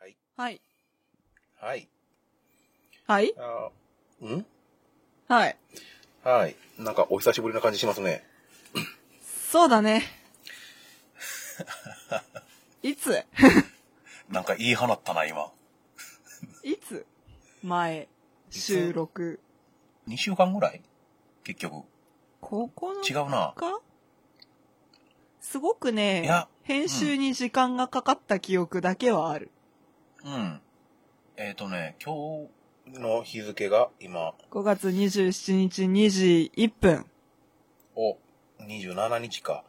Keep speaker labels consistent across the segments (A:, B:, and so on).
A: はい。
B: はい。
A: はい
B: あうん
A: はい。
B: はい。なんかお久しぶりな感じしますね。
A: そうだね。いつ
B: なんか言い放ったな、今。
A: いつ前、収録。
B: 2週間ぐらい結局。
A: ここの
B: 違うな。
A: かすごく
B: い
A: ね
B: や、
A: 編集に時間がかかった記憶だけはある。
B: うん。えっ、とね、今日の日付が今、
A: 5月27日2時1分。
B: お、27日か。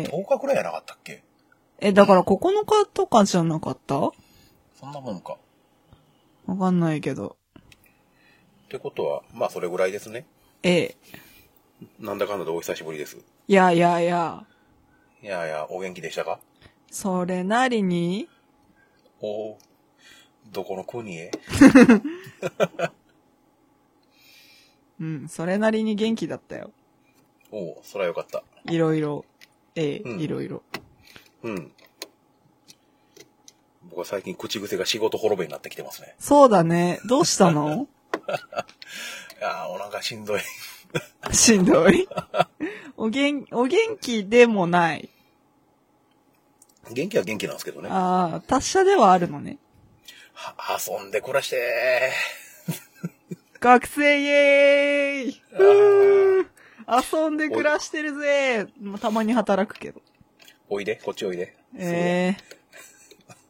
A: ええ
B: 10日くらいやなかったっけ
A: え、だから9日とかじゃなかったわ
B: そんなもんか。
A: かんないけど。
B: ってことは、まあそれぐらいですね。
A: ええ。
B: なんだかんだでお久しぶりです。
A: いやいやいや、
B: いやいや、お元気でしたか
A: それなりに、
B: おどこの国へ
A: うん、それなりに元気だったよ。
B: おそらよかった。
A: いろいろ。ええ、
B: うん
A: いろいろ。
B: うん。僕は最近口癖が仕事滅べになってきてますね。
A: そうだね。どうした の
B: ああ、お腹しんどい。
A: しんどい。 おげん、お元気でもない。
B: 元気は元気なんですけどね。は
A: ああ、達者ではあるのね。
B: 遊んで暮らして
A: 学生イエーイ
B: ー。あー
A: 遊んで暮らしてるぜまあたまに働くけど。
B: おいで、こっちおいで。
A: ええ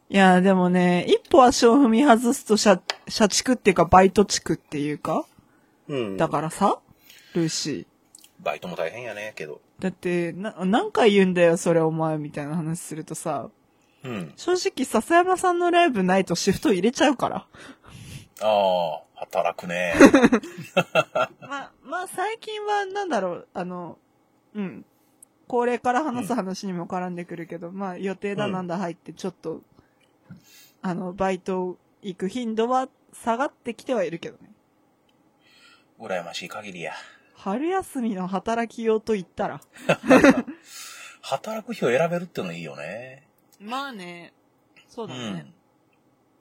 A: いや、でもね、一歩足を踏み外すと社、社畜っていうかバイト地区っていうか、
B: うん。
A: だからさ、ルーシー。
B: バイトも大変やね、けど。
A: だって、な、何回言うんだよ、それお前、みたいな話するとさ、
B: うん。
A: 正直、笹山さんのライブないとシフト入れちゃうから。
B: ああ、働 くね。
A: まあ、まあ、最近は、なんだろう、あの、うん。高齢から話す話にも絡んでくるけど、まあ、予定だなんだ入って、ちょっと、あの、バイト行く頻度は下がってきてはいるけどね。
B: 羨ましい限りや。
A: 春休みの働きようと言ったら。
B: 働く日を選べるっていうのいいよね。
A: まあね、そうだね。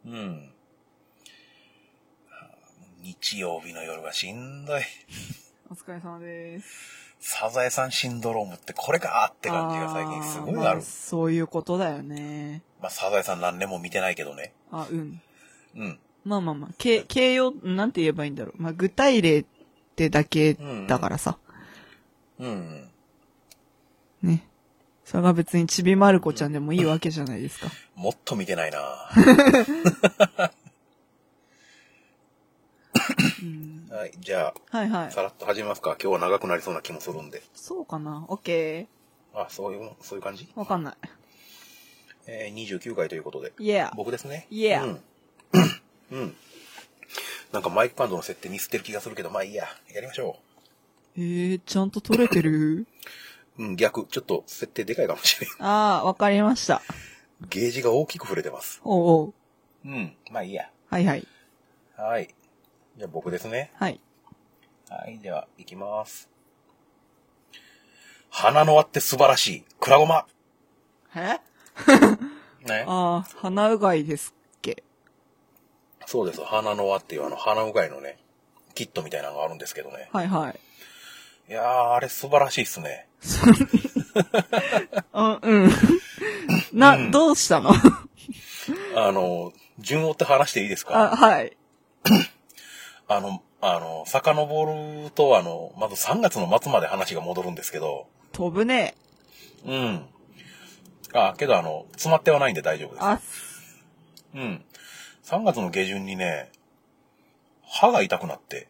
B: うん。うん。日曜日の夜がしんどい。
A: お疲れ様です。
B: サザエさんシンドロームってこれかって感じが最近すご
A: ー
B: いあ
A: ま
B: る。
A: そういうことだよね。
B: まあ、サザエさん何年も見てないけどね。
A: あ、うん。
B: うん。
A: まあまあまあ、け形容、なんて言えばいいんだろう。まあ、具体例ってだけだからさ。
B: うんうん。
A: ね。それが別にちびまる子ちゃんでもいいわけじゃないですか。
B: もっと見 てないな
A: うん、
B: はい。じゃ
A: はいは
B: あ、
A: い
B: さ。らっと始めますか。今日は長くなりそうな気もするんで。
A: そうかな。オッケ
B: あ、そういう、そういう感じ
A: ー。わかんない。
B: えー、29回ということで。
A: イエ
B: 僕ですね。
A: Yeah
B: うん。うん。なんかマイク感度の設定ミスってる気がするけど、まあいいや。やりましょ
A: えー、ちゃんと取れてる
B: う。うん、逆。ちょっと設定でかいかもしれん。
A: ああ、わかりました。
B: ゲージが大きく触れてます。
A: おうおう。
B: うん。まあいいや。
A: はいはい。
B: はい。じゃあ僕ですね。
A: はい。
B: はい、では、行きます。花の輪って素晴らしい。クラゴマ。
A: え
B: ね。
A: ああ、鼻うがいですっけ。
B: そうです。花の輪っていうあの、花うがいのね、キットみたいなのがあるんですけどね。
A: はいはい。
B: いやー、あれ素晴らしいっすね。
A: あ、うん。 な、
B: うん
A: どうしたの
B: あの、順を追って話していいです
A: あ、
B: か
A: はい。
B: あの、あの、遡ると、あの、まず3月の末まで話が戻るんですけど、
A: 飛ぶね。
B: うん。あ、けどあの、詰まってはないんで大丈夫です。
A: あ、
B: うん。3月の下旬にね、歯が痛くなって、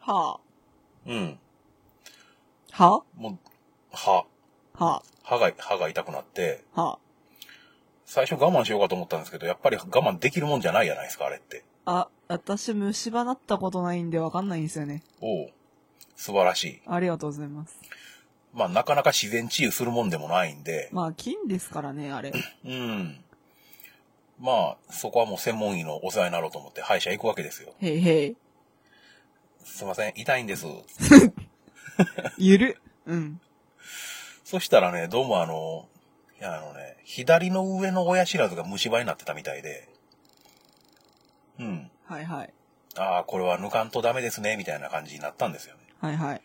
A: は
B: うん。
A: あ。は
B: もう、歯、
A: は
B: 歯が、歯が痛くなって、
A: あ、はあ。
B: 最初我慢しようかと思ったんですけど、やっぱり我慢できるもんじゃないじゃないですか、あれって。
A: あ、私虫歯なったことないんでわかんないんですよね。
B: おう素晴らしい。
A: ありがとうございます。
B: まあ、なかなか自然治癒するもんでもないんで、
A: まあ、金ですからね、あれ。
B: うん。まあ、そこはもう専門医のお世話になろうと思って歯医者行くわけですよ。
A: へいへい。
B: すいません、痛いんです。
A: ゆる。うん。
B: そしたらね、どうもあの、あのね、左の上の親知らずが虫歯になってたみたいで、うん。
A: はいはい。
B: ああ、これは抜かんとダメですね、みたいな感じになったんですよね。
A: はいはい。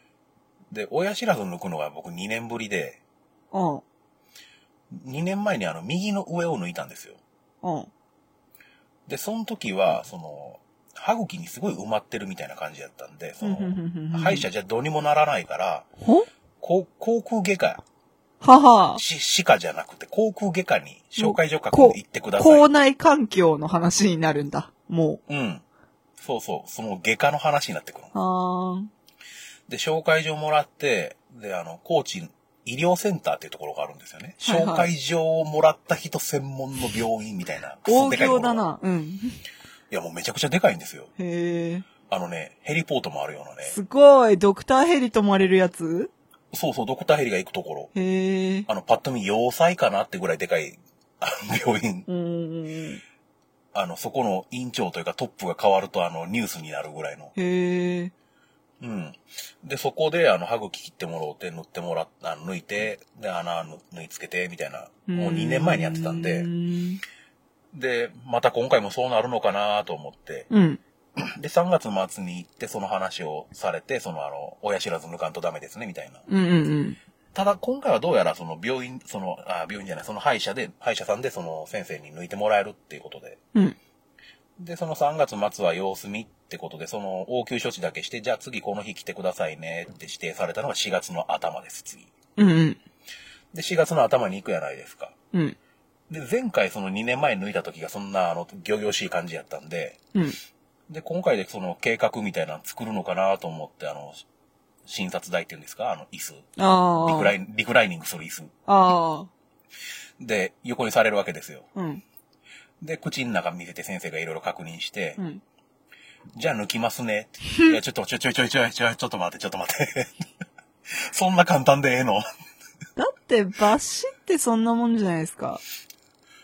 B: で、親知らず抜くのが僕2年ぶりで、
A: うん。
B: 2年前にあの、右の上を抜いたんですよ。
A: うん。
B: で、その時は、その、歯茎にすごい埋まってるみたいな感じだったんで、その
A: うんうんうんうん、
B: 歯医者じゃどうにもならないから、
A: ほ
B: こう航空外科、
A: はは。
B: し、歯科じゃなくて、航空外科に紹介状書
A: こ
B: く行ってくださ
A: 校
B: い。
A: 内環境の話になるんだ。も
B: うん。そうそう、その外科の話になってくる。
A: う。あ
B: で、紹介状もらって、で、あの、高知医療センターっていうところがあるんですよね。
A: はいはい
B: 紹介状をもらった人専門の病院みたいな。
A: ー。大
B: でかいとこ
A: 行
B: ろが
A: だ。な。うん。
B: いや、もうめちゃくちゃでかいんですよ。
A: へえ。
B: あのね、ヘリポートもあるようなね。
A: すごい。ドクターヘリ泊まれるやつ
B: そうそう、ドクターヘリが行くところ。
A: へえ。
B: あの、パッと見要塞かなってぐらいでかい、あの、病院。
A: うーん。
B: あの、そこの院長というかトップが変わると、あの、ニュースになるぐらいの。
A: へえ。
B: うん。で、そこで、あの、歯茎切ってもらおうて、塗ってもらっあの抜いて、で、穴縫縫い付けて、みたいな。もう2年前にやってたんで
A: う、ーん
B: で、また今回もそうなるのかなと思って、
A: うん。
B: で、3月末に行って、その話をされて、その、あの、親知らず抜かんとダメですね、みたいな。
A: うんうんうん。
B: ただ、今回はどうやら、その、病院、その、あ、病院じゃない、その歯医者で、歯医者さんで、その、先生に抜いてもらえるっていうことで、
A: うん。
B: で、その3月末は様子見ってことで、その応急処置だけして、じゃあ次この日来てくださいねって指定されたのが4月の頭です、次。
A: うんうん。
B: で、4月の頭に行くやないですか。
A: うん。
B: で、前回その2年前抜いた時がそんな、あの、行々しい感じやったんで、
A: うん。
B: で、今回でその計画みたいなの作るのかなと思って、あの、診察台っていうんですかあの、椅子。
A: ああ。
B: リクラインリクライニングする椅子。
A: あ
B: で、横にされるわけですよ。
A: あ。うん。
B: で、口の中見せて先生がいろいろ確認して、
A: うん。
B: じゃあ抜きますね。いや、ちょっと、ちょ、ちょ、ちょ、ちょ、ちょ、ちょっと待って、ちょっと待って。 そんな簡単でええの
A: だって、抜歯ってそんなもんじゃないですか。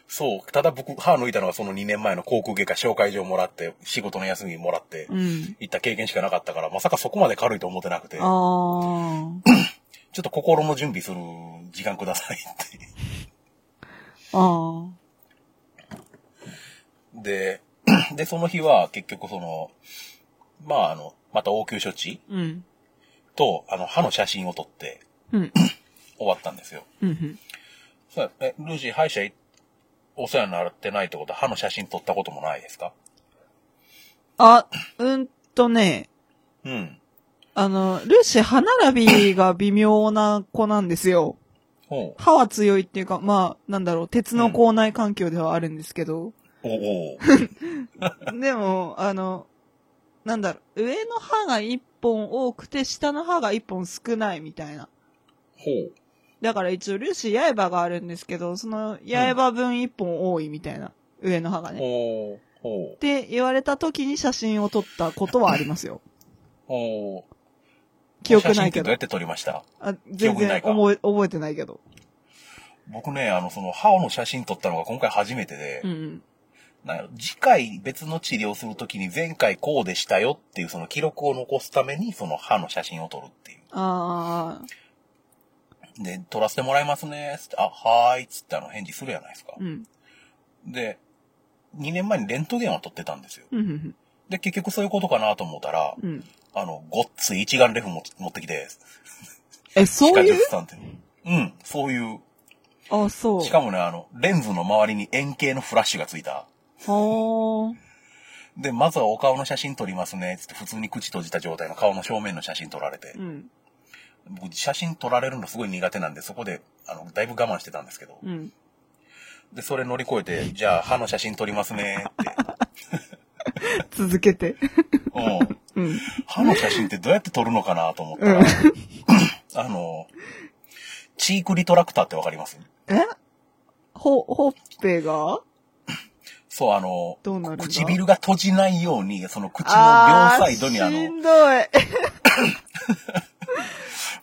B: そう。ただ僕、歯抜いたのがその2年前の航空外科紹介状もらって、仕事の休みもらって、
A: うん。
B: 行った経験しかなかったから、まさかそこまで軽いと思ってなくて、ちょ
A: ああ。
B: っと心の準備する時間くださいって。
A: ああ。
B: で、 で、その日は結局その、まああの、また応急処置
A: うん。
B: と、あの、歯の写真を撮って
A: うん。
B: 終わったんですよ。
A: うん。
B: そうやえ、ルージー、歯医者いお世話になってないってことは歯の写真撮ったこともないですか
A: あ、うんとね、
B: うん。
A: あの、ルーシー歯並びが微妙な子なんですよ。
B: ほう。
A: 歯は強いっていうか、まあ、なんだろう、鉄の口内環境ではあるんですけど。
B: おおう。
A: でも、あの、なんだろう、上の歯が一本多くて、下の歯が一本少ないみたいな。
B: ほう。
A: だから一応、ルーシー刃があるんですけど、その刃分一本多いみたいな、上の歯がね。
B: ほう。ほう
A: っ。て言われた時に写真を撮ったことはあり ますよ。
B: ほう。
A: 記憶ないけ
B: お写真ってどう
A: ど
B: やっ。て撮りました
A: あ
B: 記
A: 全
B: 憶な
A: 然
B: いか
A: 覚え覚えてないけど。
B: 僕ね、あの、その、歯の写真撮ったのが今回初めてで、
A: うん。
B: なんやろ次回別の治療するときに前回こうでしたよっていうその記録を残すためにその歯の写真を撮るっていう。
A: ああ、
B: で、撮らせてもらいますね、つって、あ、はーい、っつってあの返事するやないですか
A: う。ん。
B: で、2年前にレントゲンを撮ってたんですよ。
A: うんうん
B: で、結局そういうことかなと思ったら、
A: うん。うん。
B: あの、ごっつい一眼レフも持ってきて、
A: え、そう
B: ヒカ
A: い
B: ル
A: う
B: さんって。うん、そういう。
A: あ、そう。
B: しかもね、あの、レンズの周りに円形のフラッシュがついた。
A: はー
B: で、まずはお顔の写真撮りますね、つって普通に口閉じた状態の顔の正面の写真撮られて
A: う。ん。
B: 僕、写真撮られるのすごい苦手なんで、そこで、あの、だいぶ我慢してたんですけど。
A: うん。
B: で、それ乗り越えて、じゃあ歯の写真撮りますね、って。
A: 続けて。
B: うん。
A: うん。
B: 歯の写真ってどうやって撮るのかなと思ったら、
A: うん
B: あの、チークリトラクターってわかります
A: えほ、ほっぺが
B: そう、あの、
A: どうなるんだ
B: 唇が閉じないように、その口の両
A: あ
B: サイドにあ
A: ーし
B: の、
A: んどい。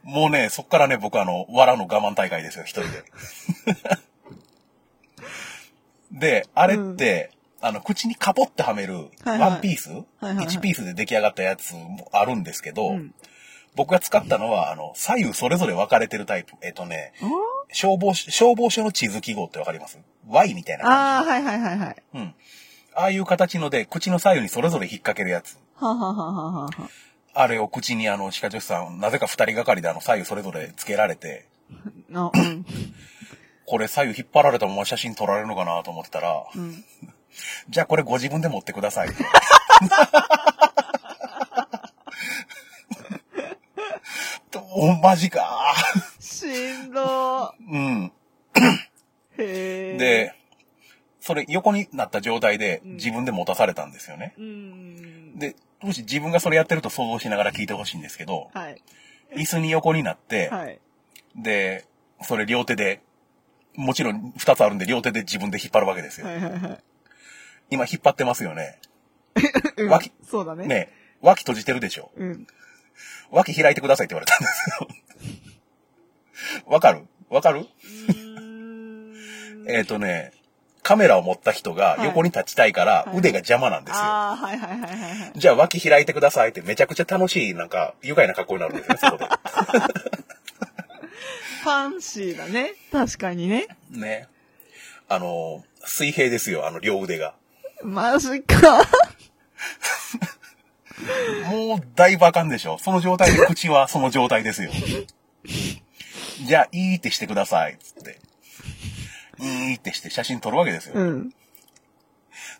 B: もうね、そっからね、僕あの、藁の我慢大会ですよ、一人で。 で、あれって、あの、口にカポってはめる、
A: はい
B: ワンピース、
A: はいはい
B: ?1 ピースで出来上がったやつもあるんですけど、
A: うん
B: 僕が使ったのは、あの、左右それぞれ分かれてるタイプ。えっとね、
A: あー
B: 消防署、消防署の地図記号ってわかります ?Y みたいな感
A: ああ、はいはいはいはい。
B: じ。うん。ああいう形ので、口の左右にそれぞれ引っ掛けるやつ。
A: はあはあはあはあはあ。
B: あれを口にあの、歯科助手さん、なぜか二人がかりであの、左右それぞれつけられて、
A: あ、うん。
B: これ左右引っ張られたまま写真撮られるのかなと思ってたら、
A: うん。
B: じゃあこれご自分で持ってください。 とお、マジか。
A: しんど
B: うん。
A: ー。へえ。、
B: で、それ横になった状態で
A: うん
B: 自分で持たされたんですよね。
A: うん。
B: で、もし自分がそれやってると想像しながら聞いてほしいんですけど、
A: はい。
B: 椅子に横になって、
A: はい。
B: で、それ両手で、もちろん二つあるんで両手で自分で引っ張るわけですよ。
A: はいはいは
B: 今引っ張ってますよね。
A: い。うん
B: 脇
A: そうだね。。
B: ねえ脇閉じてるでしょ。
A: うん。
B: 脇開いてくださいって言われたんです よ。わかるわかるえっ、とね、カメラを持った人が
A: はい
B: 横に立ちたいから
A: はい
B: 腕が邪魔なんですよ。
A: ああ、はいはいはいはいはい。
B: じゃあ脇開いてくださいってめちゃくちゃ楽しい、なんか愉快な格好になるんですよ、そこで。
A: ファンシーだね。確かにね。
B: ね。あの、水平ですよ、あの両腕が。
A: マジか。
B: もうだいぶあかんでしょ。その状 態で口はその状態ですよ。じゃあ、いいってしてください、つって。いいってして写真撮るわけですよ。
A: うん。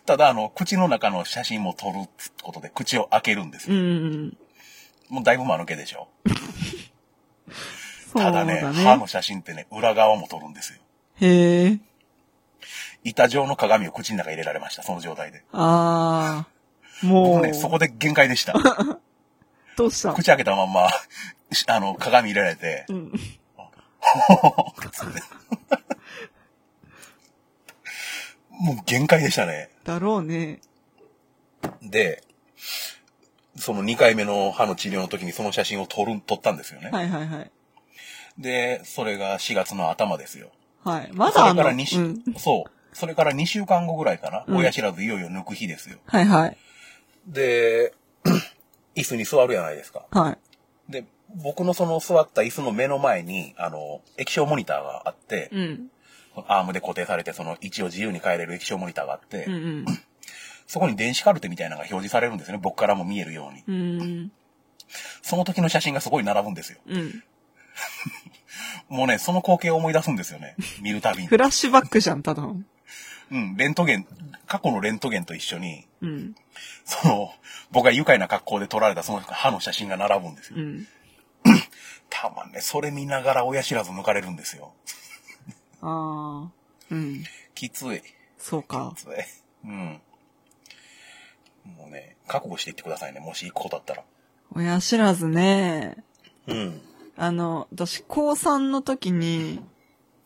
B: ただ、あの、口の中の写真も撮るってことで、口を開けるんです
A: う
B: よ。
A: ん。
B: もうだいぶ間抜けでしょ。
A: そうだ
B: ただね、
A: ね。
B: 歯の写真ってね、裏側も撮るんですよ。
A: へえ。
B: 板状の鏡を口の中に入れられました、その状態で。
A: ああ。
B: 僕
A: もう、
B: ね、そこで限界で した。
A: どうしたの
B: 口開けたまんま、しあの、鏡入れられて
A: う、ん。
B: もう限界でしたね。
A: だろうね。
B: で、その2回目の歯の治療の時にその写真を撮る、撮ったんですよね。
A: はいはいはい。
B: で、それが4月の頭ですよ。
A: はい。ま
B: そ
A: だあ
B: れか
A: の、
B: ら
A: う
B: 2週、
A: ん。
B: そう。それから2週間後ぐらいかな。
A: うん
B: 親知らずいよいよ抜く日ですよ。
A: はいはい。
B: で、 椅子に座るじゃないですか。
A: はい。
B: で、僕のその座った椅子の目の前に、あの、液晶モニターがあって、
A: うん。
B: アームで固定されて、その位置を自由に変えれる液晶モニターがあって、
A: うんうん。
B: そこに電子カルテみたいなのが表示されるんですね。僕からも見えるように。
A: うん。
B: その時の写真がすごい並ぶんですよ。
A: うん。
B: もうね、その光景を思い出すんですよね。見るたびに
A: フ。ラッシュバックじゃん、ただの。
B: うん、レントゲン、過去のレントゲンと一緒に、
A: うん。
B: その、僕が愉快な格好で撮られたその歯の写真が並ぶんですよ。
A: うん。
B: たまんね、それ見ながら親知らず抜かれるんですよ。
A: ああ。うん。
B: きつい。
A: そうか。
B: それ。うん。もうね、覚悟していってくださいね、もし行くことだったら。
A: 親知らずね。
B: うん。
A: あの、私、高3の時に、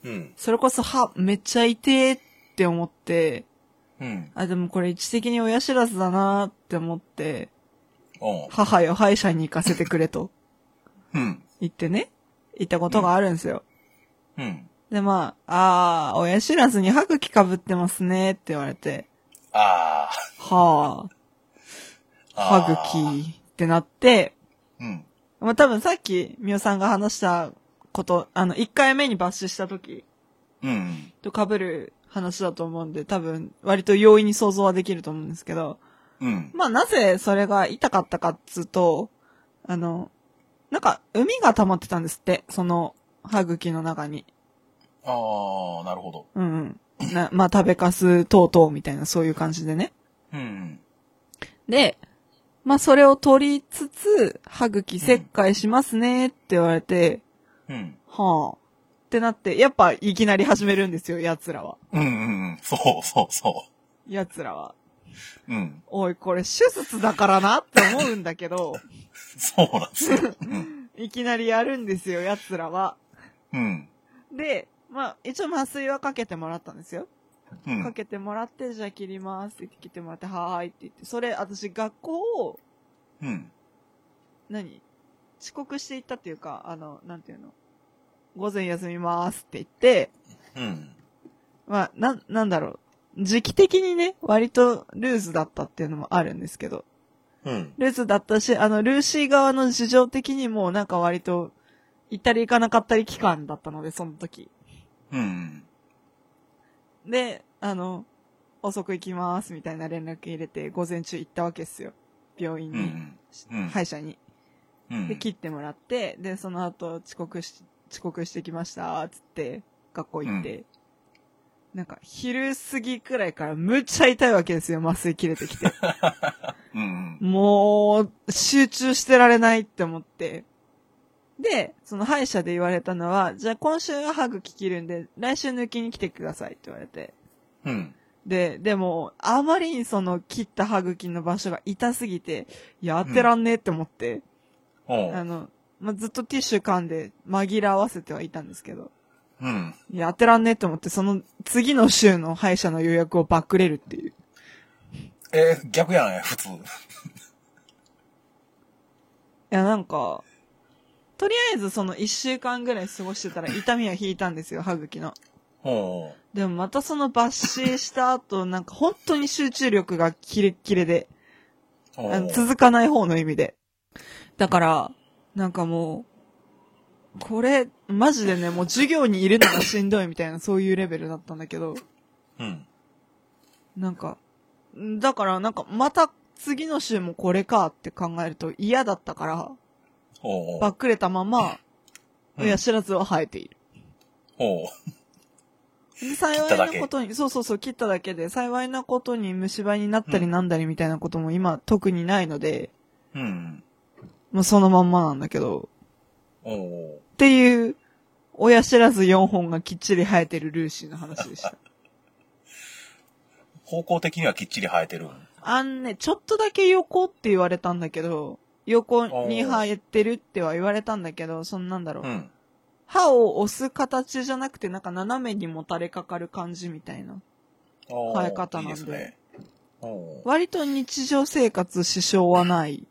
B: うん。
A: それこそ歯めっちゃ痛えって思って、
B: うん。
A: あ、でもこれ位置的に親知らずだなって思って、
B: おう
A: 母よ歯医者に行かせてくれと
B: うん。
A: 言ってね、行ったことがあるんですよ。
B: うん。
A: で、まあ、あー、親知らずに歯茎かぶってますねって言われて、
B: あ
A: は
B: あ。
A: あ、歯
B: あ
A: 茎ってなって、
B: ー。うん。
A: まあ多分さっき、みおさんが話したこと、あの、1回目に抜歯した時
B: うん。
A: と被る話だと思うんで、多分、割と容易に想像はできると思うんですけど、
B: うん。
A: まあなぜそれが痛かったかっつうと、あの、なんか、海が溜まってたんですって、その、歯茎の中に。
B: ああ、なるほど。
A: うんうん。なまあ、食べかす等々みたいな、そういう感じでね。
B: うん。
A: で、まあ、それを取りつつ、歯茎切開しますねって言われて、
B: うん。
A: はあ。ってなって、やっぱ、いきなり始めるんですよ、奴らは。
B: うんうんうん。そうそうそ
A: 奴らは。
B: う。うん。
A: おい、これ手術だからなって思うんだけど、
B: そうなんですよ。うん。
A: いきなりやるんですよ、奴らは。
B: うん。
A: で、まあ、一応麻酔はかけてもらったんですよ。
B: う
A: か
B: ん。
A: けてもらって、じゃあ切りますって切ってもらって、はーいって言って、それ、私、学校を、
B: うん。
A: 何遅刻していったっていうか、あの、なんていうの午前休みますって言って、
B: うん。
A: まあ、なん、なんだろう。時期的にね、割とルーズだったっていうのもあるんですけど、
B: うん。
A: ルーズだったし、あの、ルーシー側の事情的にも、なんか割と、行ったり行かなかったり期間だったので、その時。
B: うん。
A: で、あの、遅く行きます、みたいな連絡入れて、午前中行ったわけっすよ。病院
B: う
A: に、
B: ん。うん。
A: 歯医者に。
B: うん。
A: で、切ってもらって、で、その後、遅刻し、遅刻してきました、つって、学校行って。なんか、昼過ぎくらいからむっちゃ痛いわけですよ、麻酔切れてきて。
B: うんうん。
A: もう、集中してられないって思って。で、その歯医者で言われたのは、じゃあ今週は歯茎切るんで、来週抜きに来てくださいって言われて。
B: うん。
A: で、でも、あまりにその切った歯茎の場所が痛すぎて、いや、当てらんねえって思って、
B: お
A: あ
B: う。
A: の、まあ、ずっとティッシュ噛んで紛らわせてはいたんですけど、
B: うん。
A: いや、当てらんねえって思って、その次の週の歯医者の予約をバックれるっていう。
B: えー、逆やない普通。
A: いや、なんか、とりあえずその一週間ぐらい過ごしてたら痛みは引いたんですよ、歯茎の。
B: おう。
A: でもまたその抜歯した後、なんか本当に集中力がキレッキレで、
B: お
A: あの
B: う。
A: 続かない方の意味で。だから、なんかもう、これ、マジでね、もう授業にいるのがしんどいみたいな、そういうレベルだったんだけど、
B: うん。
A: なんか、んだからなんかまた次の週もこれかって考えると嫌だったから、
B: おう。
A: ばっくれたまま、
B: うん
A: 親知らずは生えている。
B: おう。
A: で幸いなことに、そうそうそう、切っただけで、幸いなことに虫歯になったりなんだりみたいなことも今特にないので、
B: うん。
A: もうそのまんまなんだけど、
B: おう。
A: っていう、親知らず4本がきっちり生えてるルーシーの話でした。
B: 方向的にはきっちり生えてる。
A: あんね、ちょっとだけ横って言われたんだけど、横に生えてるっては言われたんだけど、そんなんだろう。
B: うん。
A: 歯を押す形じゃなくて、なんか斜めにもたれかかる感じみたいな。
B: おう
A: 生え方なんで
B: いいすね。おう。
A: 割と日常生活支障はない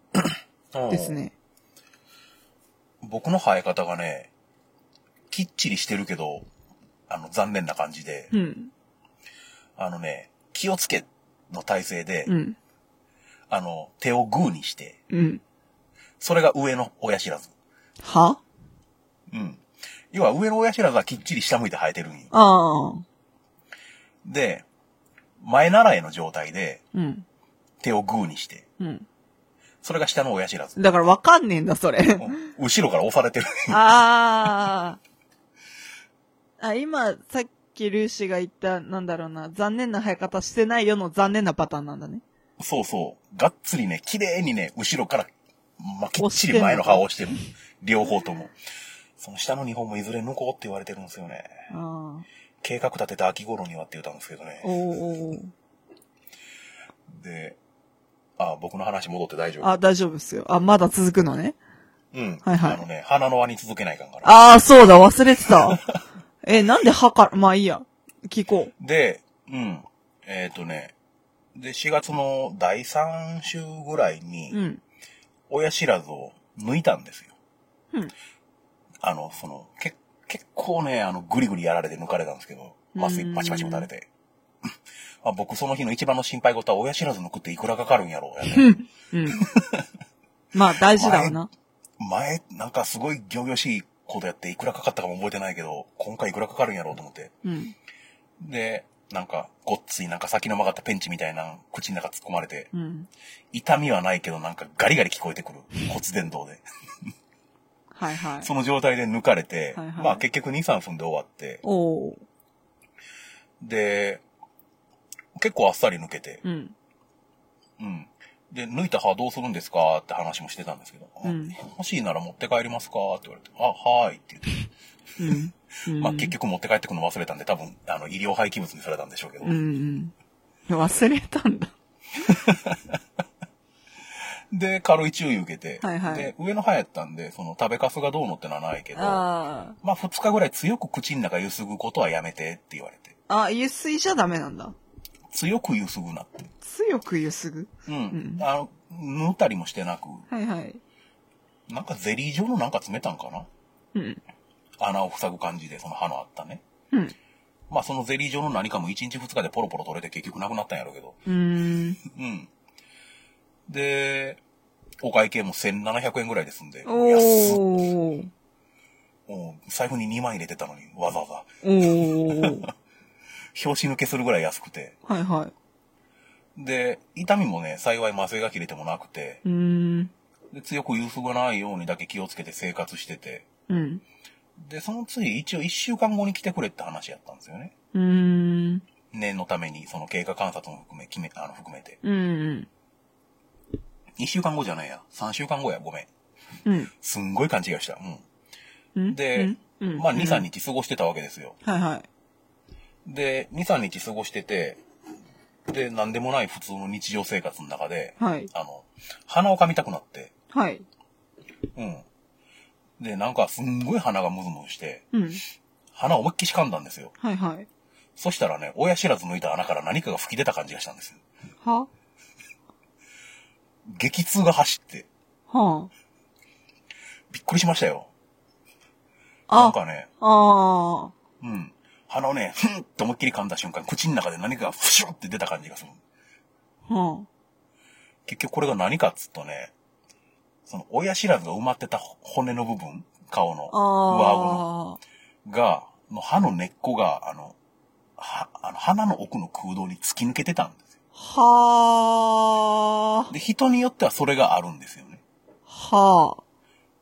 B: おう
A: です。ね。
B: 僕の生え方がね、きっちりしてるけど、あの、残念な感じで、
A: うん。
B: あのね、気をつけの体勢で、
A: うん。
B: あの、手をグーにして、
A: うん。
B: それが上の親知らず。
A: は
B: うん。要は上の親知らずはきっちり下向いて生えてるんよ。
A: ああ。
B: で、前習いの状態で
A: うん。
B: 手をグーにして、
A: うん。
B: それが下の親知らず。
A: だからわかんねえんだ、それ。
B: うん後ろから押されてる。
A: ああ。あ、今、さっきルーシーが言った、なんだろうな、残念な生え方してないよの残念なパターンなんだね。
B: そうそう。がっつりね、綺麗にね、後ろから、まあ、きっちり前の歯を押してる。両方とも。その下の2本もいずれ抜こうって言われてるんですよね。
A: ああ。
B: 計画立てて秋頃にはって言ったんですけどね。
A: おおお
B: で、あ、僕の話戻って大丈夫。
A: あ、大丈夫っすよ。あ、まだ続くのね。
B: うん。
A: はいはい
B: あのね、鼻の輪に続けないかんから。
A: ああ、そうだ、忘れてた。 え、なんで歯から、まあいいや。聞こ。
B: で、うん。えっ、とね、で、4月の第3週ぐらいう
A: う
B: に、
A: ん。
B: 親知らずを抜いたんですよ。
A: うん
B: あの、その、け、結構ね、あの、ぐりぐりやられて抜かれたんですけど、麻酔パチパチ打たれて。あ僕その日の一番の心配事は親知らず抜くっていくらかかるんやろうやね。
A: うん。まあ、大事だわな。
B: 前、なんかすごい行々しいことやっていくらかかったかも覚えてないけど、今回いくらかかるんやろうと思って。
A: うん。
B: で、なんか、ごっつい、なんか先の曲がったペンチみたいなの口の中突っ込まれて、
A: うん。
B: 痛みはないけどなんかガリガリ聞こえてくる。骨伝導で。
A: はいはい。
B: その状態で抜かれて、
A: はいはい
B: まあ結局2、3分で終わって、
A: おお
B: で、結構あっさり抜けて
A: ー。、うん。
B: うん。で、抜いた歯どうするんですかって話もしてたんですけど、
A: うん
B: 欲しいなら持って帰りますかって言われて、あ、はーいって言って、
A: うん。うん
B: まあ結局持って帰ってくの忘れたんで、多分、あの、医療廃棄物にされたんでしょうけど、
A: うんうん。忘れたんだ。
B: で、軽い注意受けて、
A: はいはい
B: で、上の歯やったんで、その食べかすがどうのってのはないけど、
A: あ
B: まあ2日ぐらい強く口の中ゆすぐことはやめてって言われて、
A: あ。あ、ゆすいじゃダメなんだ。
B: 強くゆすぐなって。
A: 強くゆすぐ。
B: うん。
A: ん
B: あの、塗ったりもしてなく、
A: はいはい。
B: なんかゼリー状のなんか詰めたんかな
A: うん。
B: 穴を塞ぐ感じで、その歯のあったね。
A: うん。
B: まあそのゼリー状の何かも1日2日でポロポロ取れて結局なくなったんやろうけど。
A: うーん。
B: うん。で、お会計も1700円ぐらいですんで。安っ
A: おー。
B: うん財布に2万入れてたのに、わざわざ。
A: おー。
B: 表紙抜けするぐらい安くて。
A: はいはい。
B: で、痛みもね、幸い麻酔が切れてもなくて、
A: うーん。
B: で強く揺すがないようにだけ気をつけて生活してて、
A: うん。
B: で、その次一応1週間後に来てくれって話やったんですよね。
A: うーん。
B: 念のために、その経過観察も含め、決め、あの、含めて。
A: うん。
B: 2週間後じゃないや。3週間後や、ごめん。
A: うん。
B: すんごい勘違いした。
A: う。
B: うんん。で、
A: うん、
B: まあ、2、3
A: に。
B: 日過ごしてたわけですよ。
A: はいはい。
B: で、2、3日過ごしてて、で、なんでもない普通の日常生活の中で、
A: はい。
B: あの、鼻を噛みたくなって、
A: はい。
B: うん。で、なんかすんごい鼻がムズムズして、
A: うん。
B: 鼻を思いっきし噛んだんですよ。
A: はいはい。
B: そしたらね、親知らず抜いた穴から何かが吹き出た感じがしたんですよ。
A: は
B: 激痛が走って、
A: は
B: びっくりしましたよ。なん
A: あ。あ
B: かね、
A: あ
B: うん。鼻をね、ふんって思いっきり噛んだ瞬間、口の中で何かがふしゅって出た感じがする。
A: ー。は
B: 結局これが何かっつうとね、その親知らずが埋まってた骨の部分、顔の、
A: あ。
B: 上顎の。
A: ああ。
B: が、の歯の根っこが、あの、は、あの、鼻の奥の空洞に突き抜けてたんですよ。
A: はあ。
B: で、人によってはそれがあるんですよね。
A: はあ。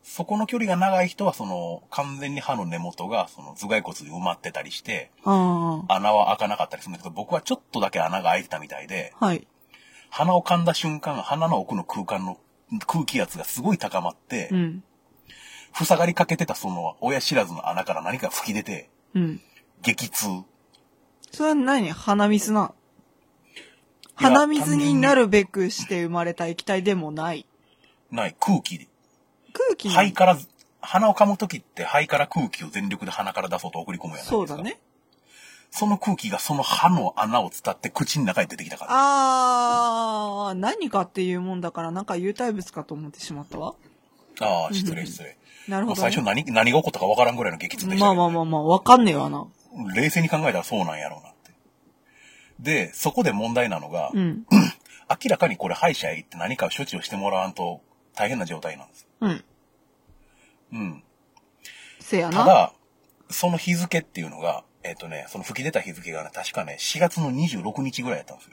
B: そこの距離が長い人は、その、完全に歯の根元が、その、頭蓋骨に埋まってたりして、
A: あ
B: 穴は開かなかったりするんだけど、僕はちょっとだけ穴が開いてたみたいで、
A: あ。はい。
B: 鼻を噛んだ瞬間、鼻の奥の空間の空気圧がすごい高まって、
A: うん。
B: 塞がりかけてたその、親知らずの穴から何か吹き出て、
A: うん。
B: 激痛。
A: それは何鼻水な。鼻水になるべくして生まれた液体でもない。
B: ない、空気で。
A: 空気に。
B: 肺から、鼻を噛むときって肺から空気を全力で鼻から出そうと送り込むやないですか。
A: そうだ。ね。
B: その空気がその歯の穴を伝って口の中に出てきたから。
A: あー、何かっていうもんだから、なんか有体物かと思ってしまったわ。
B: ああ、失
A: う
B: 礼
A: ん
B: 失礼。
A: なる
B: も
A: ほ
B: う
A: ど、
B: 最
A: ね。
B: 初何、何が起こったかわからんぐらいの激痛でした
A: まあ
B: けど
A: まあまあまあ、わかんねえわな。
B: 冷静に考えたらそうなんやろうなって。で、そこで問題なのが、
A: うん。
B: 明らかにこれ歯医者へ行って何か処置をしてもらわんと大変な状態なんです。
A: うん。
B: うん。
A: せや
B: た
A: な。
B: だ、その日付っていうのが、えっ、とね、その吹き出た日付がね、確かね、4月の26日ぐらいだったんで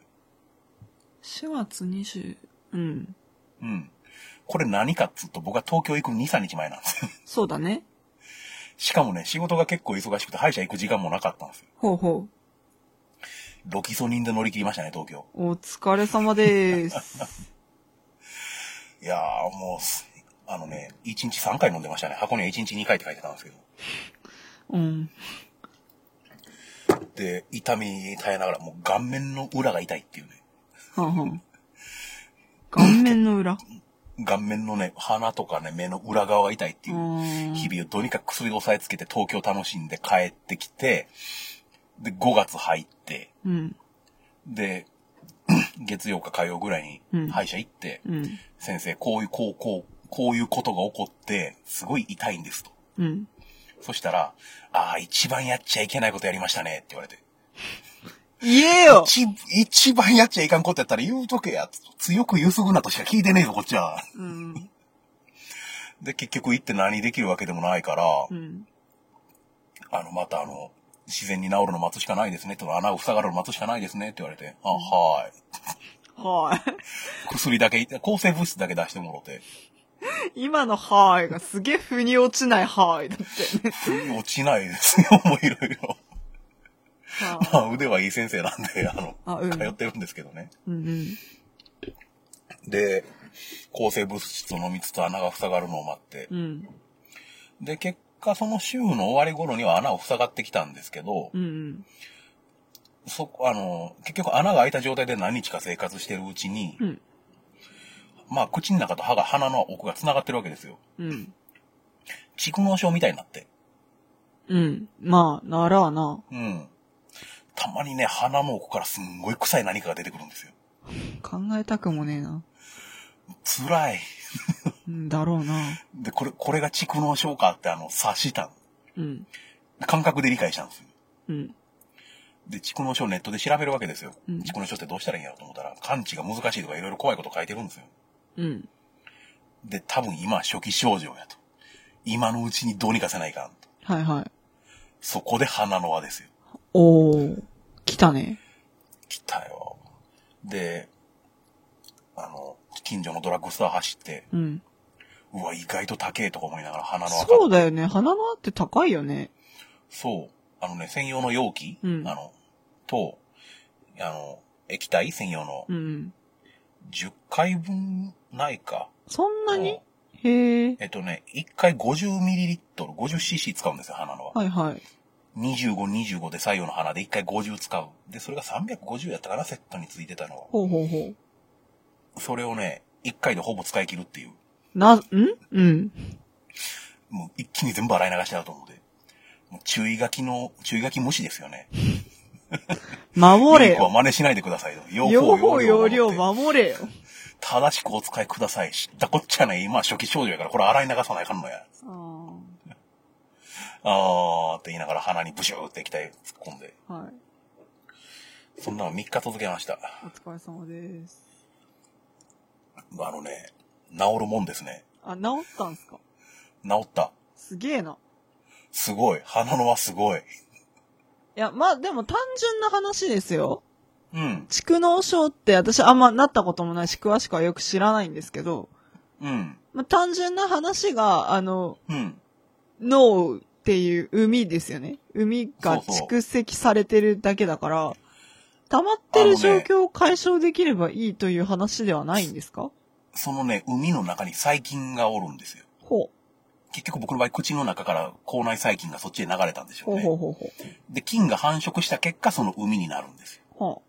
B: すよ。
A: 4月20、うん。
B: うん。これ何かっつうと、僕は東京行く2、3日前なんですよ。
A: そ うだね。
B: しかもね、仕事が結構忙しくて、歯医者行く時間もなかったんですよ。
A: ほうほ
B: ロキソニンで乗り切りましたね、東京。
A: う。お疲れ様でー す。
B: いやー、もうす、あのね、1日3回飲んでましたね。箱には1日2回って書いてたんですけど。
A: うん。
B: で、痛み耐えながら、もう顔面の裏が痛いっていうね。
A: はんはん。顔面の裏。
B: 顔面のね、鼻とかね、目の裏側が痛いっていうう。
A: ん
B: 日々をどうにか薬を押さえつけて東京楽しんで帰ってきて、で、5月入って、
A: うん。
B: で、 月曜か火曜ぐらい
A: うん
B: に歯医者行って、
A: うん。
B: 先生、こういう、こう、こう、こういうことが起こって、すごい痛いんですと。
A: うん。
B: そしたら、ああ、一番やっちゃいけないことやりましたねって言われて。
A: 言えよ
B: 一、一番やっちゃいかんことやったら言うとけや。強くゆすぐなとしか聞いてねえぞ、こっちは。
A: うん。
B: で、結局行って何できるわけでもないから、
A: うん。
B: あの、またあの、自然に治るの待つしかないですね。とか穴を塞がるの待つしかないですね。って言われて、あ、はーい。
A: は
B: 薬だけ、抗生物質だけ出してもろて。
A: ーい。今のはーいがすげえ腑に落ちないはーいだってね。
B: 腑に落ちないですよ、 もういろいろ。
A: は
B: まあ、腕はいい先生なんで、あの、
A: あうん
B: 通ってるんですけどね。
A: ーうんうん。
B: で、抗生物質を飲みつつ穴が塞がるのを待って。
A: うん。
B: で、結果、その週の終わり頃には穴を塞がってきたんですけど、
A: うんうん。
B: そこ、あの、結局穴が開いた状態で何日か生活してるうちに、
A: うん
B: まあ、口の中と歯が鼻の奥が繋がってるわけですよ。
A: うん。
B: 蓄膿症みたいになって。
A: うん。まあ、ならあな。
B: うん。たまにね、鼻の奥からすんごい臭い何かが出てくるんですよ。
A: 考えたくもねえな。
B: 辛い。
A: うんだろうな。
B: で、これ、これが蓄膿症かってあの、察したの。
A: うん。
B: 感覚で理解したんですよ。
A: うん。
B: で、蓄膿症をネットで調べるわけですよ。
A: うん
B: 蓄膿症ってどうしたらいいんやろうと思ったら、感知が難しいとかいろいろ怖いこと書いてるんですよ。
A: うん。
B: で、多分今、初期症状やと。今のうちにどうにかせないかん。
A: はいはい。
B: そこで花の輪ですよ。
A: おー、来たね。
B: 来たよ。で、あの、近所のドラッグストア走って、
A: うん。
B: うわ、意外と高えとか思いながら花の輪買っ
A: そうだよね。花の輪って高いよね。
B: そう。あのね、専用の容器、
A: うん
B: あの、と、あの、液体専用の
A: うん。
B: 10回分ないか。
A: そんなに
B: を
A: へえ。
B: えっとね、1回 50ml、50cc 使うんですよ、花のは。
A: はいはい。
B: 25、25で左右の花で1回50使う。で、それが350やったかな、セットについてたのは。
A: ほうほうほ
B: それをね、1回でほぼ使い切るっていう。
A: う。な、んうん。
B: もう一気に全部洗い流しちゃうと思うので。もう注意書きの、注意書き無視ですよね。
A: 守れ
B: ミルクは
A: よ。
B: 真似しないでくださいと。用
A: 両方
B: 用
A: 容
B: 量
A: 量
B: を持って
A: 守れよ。
B: 正しくお使いください。知ったこっちゃない。今は初期症状やから、これ洗い流さないかんのや。
A: あ
B: あーって言いながら鼻にブシューって液体突っ込んで。
A: あ。はい。
B: そんなの3日続けました。
A: お疲れ様です。
B: あのね、治るもんですね。
A: あ、治ったんすか
B: 治った。
A: すげえな。
B: すごい。鼻のはすごい。
A: いや、まあ、でも単純な話ですよ。
B: うん。
A: 蓄膿症って私あんまなったこともないし、詳しくはよく知らないんですけど、
B: うん。
A: まあ、単純な話が、あの、
B: うん。
A: 脳っていう海ですよね。海が
B: そうそう
A: 蓄積されてるだけだから、溜まってる状況を解消できればいいという話ではないんですか、
B: そのね、海の中に細菌がおるんですよ。
A: ほ
B: 結局僕の場合、口の中から口内細菌がそっちへ流れたんでし
A: う。
B: ょ
A: ほう
B: うね。
A: ほうほうほう。
B: で、菌が繁殖した結果、その海になるんですよ。
A: ほ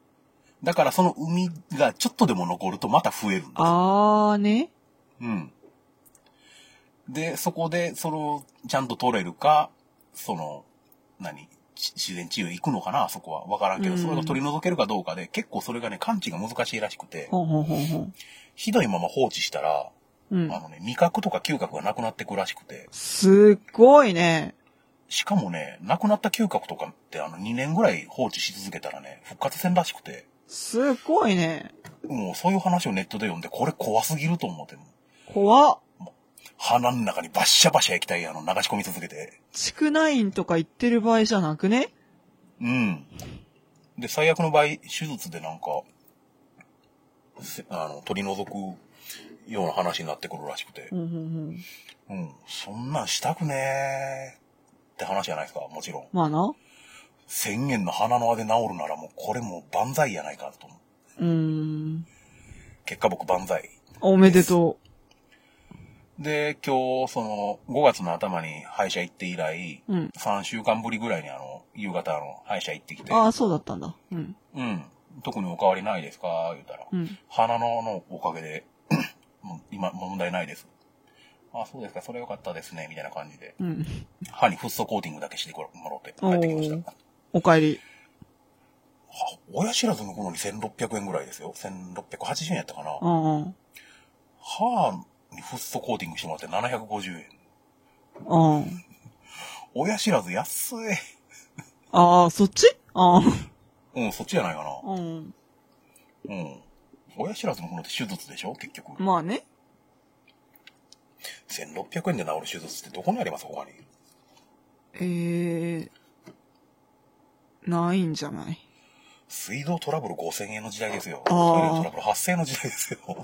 A: う。
B: だからその海がちょっとでも残るとまた増えるんですよ
A: あーね。
B: うん。で、そこで、その、ちゃんと取れるか、その、何、し自然治癒行くのかな、そこは。わからんけど、
A: うん
B: それが取り除けるかどうかで、結構それがね、感知が難しいらしくて、
A: ほうほうほうほう。
B: ひどいまま放置したら、
A: うん
B: あ。のね、味覚とか嗅覚がなくなってくらしくて、
A: すっごいね。
B: しかもね、なくなった嗅覚とかって、あの、2年ぐらい放置し続けたらね、復活せんらしくて、
A: すっごいね。
B: もうそういう話をネットで読んで、これ怖すぎると思ってもう、
A: 怖っ。
B: 鼻の中にバッシャバシャ液体、あの、流し込み続けて、
A: 地区ナインとか言ってる場合じゃなくね
B: うん。で、最悪の場合、手術でなんか、せあの、取り除くような話になってくるらしくて
A: う、んうんうん。
B: うん、そんなんしたくねーって話じゃないですか、もちろん。
A: まあな。
B: 宣言の鼻の輪で治るならもうこれもう万歳やないかと思う。
A: うーん。
B: 結果僕万歳。
A: おめでと
B: で、今日、その、5月の頭に歯医者行って以来、
A: う。うん。
B: 3週間ぶりぐらいにあの、夕方あの、歯医者行ってきて、
A: ああ、そうだったんだ。うん。
B: うん、特にお変わりないですか言ったら、
A: うん。
B: 花ののおかげで、 もう今問題ないです。あ、そうですか、それ良かったですね、みたいな感じで。
A: うん。
B: 歯にフッ素コーティングだけしてもらって帰ってきまし
A: おー
B: た。
A: お帰り。
B: は親知らずの頃に1600円ぐらいですよ。1680円やったかな
A: う。んうん。
B: 歯にフッ素コーティングしてもらって750円。
A: うん。
B: 親知らず安い。
A: ああ、そっちう
B: うん、そっちじゃないかな。
A: ん。うん。
B: うん。親知らずの頃って手術でしょ結局。
A: まあね。
B: 1600円で治る手術ってどこにあります他に。
A: えー、ないんじゃない
B: 水道トラブル5000円の時代ですよ。
A: あ
B: トイ
A: ー
B: レトラブル8000円の時代ですよ。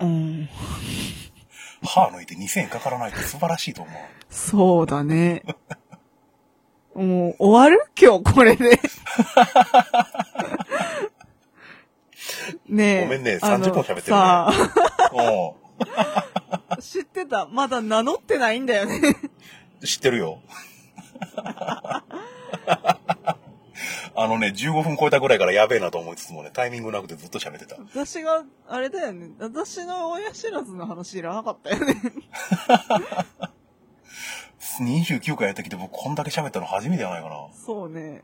A: うん。
B: 歯抜いて2000円かからないって素晴らしいと思う。
A: そうだね。もう、終わる今日、これで。ねえ。
B: ごめんね
A: あの
B: 30分喋ってるね
A: さ
B: お
A: あ、知ってた。まだ名乗ってないんだよね。
B: う知ってるよ。 あのね、15分超えたぐらいからやべえなと思いつつもね、タイミングなくてずっと喋ってた。
A: 私が、あれだよね。私の親知らずの話いらなかったよね。
B: 29回やってきて僕こんだけ喋ったの初めてじゃないかな。
A: そうね。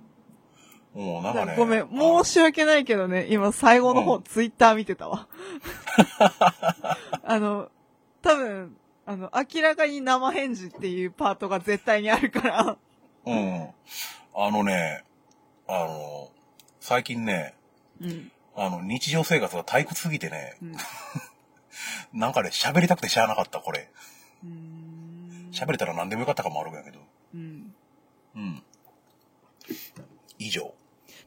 B: もうなんかね。
A: ごめん、申し訳ないけどね、今最後の方、
B: うん
A: ツイッター見てたわ。 あの、多分、あの、明らかに生返事っていうパートが絶対にあるから。
B: うん。あのね、あの、最近ね、
A: うん。
B: あの、日常生活が退屈すぎてね、
A: うん
B: なんかね、喋りたくてしゃあなかった、これ。
A: うーん。
B: 喋れたら何でもよかったかもあるんやけど。
A: うん。
B: うん。以上。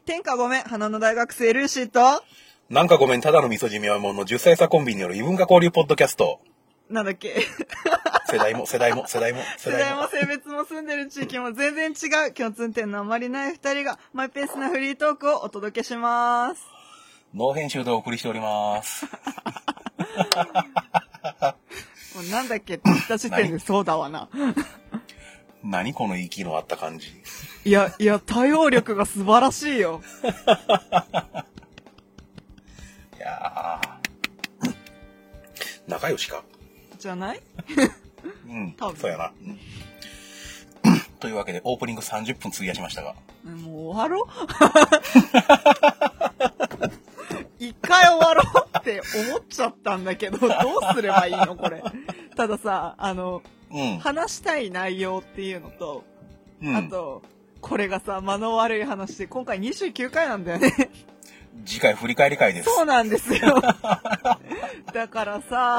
A: 天下ごめん、花の大学生ルーシーと、
B: なんかごめん、ただの味噌汁はもの10歳差コンビによる異文化交流ポッドキャスト。
A: なんだっけ。
B: 世代 も、世代も、世代も、
A: 世代も性別も住んでる地域も全然違う共通点のあまりない二人がマイペースなフリートークをお届けします。
B: ノー編集でお送りしております。
A: もうなんだっけって言った時点でそうだわな。
B: 何この息のあった感じ。
A: いや、いや、対応力が素晴らしいよ。
B: いやー。仲良しか。
A: じゃない
B: うん
A: 多。分
B: そうやな。うんというわけで、オープニング30分費やしましたが。
A: ねもう終わろ う一回終わろうって思っちゃったんだけど、どうすればいいのこれ。たださ、あの、
B: うん。
A: 話したい内容っていうのと、
B: うん、
A: あと、これがさ、間の悪い話で、今回29回なんだよね。
B: 次回振り返り会です。
A: そうなんです よ。だからさ、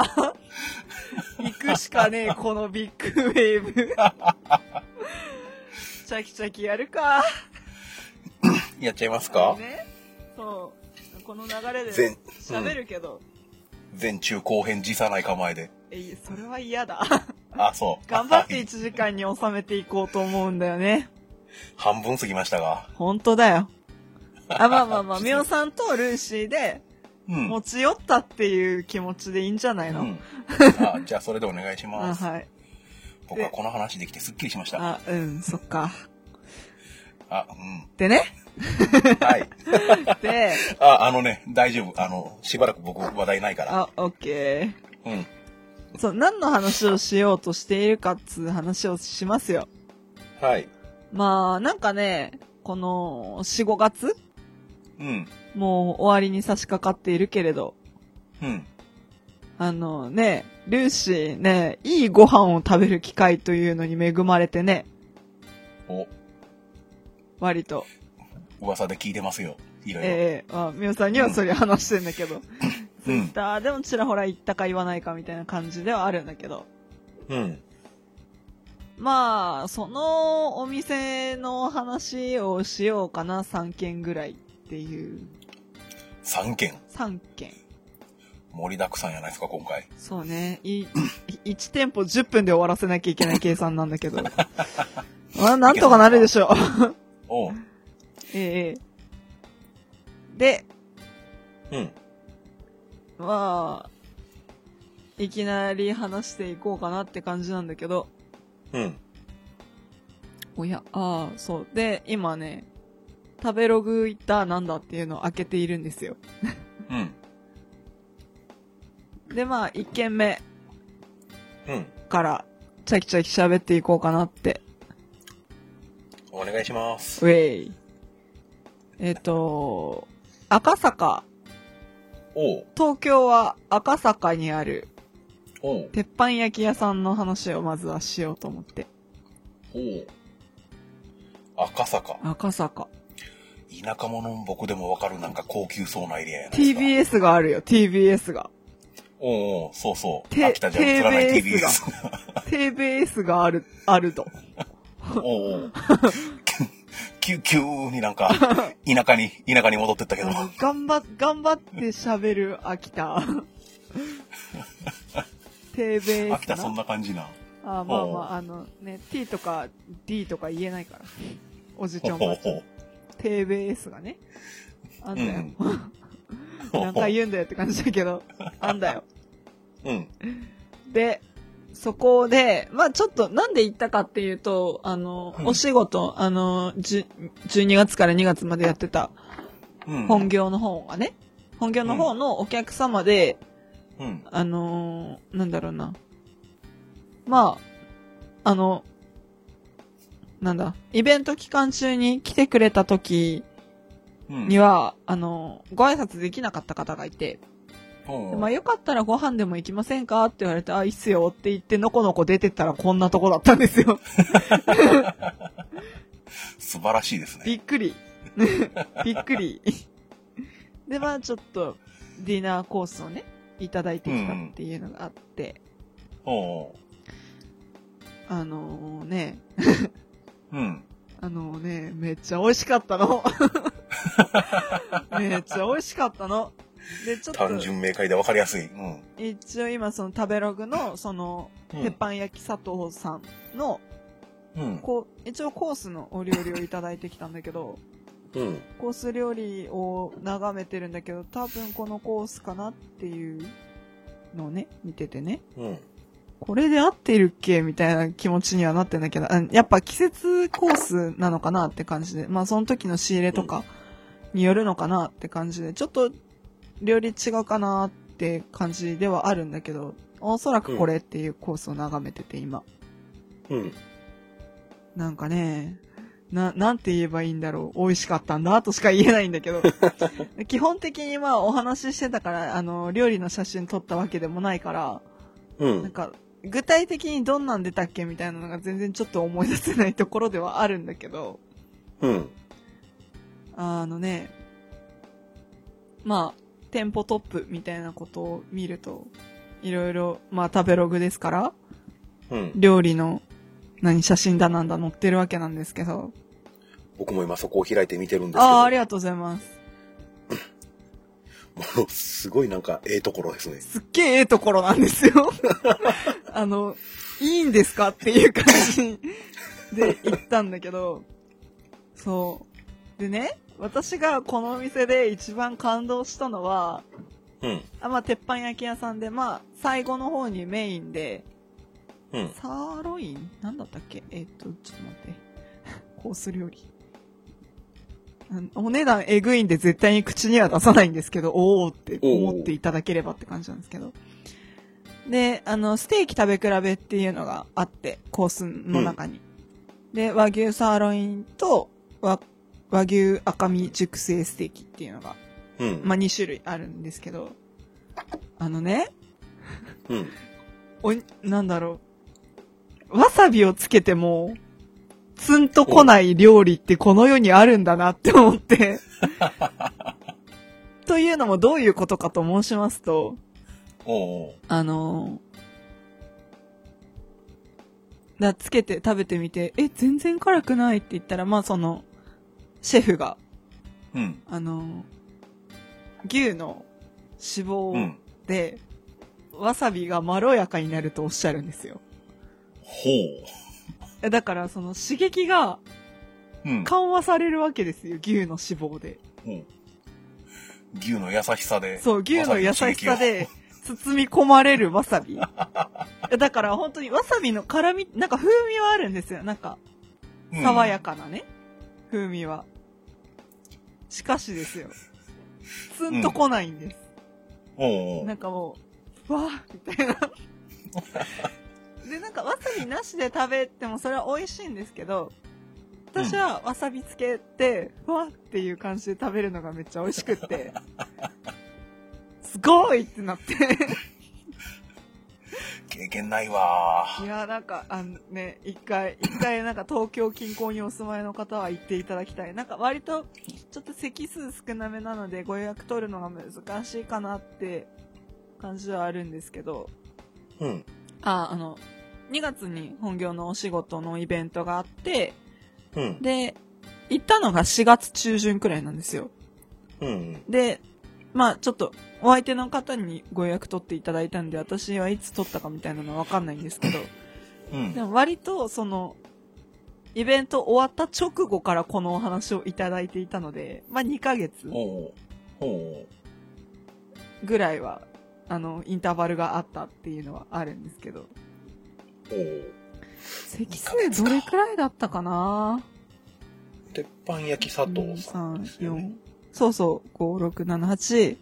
A: 行くしかねえ、このビッグウェーブ。チャキチャキやるか。
B: やっちゃいますか、
A: ね。そう。この流れで
B: 全うん
A: 喋るけど、
B: 前中後編辞さない構えで。
A: え、それは嫌だ。
B: あ、そう。
A: 頑張って
B: はい
A: 1時間に収めていこうと思うんだよね。
B: 半分過ぎましたが。
A: 本当だよ。あ、まあまあまあ、みおさんとルーシーで
B: うん。
A: 持ち寄ったっていう気持ちでいいんじゃないうの、
B: ん、 あじゃあ、それでお願いし
A: あ、
B: ます。
A: はい。
B: 僕はこの話できてすっきりしました。
A: あ、うん、そっか。
B: あ、う
A: でね。
B: ん。はい。
A: で、
B: あ、あのね、大丈夫。あの、しばらく僕話題ないから。
A: あ、オッケ
B: うん。
A: ー。そう、何の話をしようとしているかっつう話をしますよ。
B: はい。
A: まあ、なんかね、この、4、5月
B: うん。
A: もう終わりに差し掛かっているけれど、
B: うん。
A: あのね、ルーシーね、いいご飯を食べる機会というのに恵まれてね、
B: お、
A: 割と。
B: 噂で聞いてますよ。いろいろ。
A: ええまあ、みおさんにはそれ話してんだけど。ツ
B: う
A: イ
B: ん
A: ッターでもちらほら言ったか言わないかみたいな感じではあるんだけど。
B: うん。
A: まあ、そのお店の話をしようかな、3件ぐらいっていう。
B: 3件。
A: 3件。
B: 盛りだくさんやないですか、今回。
A: そうね。い1店舗10分で終わらせなきゃいけない計算なんだけ ど。まあ、なんとかなるでしょう。
B: おう。
A: ええで、
B: うん。
A: まあ、いきなり話していこうかなって感じなんだけど。
B: うん。
A: おや、ああ、そう。で、今ね、食べログ行ったなんだっていうのを開けているんですよ。
B: うん。
A: で、まあ、1軒目
B: うん。
A: から、チャキチャキ喋っていこうかなって。
B: お願いします。
A: ウェイ。えっ、と、赤坂、
B: おう。
A: 東京は赤坂にある
B: おう。
A: 鉄板焼き屋さんの話をまずはしようと思って。
B: おう。赤坂。
A: 赤坂。
B: 田舎者の僕でもわかるなんか高級そうなエリアやないです
A: TBS
B: か。
A: があるよ、TBS が。
B: おうおう、そうそう。
A: て
B: 秋田じゃ映らない
A: TBS
B: TBS。
A: TBS がある、あると。
B: おうおう。 急、急にな んか、田舎に、田舎に戻ってったけど。
A: あの頑張っ、頑張って喋る秋 田。テーベー
B: 秋田そんな感じな。
A: あ、まあま
B: おう
A: あ、あのね、T とか D とか言えないから。おじち ゃん
B: ほ
A: も
B: う。ほ
A: テーベースがね。あんだよ。
B: う。
A: なんか言うんだよって感じだけ ど、あんだよ。
B: うん。
A: で、そこで、まあちょっと、なんで行ったかっていうと、あの、
B: うん
A: お仕事、あの、じゅ12月から2月までやってた
B: うん。
A: 本業の方がね、本業の方のお客様で、
B: うん。
A: あのーなんだろうな。まあ、あの、なんだ、イベント期間中に来てくれた時
B: うん。
A: には、あの、ご挨拶できなかった方がいて、
B: おう
A: まあよかったらご飯でも行きませんかって言われて、あ、いいっすよって言って、のこのこ出てったらこんなとこだったんです よ。
B: 素晴らしいですね。
A: びっくり。 びっくり。で、まあちょっと、ディナーコースをね、いただいてきたっていうのがあって、
B: おうおう。
A: あのね、
B: うん。
A: あのね、めっちゃ美味しかった の。めっちゃ美味しかったの。で、ちょっと
B: 単、純明快で分かりやすい。うん。
A: 一応今その食べログの、その、
B: うん
A: 鉄板焼き佐藤さんの、
B: うん。
A: こう、一応コースのお料理をいただいてきたんだけど、
B: うん。
A: コース料理を眺めてるんだけど、多分このコースかなっていうのをね、見ててね。
B: うん。
A: これで合ってるっけみたいな気持ちにはなってんだけど、うんやっぱ季節コースなのかなって感じで、まあその時の仕入れとかによるのかなって感じで、ちょっと料理違うかなって感じではあるんだけど、おそらくこれっていうコースを眺めてて今。
B: うん。
A: なんかね、な、なんて言えばいいんだろう。美味しかったんだとしか言えないんだけど。基本的にまあお話ししてたから、あの、料理の写真撮ったわけでもないから、
B: う
A: なん
B: ん。
A: か、具体的にどんなん出たっけみたいなのが全然ちょっと思い出せないところではあるんだけど、
B: うん。
A: あのね、まあ、店舗トップみたいなことを見ると、いろいろ、まあ食べログですから、
B: うん。
A: 料理の、何、写真だなんだ載ってるわけなんですけど。
B: 僕も今そこを開いて見てるんですけど。
A: ああ、ありがとうございます。
B: ものすごいなんか、ええところですね。
A: すっげえええところなんですよ。あの、いいんですかっていう感じで行ったんだけど、そう。でね、私がこのお店で一番感動したのは、
B: うん。
A: あまあ、鉄板焼き屋さんで、まあ、最後の方にメインで、
B: うん。
A: サーロインなんだったっけえっ、と、ちょっと待って。 コース料理。うんお値段えぐいんで絶対に口には出さないんですけど、おーって思っていただければって感じなんですけど。で、あの、ステーキ食べ比べっていうのがあって、コースの中に。で、和牛サーロインと和和牛赤身熟成ステーキっていうのが、
B: うん。
A: まあ、2種類あるんですけど、あのね、
B: うん。
A: おい、なんだろう。わさびをつけても、ツンとこない料理ってこの世にあるんだなって思って。 というのもどういうことかと申しますと、
B: おうおう
A: あのーだ、つけて食べてみて、え、全然辛くないって言ったら、まあその、シェフが、
B: うん。
A: あのー牛の脂
B: う
A: 肪
B: ん。
A: で、わさびがまろやかになるとおっしゃるんですよ。
B: ほ
A: えだからその刺激が
B: う。うん。
A: 緩和されるわけですよ、牛の脂肪で。
B: うん牛の優しさで。
A: そう、牛の優
B: わ
A: し
B: び
A: さ
B: の刺激を。
A: で包み込まれるわさび。えだから本当にわさびの辛み、なんか風味はあるんですよ。なんか
B: うん
A: 爽や。かなね、風味は。しかしですよ。ツンと来ないんです。
B: おうお
A: な
B: うん
A: かもう、わーみたいな。で、なんかわさびなしで食べてもそれは美味しいんですけど、私はわさびつけて、わーっていう感じで食べるのがめっちゃ美味しくって、すごいってなって。
B: 経験ないわ
A: いやーなんか、あのね、一回、一回なんか東京近郊にお住まいの方は行っていただきたい。なんか割と、ちょっと席数少なめなのでご予約取るのが難しいかなって感じはあるんですけど、
B: うん。
A: あ、あの、2月に本業のお仕事のイベントがあって、
B: うん。
A: で、行ったのが4月中旬くらいなんですよ。
B: うん。
A: で、まあちょっと、お相手の方にご予約取っていただいたんで、私はいつ取ったかみたいなのはわかんないんですけど、
B: う
A: で
B: ん。
A: も割と、その、イベント終わった直後からこのお話をいただいていたので、まあ2ヶ月
B: おうおうおう
A: ぐらいは、あの、インターバルがあったっていうのはあるんですけど、
B: おう
A: 席数どれくらいだったかな
B: 鉄板焼き佐藤さんですよね。
A: そうそう、5、6、7、8、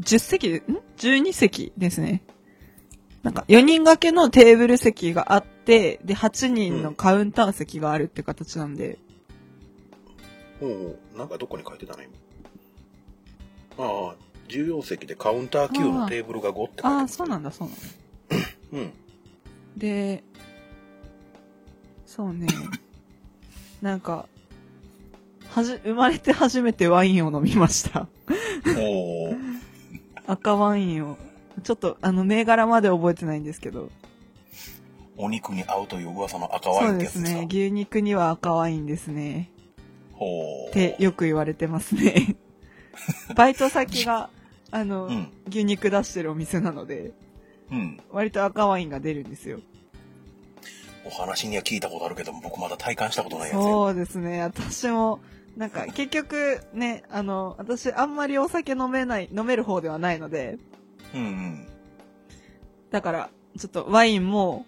A: 10席で、ん ?12 席ですね。なんか、4人掛けのテーブル席があって、で、8人のカウンター席があるって形なんで、
B: おうおうなんかどこに書いてたの今。ああ、重要席でカウンター9のテーブルが5って書いて
A: ああ、
B: ます
A: そうなんだ、そうなんだ。
B: うん。
A: で、そうね、なんか、はじ、生まれて初めてワインを飲みま した。
B: おう
A: 赤ワインを。ちょっと、あの、銘柄まで覚えてないんですけど。
B: お肉に合うという噂の赤ワイ
A: そ
B: ンっ
A: う
B: て
A: で
B: やつ
A: す
B: ですか
A: ね。牛肉には赤ワインですね。
B: ほう。
A: ってよく言われてます ね。バイト先が、あの、
B: うん。
A: 牛肉出してるお店なので、
B: うん。
A: 割と赤ワインが出るんですよ。
B: お話には聞いたことあるけども、僕まだ体感したことないやつや。
A: そうですね。私も、なんか結局ね、あの、私あんまりお酒飲めない、飲める方ではないので、
B: うん
A: だから、ちょっとワインも、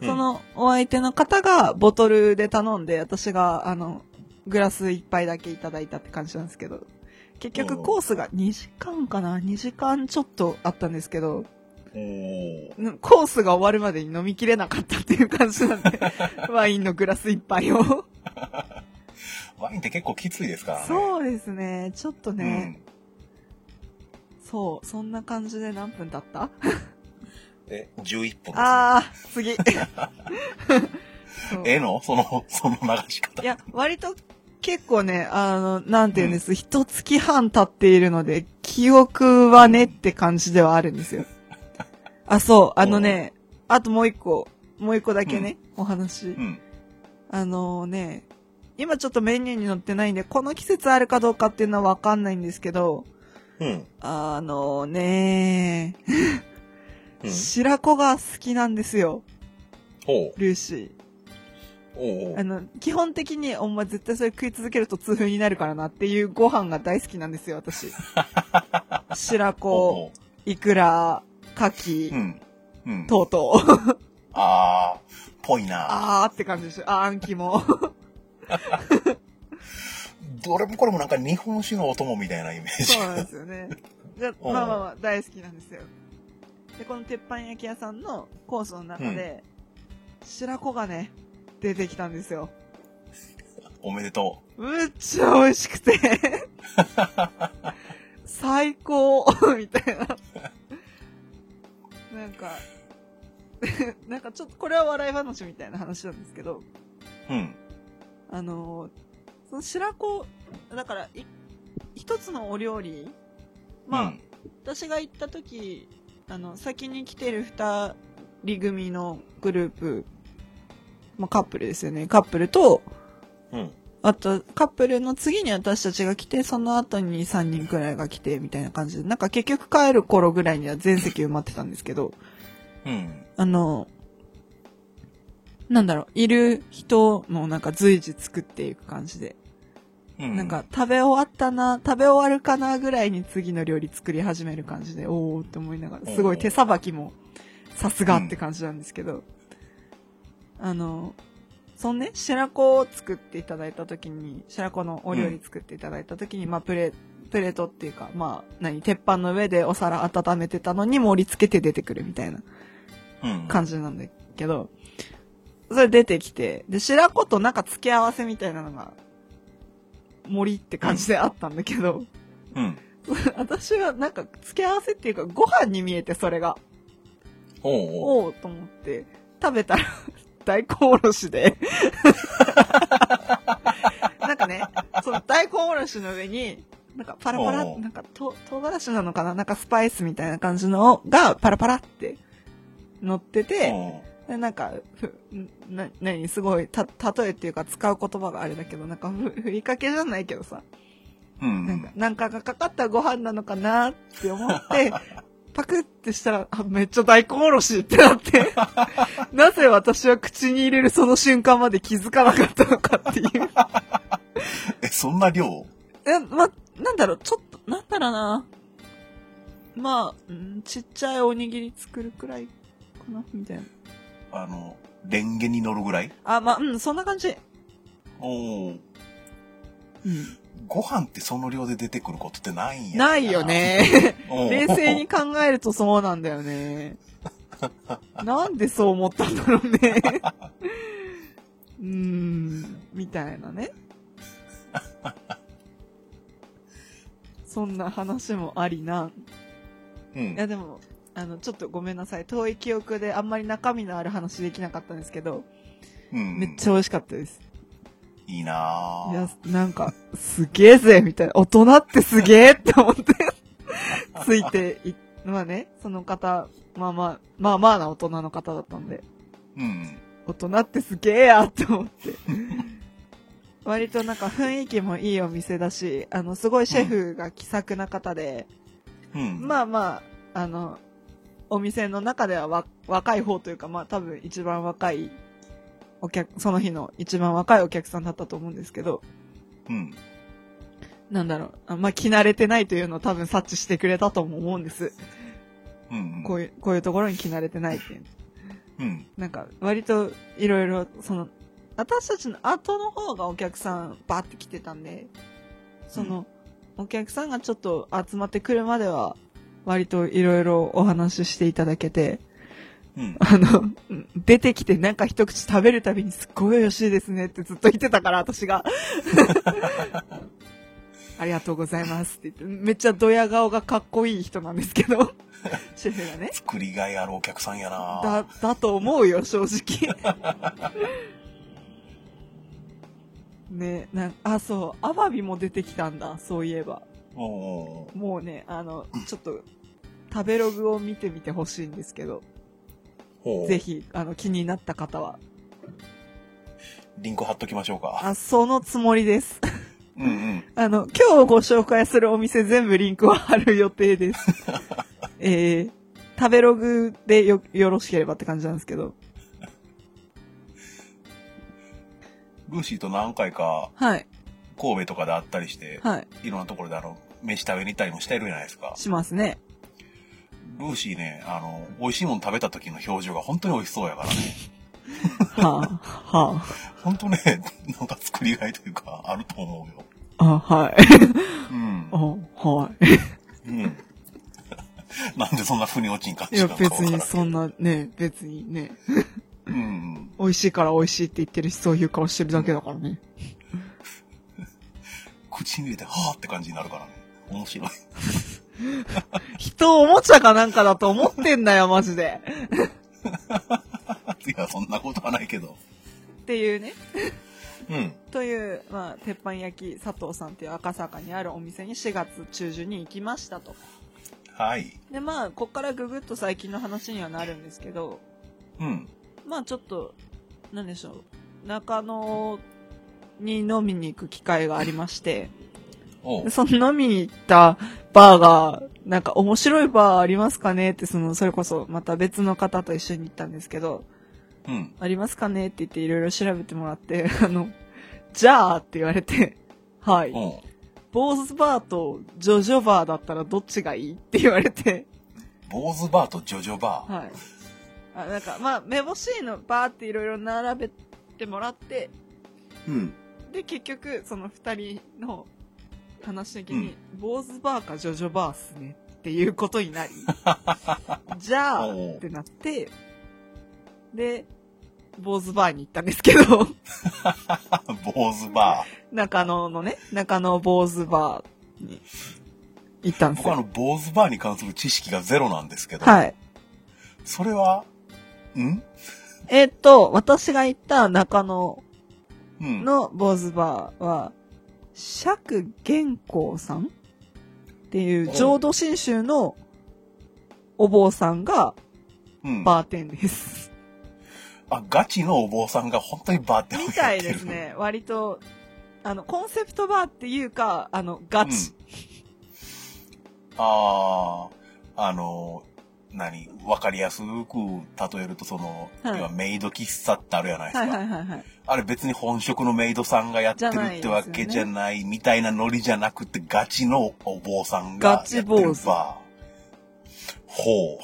B: うん。
A: そのお相手の方がボトルで頼んで、私が、あの、グラス一杯だけいただいたって感じなんですけど、結局コースが2時間かな ?2 時間ちょっとあったんですけど、
B: うん。おー
A: うんコースが終わるまでに飲みきれなかったっていう感じなんで、ワインのグラス一杯を。
B: ワインって結構きついですからね。
A: そうですね。ちょっと
B: う
A: ね、
B: ん。
A: そう、そんな感じで何分経った
B: で、11分ですね。
A: あー、 次。そう
B: ええのその、その流し方。
A: いや、割と結構ね、あの、なんて言うんです、一月半経っているので、記憶はねって感じではあるん ですよ。あ、そう、あのね、あともう一個、もう一個だけね、お話
B: う。ん。
A: あのね、今ちょっとメニューに載ってないんで、この季節あるかどうかっていうのはわかんないんですけど、
B: うん。
A: あのね、
B: うん。
A: 白子が好きなんですよ、
B: ほう。
A: ルーシ
B: おうお
A: ー。あ
B: う。
A: の、基本的に、お前絶対それ食い続けると痛風になるからなっていうご飯が大好きなんですよ、 私。白子、
B: ほ
A: いくら、牡
B: う。う
A: 蠣、
B: ん。うん。
A: とうとう。
B: あー、ぽい な。
A: あーって感じでしょ。あー、あんきも。
B: どれもこれもなんか日本酒のお供みたいなイメージ
A: そう。なんですよね。じゃ
B: うん
A: まあまあまあ、大好きなんですよ。で、この鉄板焼き屋さんのコースの中で、白子がね、出てきたんですよ。
B: おめでと
A: むっちゃ美味しく て。最高 みたいな。なんか、 なんかちょっと、これは笑い話みたいな話なんですけど、
B: う。うん。
A: あのーその白子、だから、い一つのお料理、まあ、
B: うん
A: 私が行った時あの先に来てる2人組のグループ、まあ、カップルですよねカップルと
B: うん。
A: あとカップルの次に私たちが来てその後に3人くらいが来てみたいな感じでなんか結局帰る頃ぐらいには全席埋まってたんですけど
B: うん。
A: あのなんだろういる人もなんか随時作っていく感じで
B: うん。
A: なんか、食べ終わったな、食べ終わるかなぐらいに次の料理作り始める感じで、おーって思いながら、すごい手さばきもさすがって感じなんですけど、あの、そんね、白子を作っていただいた時に、白子のお料理作っていただいた時に、まあプレ、プレートっていうか、まあ、何、鉄板の上でお皿温めてたのに盛り付けて出てくるみたいな
B: うん。
A: 感じなんだけど、それ出てきて、で、白子となんか付け合わせみたいなのが、森って感じであったんだけど、
B: うん。
A: 私はなんか付け合わせっていうかご飯に見えてそれが、
B: おうおう。
A: おおうと思って、食べたら 大根おろしで、 なんかね、その大根おろしの上に、なんかパラパラ
B: おうお、う
A: なんかと唐辛子なのかななんかスパイスみたいな感じのがパラパラって乗ってて、
B: おう
A: でなんか、ふ、んな、なに、すごい、た、例えっていうか使う言葉があれだけど、なんかふ、ふりかけじゃないけどさ、
B: うん。
A: なんか、なんかがかかったご飯なのかなって思 って、パクってしたら、あ、めっちゃ大根おろしってな って、なぜ私は口に入れるその瞬間まで気づかなかったのかって いう。
B: え、そんな量
A: え、ま、なんだろう、ちょっと、なんだろうな。まあ、うんちっちゃいおにぎり作るくらいかな、みたいな。
B: あの、レンゲに乗るぐらい
A: あ、まあ、うん、そんな感じ。
B: おお。
A: うん。
B: ご飯ってその量で出てくることってないんや。
A: ないよ。ね。
B: おう
A: 冷静に。考えるとそうなんだよ ね。なんでそう思ったんだろうね。うーん、みたいなね。そんな話もありな。
B: う
A: い
B: ん。
A: や、でも、あの、ちょっとごめんなさい。遠い記憶であんまり中身のある話できなかったんですけど、
B: うん
A: めっちゃ美味しかったです。
B: いいない
A: や
B: ぁ。、
A: なんか、すげえぜみたいな。大人ってすげえって思って、ついてい、まあね、その方、まあまあ、まあまあな大人の方だったんで、
B: うん。
A: 大人ってすげえやって思って。割となんか雰囲気もいいお店だし、あの、すごいシェフが気さくな方で、
B: うん。
A: まあまあ、あの、お店の中ではわ若い方というか、まあ多分一番若いお客、その日の一番若いお客さんだったと思うんですけど、
B: うん。
A: なんだろう、あんまあ着慣れてないというのを多分察知してくれたとも思うんです。
B: うん。
A: こういう、こういうところに着慣れてないっていう。
B: うん。
A: なんか割といろいろ、その、私たちの後の方がお客さんバーって来てたんで、その、お客さんがちょっと集まってくるまでは、割といろいろお話ししていただけて、
B: うん。
A: あの、うん出てきてなんか一口食べるたびにすっごい美味しいですねってずっと言ってたから、私 が。ありがとうございますって言って、めっちゃドヤ顔がかっこいい人なんですけ ど、シェフがね。
B: 作りがいあるお客さんやな
A: だ、だと思うよ、正直。ね、なんあ、そう、アワビも出てきたんだ、そういえば。
B: おお
A: もうね、あの、ちょっと、食べログを見てみてほしいんですけど、
B: お
A: ぜ。ひ、あの、気になった方は。
B: リンク貼っときましょうか。
A: あ、そのつもりです。
B: うんうん。
A: あの、今日ご紹介するお店全部リンクを貼る予定です。えー、食べログでよ、よろしければって感じなんですけど。
B: ルーシーと何回か
A: はい、
B: 神戸とかで会ったりして、
A: はい、
B: いろんなところであの、飯食べに行ったりもしてるじゃないですか。
A: しますね。
B: ルーシーね、あの、美味しいもの食べた時の表情が本当に美味しそうやからね。
A: はあ、はあ。
B: 本当ね、 なんか作りがいというか、あると思うよ。
A: あ、はい。
B: うん
A: あ、。はい。
B: うん。 なんでそんな腑に落ちん感
A: い
B: じ
A: や、
B: なのかわ
A: 別
B: からん
A: にそんなね、別にね、
B: うん。
A: 美味しいから美味しいって言ってるし、そういう顔してるだけだからね。
B: 口に入れて、はぁって感じになるからね。面白い。
A: 人をおもちゃかなんかだと思ってんだよ、マジで。
B: いや、そんなことはないけど。
A: っていうね。
B: うん。
A: という、まあ、鉄板焼き佐藤さんっていう赤坂にあるお店に4月中旬に行きましたと。
B: はい。
A: で、まあ、こっからぐぐっと最近の話にはなるんですけど、
B: うん。
A: まあちょっと、なんでしょう、中野に飲みに行く機会がありまして、
B: おう
A: で。その飲みに行ったバーが、なんか面白いバーありますかねって、その、それこそまた別の方と一緒に行ったんですけど、
B: うん。
A: ありますかねって言っていろいろ調べてもらって、あの、じゃあって言われて、はい。
B: おう。
A: ボーズバーとジョジョバーだったらどっちがいいって言われて、
B: 坊主バーとジョジョバー。
A: はい。あなんか、まあ、めぼしいのバーっていろいろ並べてもらって、
B: うん。
A: で、結局、その二人の話的に、坊主バーかジョジョバーっすねっていうことにな り、じゃあ
B: おう
A: ってなって、で、坊主バーに行ったんですけど、
B: 坊主バ
A: 中野のね、中野坊主バーに行ったん
B: ー。
A: です
B: 僕あ
A: よ。
B: の、坊主バーに関する知識がゼロなんですけど。
A: はい。
B: それは、ん
A: えっと、私が行った中野
B: うん。
A: の坊主バーは、釈玄光さんっていう浄土真宗のお坊さんが
B: うん。
A: バーテン です。
B: あ、ガチのお坊さんが本当にバーって
A: みたいです。ね。割と、あの、コンセプトバーっていうか、あの、ガチ。
B: ああ、あの、何、わかりやすく例えると、その、
A: はい
B: 要はメイド喫茶ってあるじゃないですか。
A: はいはいはいはい。
B: あれ別に本職のメイドさんがやってる
A: じゃないです
B: って
A: よね
B: わけじゃないみたいなノリじゃなくて、ガチのお坊さんがやってるバー。
A: ガチ坊主
B: ほ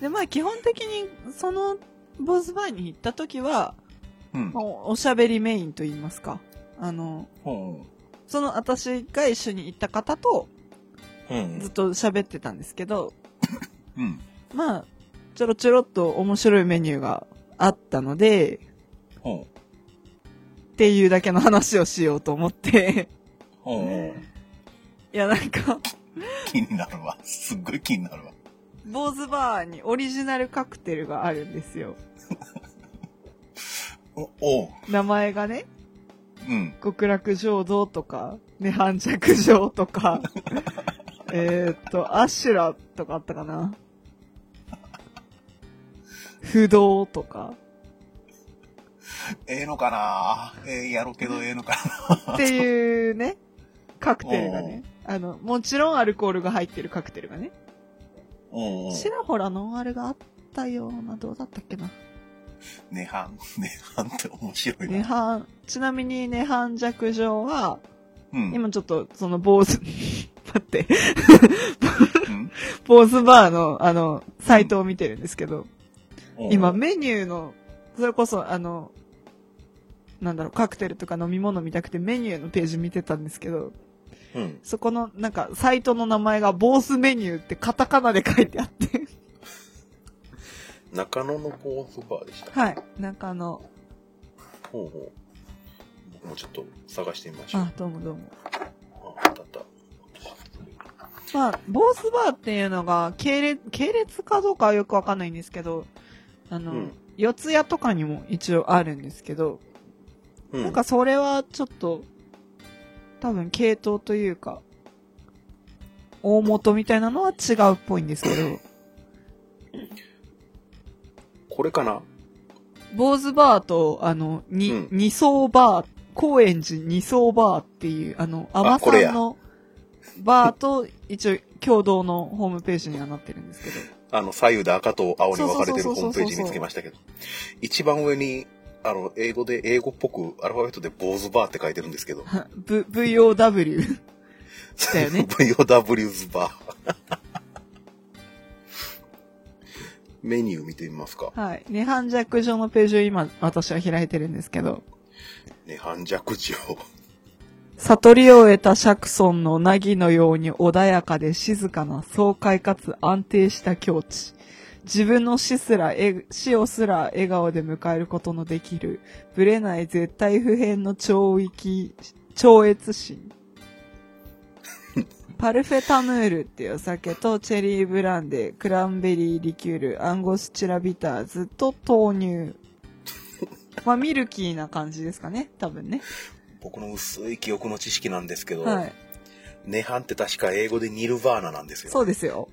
A: で、まあ基本的に、その、坊主バーに行った時は、
B: う。うん
A: ま。あおおしゃべりメインと言いますか。あの、
B: ほ
A: その私が一緒に行った方と
B: う。うん
A: ずっ。と喋ってたんですけど、
B: うん。
A: まあ、ちょろちょろっと面白いメニューがあったので、
B: ほ
A: っていうだけの話をしようと思って、
B: う。ほうほう。
A: いやなんか、
B: 気になるわ。すっごい気になるわ。
A: 坊主バーにオリジナルカクテルがあるんですよ。
B: お、おう。
A: 名前がね、
B: うん。
A: 極楽浄土とか、涅槃着浄とか、 えーっと、アシュラとかあったかな。不動とか、
B: ええのかなええやろうけどええのか
A: っていうね、カクテルがね。あの、もちろんアルコールが入ってるカクテルがね。
B: なうんうん。
A: ちらほらノンアルがあったような、どうだったっけな。
B: ネハン。ネハンって面白い
A: ネ
B: な。
A: ハン、ちなみにネハン弱上は、
B: うん。
A: 今ちょっとその坊主、 待って、
B: うん
A: 坊主バーのあの、サイトを見てるんですけど、今
B: うん
A: メニューの、それこそあの、なんだろう、カクテルとか飲み物見たくてメニューのページ見てたんですけど、
B: うん。
A: そこのなんかサイトの名前がボースメニューってカタカナで書いてあって、
B: 中野のコースバーでした。
A: はい、中野、
B: ほうほう。僕もちょっと探してみましょう。
A: あ、どうもどうも。
B: ああったあった。
A: まあ、ボースバーっていうのが、系列、系列かどうかはよくわかんないんですけど、あの、
B: うん
A: 四谷とかにも一応あるんですけど、
B: う
A: なんかそれはちょっと、多分系統というか、大元みたいなのは違うっぽいんですけど、
B: これかな
A: ボーズバーと、あの、に、
B: うん
A: 二層バー、高円寺二層バーっていう、あの、アマさ
B: これや
A: んのバーと、一応共同のホームページにはなってるんですけど、
B: あの、左右で赤と青に分かれて
A: そ
B: る
A: う
B: ホ
A: そう
B: ー
A: そうそうそう
B: ムページ見つけましたけど、一番上に、あの、英語で、英語っぽく、アルファベットで坊主バーって書いてるんですけど、
A: V- VOW。だよね
B: VOW ズバー。メニュー見てみますか。
A: はい。涅槃弱上のページを今、私は開いてるんですけど、
B: ね、半弱上。
A: 悟りを得た釈尊のなぎのように穏やかで静かな爽快かつ安定した境地。自分の死すら、え死をすら笑顔で迎えることのできる、ぶれない絶対不変の超域、超越 心。パルフェタヌールっていうお酒とチェリーブランデー、クランベリーリキュール、アンゴスチュラビターズと 豆乳。まあミルキーな感じですかね、多分ね。
B: 僕の薄い記憶の知識なんですけど、
A: はい。
B: ネハンって確か英語でニルバーナなんですよ。
A: そうですよ。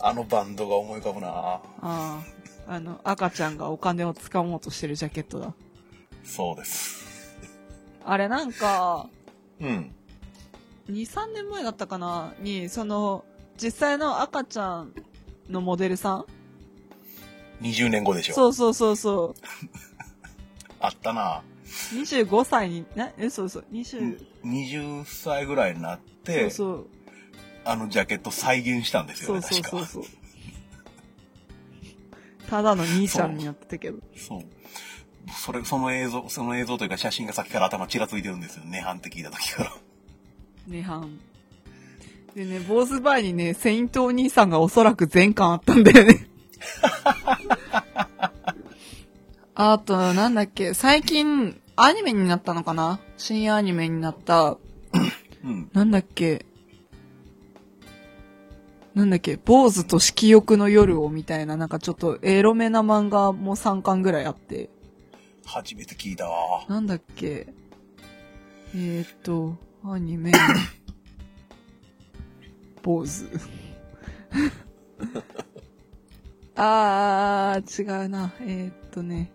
B: あのバンドが思い浮かぶな
A: ああ、あの、赤ちゃんがお金を掴もうとしてるジャケットだ。
B: そうです。
A: あれなんか、
B: うん。
A: 2、3年前だったかなに、その、実際の赤ちゃんのモデルさん
B: 20年後でしょ。
A: そうそうそうそ
B: あったな
A: う。25歳に、な、え、そうそう、20、
B: 20歳ぐらいになって、
A: そう
B: あのジャケット再現したんです
A: そ
B: よ
A: う、
B: ね、
A: そうそう
B: 確
A: そう
B: か。
A: そう。ただの兄ちゃんになってたけど。
B: そう。それ、その映像、その映像というか写真がさっきから頭ちらついてるんですよ。ネハンって聞いた時から。
A: ねはん。でね、坊主バーにね、セイントお兄さんがおそらく全巻あったんだよね。 あと、なんだっけ、最近、アニメになったのかな深夜アニメになった、
B: うん。
A: なんだっけ、なんだっけ、坊主と色欲の夜をみたいな、なんかちょっとエロめな漫画も3巻ぐらいあって、
B: 初めて聞いたわ。
A: なんだっけ、えー、っと、アニメ、坊主。あー、違うな。えー、っとね、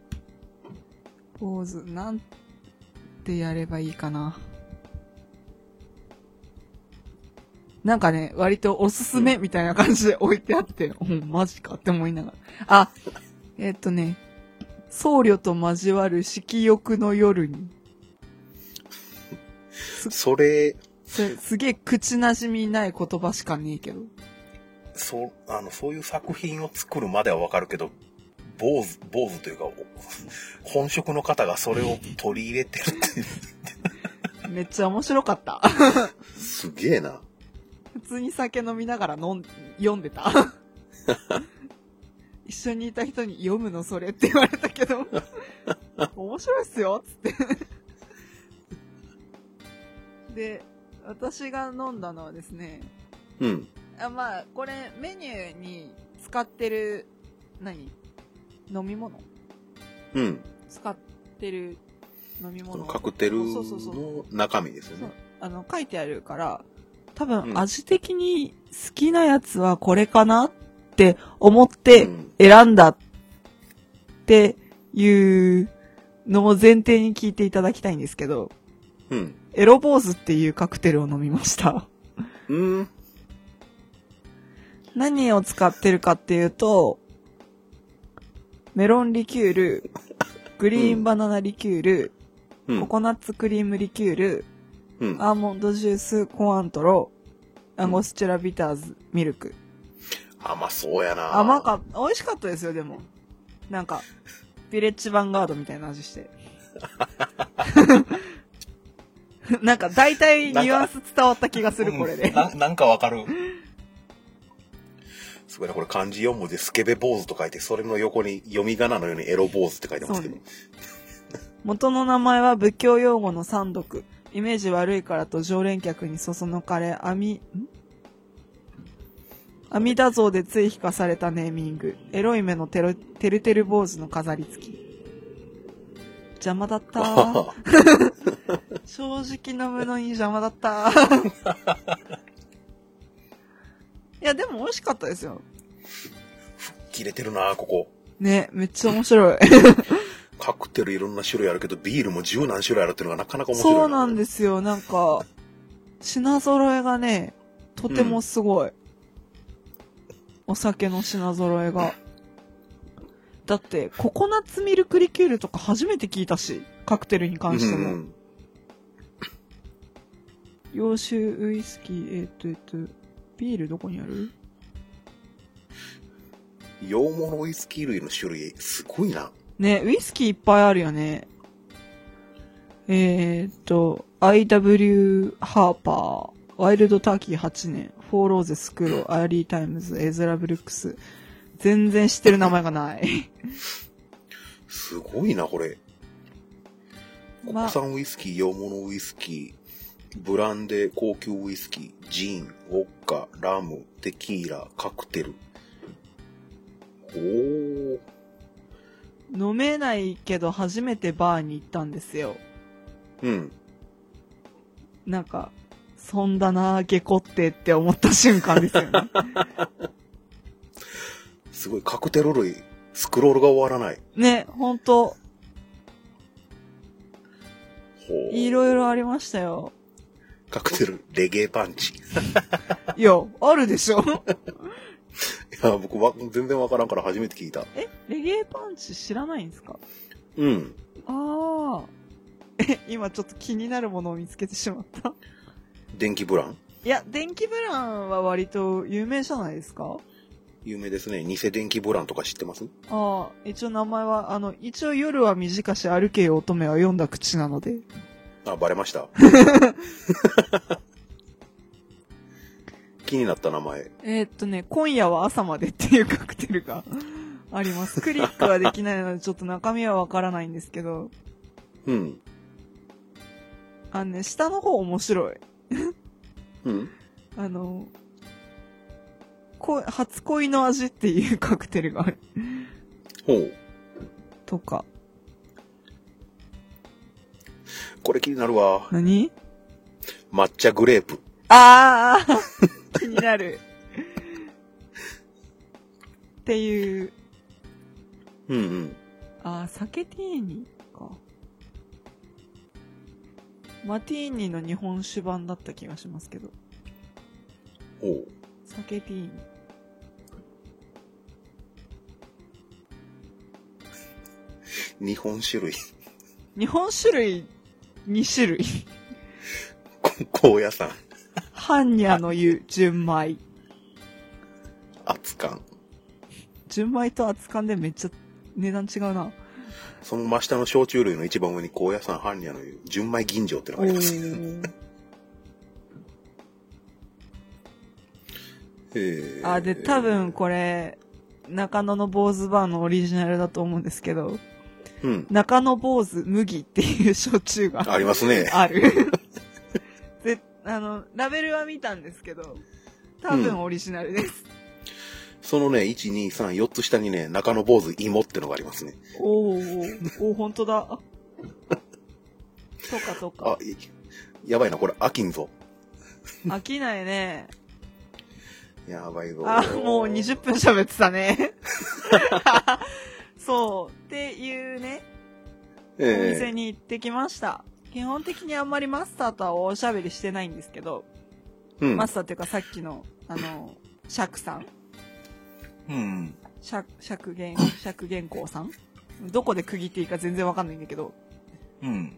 A: 坊主、なんてやればいいかな。なんかね、割とおすすめみたいな感じで置いてあって、うん、マジかって思いながら。あ、えー、っとね、僧侶と交わる色欲の夜に。
B: それ、
A: そすげえ口なじみない言葉しかねえけど。
B: そう、あの、そういう作品を作るまではわかるけど、坊主、坊主というか、お本職の方がそれを取り入れてる っていう。
A: めっちゃ面白かった。
B: すげえな。
A: 普通に酒飲みながら飲ん読んでた。 一緒にいた人に読むのそれって言われたけど、 面白いっすよっつって。 で、私が飲んだのはですね、
B: うん。
A: あまあ、これメニューに使ってる、何飲み物
B: うん。
A: 使ってる飲み
B: この
A: 物。
B: カクテル
A: そうそうそう
B: の中身ですよ
A: そう
B: ね。
A: あの書いてあるから多分、
B: うん
A: 味的に好きなやつはこれかなって思って
B: うん
A: 選んだっていうのを前提に聞いていただきたいんですけど、
B: うん。
A: エロ坊主っていうカクテルを飲みました。
B: うん。
A: 何を使ってるかっていうと、メロンリキュー ル、グリーンバナナリキュール、
B: うん。
A: ココナッツクリームリキュール、
B: うん。
A: アーモンドジュース、コアントロ、アンゴスチュラビターズ、ミルク。
B: 甘そうやな
A: 甘かった。美味しかったですよ、でも。なんか、ビレッジヴァンガードみたいな味 して。なんか、大体ニュアンス伝わった気がする、これ
B: う
A: で
B: ん。ななんかわかる。すごいな、これ漢字4文字でスケベ坊主と書いて、それの横に読み仮名のようにエロ坊主って書いてますけど。
A: そう元の名前は仏教用語の三毒。イメージ悪いからと常連客にそそのかれ、阿弥、ん阿弥陀像で追引かされたネーミング。エロい目のてるてるてる坊主の飾り付き。邪魔だった。 正直飲むのに邪魔だった。いや、でも美味しかったですよ。
B: 切れてるなここ。
A: ね、めっちゃ面白い。
B: カクテルいろんな種類あるけど、ビールも十何種類あるっていうのがなかなか面白い。
A: そうなん
B: で
A: ですよ。なんか、品揃えがね、とてもすごい。お酒の品揃えが。だって、ココナッツミルクリキュールとか初めて聞いたし、カクテルに関しても。洋酒、ウイスキー、えーっと、えーっと、ビールどこにある
B: 洋物ウイスキー類の種類、すごいな。
A: ね、ウイスキーいっぱいあるよね。えー、っと、IW ハーパー、ワイルドターキー8年、フォーローゼスクロー、アーリータイムズ、エズラブルックス。全然知ってる名前がない。
B: すごいな、これ。国
A: まあ
B: 産ウイスキー、洋物ウイスキー、ブランデー、高級ウイスキー、ジーン、ウォッカ、ラム、テキーラ、カクテル。おー、
A: 飲めないけど初めてバーに行ったんですよ。
B: うん。
A: なんか、そんだな、下戸ってって思った瞬間ですよね。
B: すごい、カクテル類、スクロールが終わらない。
A: ね、ほんと、
B: ほー
A: いろいろありましたよ。
B: カクテル、レゲエパンチ。 い
A: いや、あるでしょ
B: や、僕わ、全然わからんから初めて聞いた。
A: え、レゲエパンチ知らないんですか
B: うん。
A: ああ。え、 今ちょっと気になるものを見つけてしまった。
B: 電気ブラン
A: いや、電気ブランは割と有名じゃないですか
B: 有名ですね。偽電気ブランとか知ってます
A: ああ、一応名前は、あの、一応夜は短し歩けよ乙女は読んだ口なので。
B: あ、バレ ました。気になった名前。
A: えーっとね、今夜は朝までっていうカクテル があります。クリックはできないのでちょっと中身はわからないんですけど、
B: うん。
A: あのね、下の方面白い。
B: うん。
A: あの、こ初恋の味っていうカクテルがある。
B: ほう。
A: とか。
B: これ気になるわ。
A: 何
B: 抹茶グレープ。
A: ああ気になる。っていう、
B: うんうん。
A: ああ、酒ティーニか。マティーニの日本酒版だった気がしますけど。
B: ほう。
A: 酒ティーニ。
B: 日本種類。
A: 日本酒類、2種類。
B: こ高野山。
A: 般若の湯、純米。
B: 熱燗。
A: 純米と熱燗でめっちゃ値段違うな。
B: その真下の焼酎類の一番上に高野山般若の純米吟醸っての
A: お
B: があります。へ
A: ー。
B: え
A: あ、で、多分。これ、中野の坊主バーのオリジナルだと思うんですけど。
B: うん。
A: 中野坊主麦っていう焼酎が
B: ありますね。
A: ある。で、あの、ラベルは見たんですけど、多分オリジナルです。
B: そのね、1、2、3、4つ下にね、中野坊主芋ってのがありますね。
A: おおおお本当だ。そうかそう
B: あ
A: か。、
B: いやばいな、これ飽きんぞ。
A: 飽きないね。
C: やばいぞ。
A: あ、もう20分喋ってた ね。そう。っていうね、お店
C: え
A: に行ってきました。基本的にあんまりマスターとはおしゃべりしてないんですけど、
C: えうん。
A: マスターっていうかさっきの、あの、釈さん。
B: うん。
A: 釈、釈元、釈元光さんどこで区切っていいか全然わかんないんだけど。
B: うん。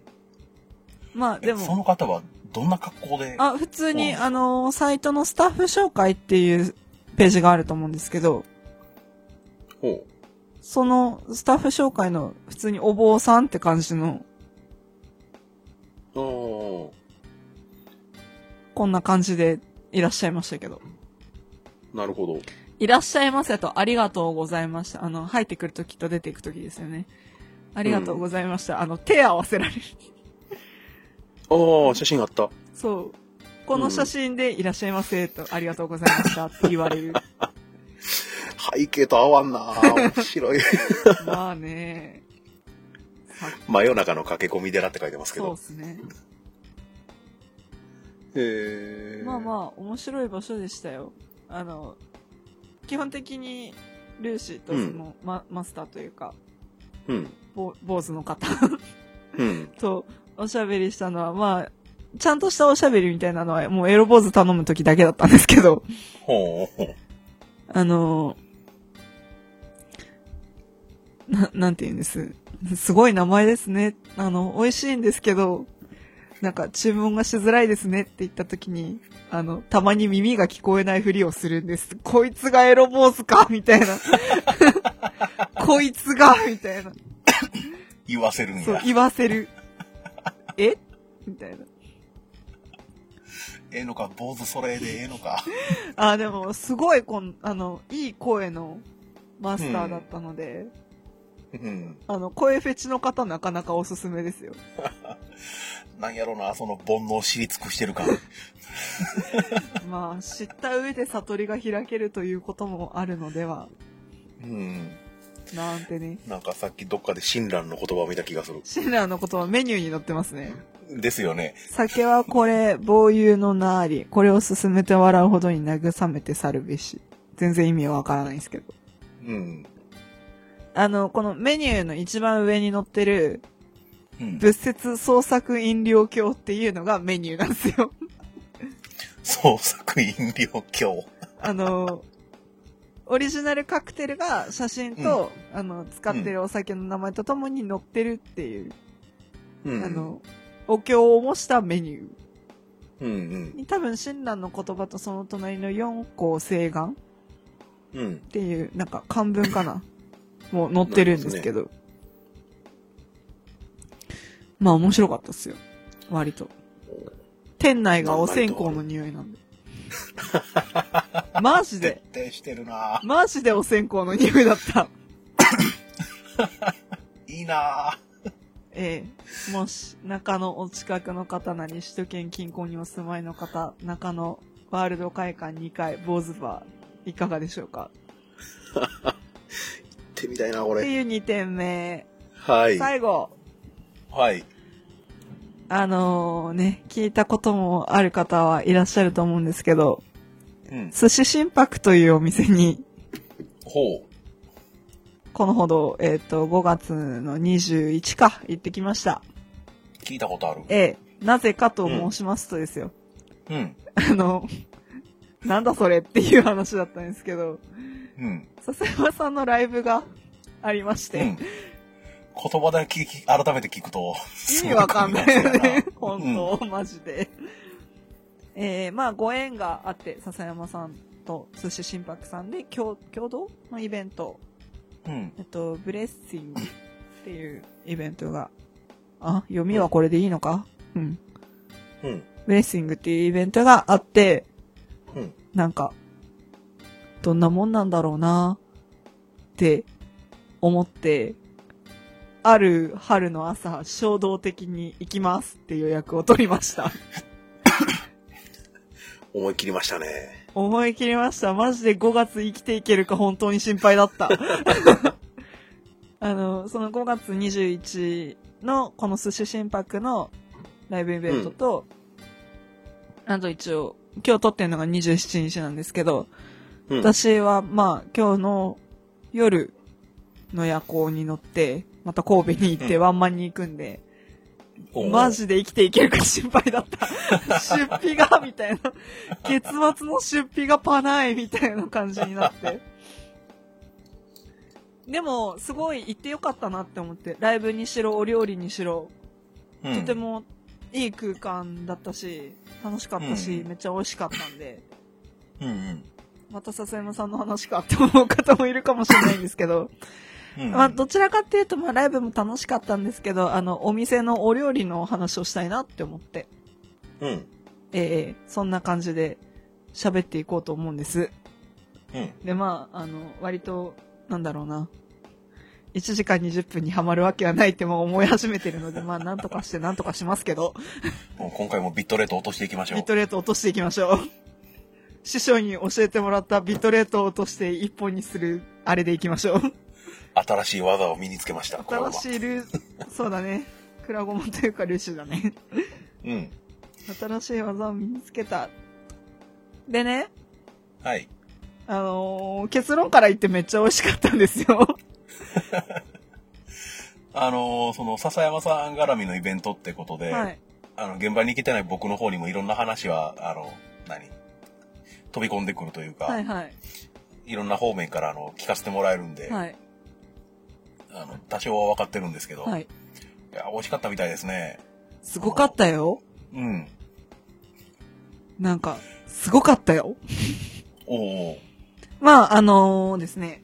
A: まあ
B: え
A: で
B: そ
A: も、
B: の方はどんな格好で
A: あ、普通に、
B: うん
A: あの、サイトのスタッフ紹介っていうページがあると思うんですけど、
C: ほ
A: そのスタッフ紹介の普通にお坊さんって感じの、
C: う。お
A: こんな感じでいらっしゃいましたけど。
C: ーなるほど。
A: いらっしゃいませと、ありがとうございました。あの、入ってくるときと出ていくときですよね。ありがとうございました。あの、手合わせられる。
C: ああ、写真あった。
A: そう。この写真でいらっしゃいませと、ありがとうございましたって言われる。
C: 背景と合わんな。面白い。
A: まあね。
C: 真夜中の駆け込み寺って書いてますけ
A: そう
C: ど
A: で。すね。
C: へえ。
A: まあまあ、面白い場所でしたよ。あの、基本的に、ルーシーとその、まマスターというか、
C: あ。うん。
A: ぼ坊主の方
C: うん。
A: とおしゃべりしたのは、まあ、ちゃんとしたおしゃべりみたいなのは、もうエロ坊主頼む時だけだったんですけど、
B: ほうほう。
A: あの、な、なんて言うんです。すごい名前ですね。あの、美味しいんですけど、なんか注文がしづらいですねって言った時に、あの、たまに耳が聞こえないふりをするんです。こいつがエロ坊主かみたいな。 こいつがみたいな。
B: 言わせるん
A: そう
B: や、。
A: 言わせる。えみたいな。
B: ええのか、坊主それでええのか。
A: あ、でも、すごい、こん、あの、いい声のマスターだったので、
B: うん。
A: あの、声フェチの方なかなかおすすめですよ。
B: なんやろな、その煩悩を知り尽くしてる感。
A: まあ、知った上で悟りが開けるということもあるのでは、
B: うん。
A: なんてね。
C: なんかさっきどっかで親鸞の言葉を見た気がする。
A: シンラーのことはメニューに載ってますね。
B: ですよね。
A: 酒はこれ、防友のなあり。これを進めて笑うほどに慰めて去るべし。全然意味はわからないですけど。
C: うん。
A: あの、このメニューの一番上に載ってる、
B: うん。
A: 仏説創作飲料鏡っていうのがメニューなんですよ。
B: 創作飲料鏡。
A: あの、オリジナルカクテルが写真と、あの、使ってるお酒の名前とともに載ってるっていう、
C: うん。
A: あ、の、お経を模したメニュ
C: うん
A: ーに多分、親鸞の言葉とその隣の四項聖願っ
C: うん。うん。
A: ていう、なんか漢文 かなもう載ってるんですけど。まあ面白かったっすよ。割と。店内がお線香の匂いなんで。マジで
B: 徹。底してるな
A: マジでお線香の匂いだった。
B: いいな
A: ええ。もし、中野お近くの方なり、首都圏近郊にお住まいの方、中野ワールド会館2階、坊主バー、いかがでしょうか
C: 行ってみたいな、
A: って
C: 俺。
A: いう2点目。
C: はい。
A: 最後、
B: はい。
A: あのーね、聞いたこともある方はいらっしゃると思うんですけど、
B: うん。
A: 寿司心拍というお店に、
B: ほ
A: このほど、えっ、と、5月の21か、行ってきました。
B: う。聞いたことある。
A: ええ。なぜかと申しますとですよ。
B: うん。
A: あの、なんだそれっていう話だったんですけど、
B: うん。
A: 笹山さんのライブがありまし
B: うん
A: て、。
B: 言葉だけ聞き改めて聞くと、
A: 意味わかんないよ
B: すご組み合わ
A: ね 本
B: せだな。
A: 当、マジで。えー、まあ、ご縁があって、笹山さんと寿司心拍さんで共共同のイベント、
B: うん。
A: えっと、ブレッシングっていうイベントが、あ、読みはこれでいいのかうん。
C: うん。
A: ブレッシングっていうイベントがあって、
C: うん
A: なんか、どんなもんなんだろうなって思って、ある春の朝、衝動的に行きますって予約を取りました。
C: 思い切りましたね。
A: 思い切りました。マジで5月生きていけるか本当に心配だった。あの、その5月21のこの寿司心拍のライブイベントと、あと一応、今日撮ってるのが27日なんですけど、
C: うん
A: 私は、まあ、今日の夜の夜行に乗って、また神戸に行って
B: うん
A: ワンマンに行くんで、
B: おー
A: マジで生きていけるか心配だった。 出費が、みたいな。月末の出費がパない、みたいな感じになって。でも、すごい行ってよかったなって思って、ライブにしろ、お料理にしろ、
B: うん
A: とてもいい空間だったし、楽しかったし、
B: うん
A: めっちゃ美味しかったんで、
B: うんうん。
A: また笹山さんの話かって思う方もいるかもしれないんですけど、
B: うん
A: まあどちらかっていうと、まあライブも楽しかったんですけど、あの、お店のお料理のお話をしたいなって思って、
B: うん。
A: ええそんな感じで喋っていこうと思うんです。
B: うん。
A: で、まあ、あの、割と、なんだろうな。1時間20分にはまるわけはないってもう思い始めてるので、まあ、なんとかしてなんとかしますけど。
B: もう今回もビットレート落としていきましょ
A: ビッ
B: う。
A: トレート落としていきましょう。師匠に教えてもらったビットレートを落として一本にする、あれでいきましょう。
B: 新しい技を身につけました。これは
A: 新しいルー、そうだね。クラゴマというかルシュだね。
B: うん。
A: 新しい技を身につけた。でね、
B: はい。
A: あのー結論から言ってめっちゃ美味しかったんですよ。
B: あのーその、笹山さん絡みのイベントってことで、
A: はい。
B: あの、現場に来てない僕の方にもいろんな話は、あの、何飛び込んでくるというか、
A: はい
B: い、
A: はい。
B: ろんな方面から、あの、聞かせてもらえるんで、
A: はい。
B: あの、多少は分かってるんですけど、、
A: はいい。
B: や、美味しかったみたいですね。
A: すごかったよ。
B: うん。
A: なんか、すごかったよ。
B: おお
A: まあ、あのですね。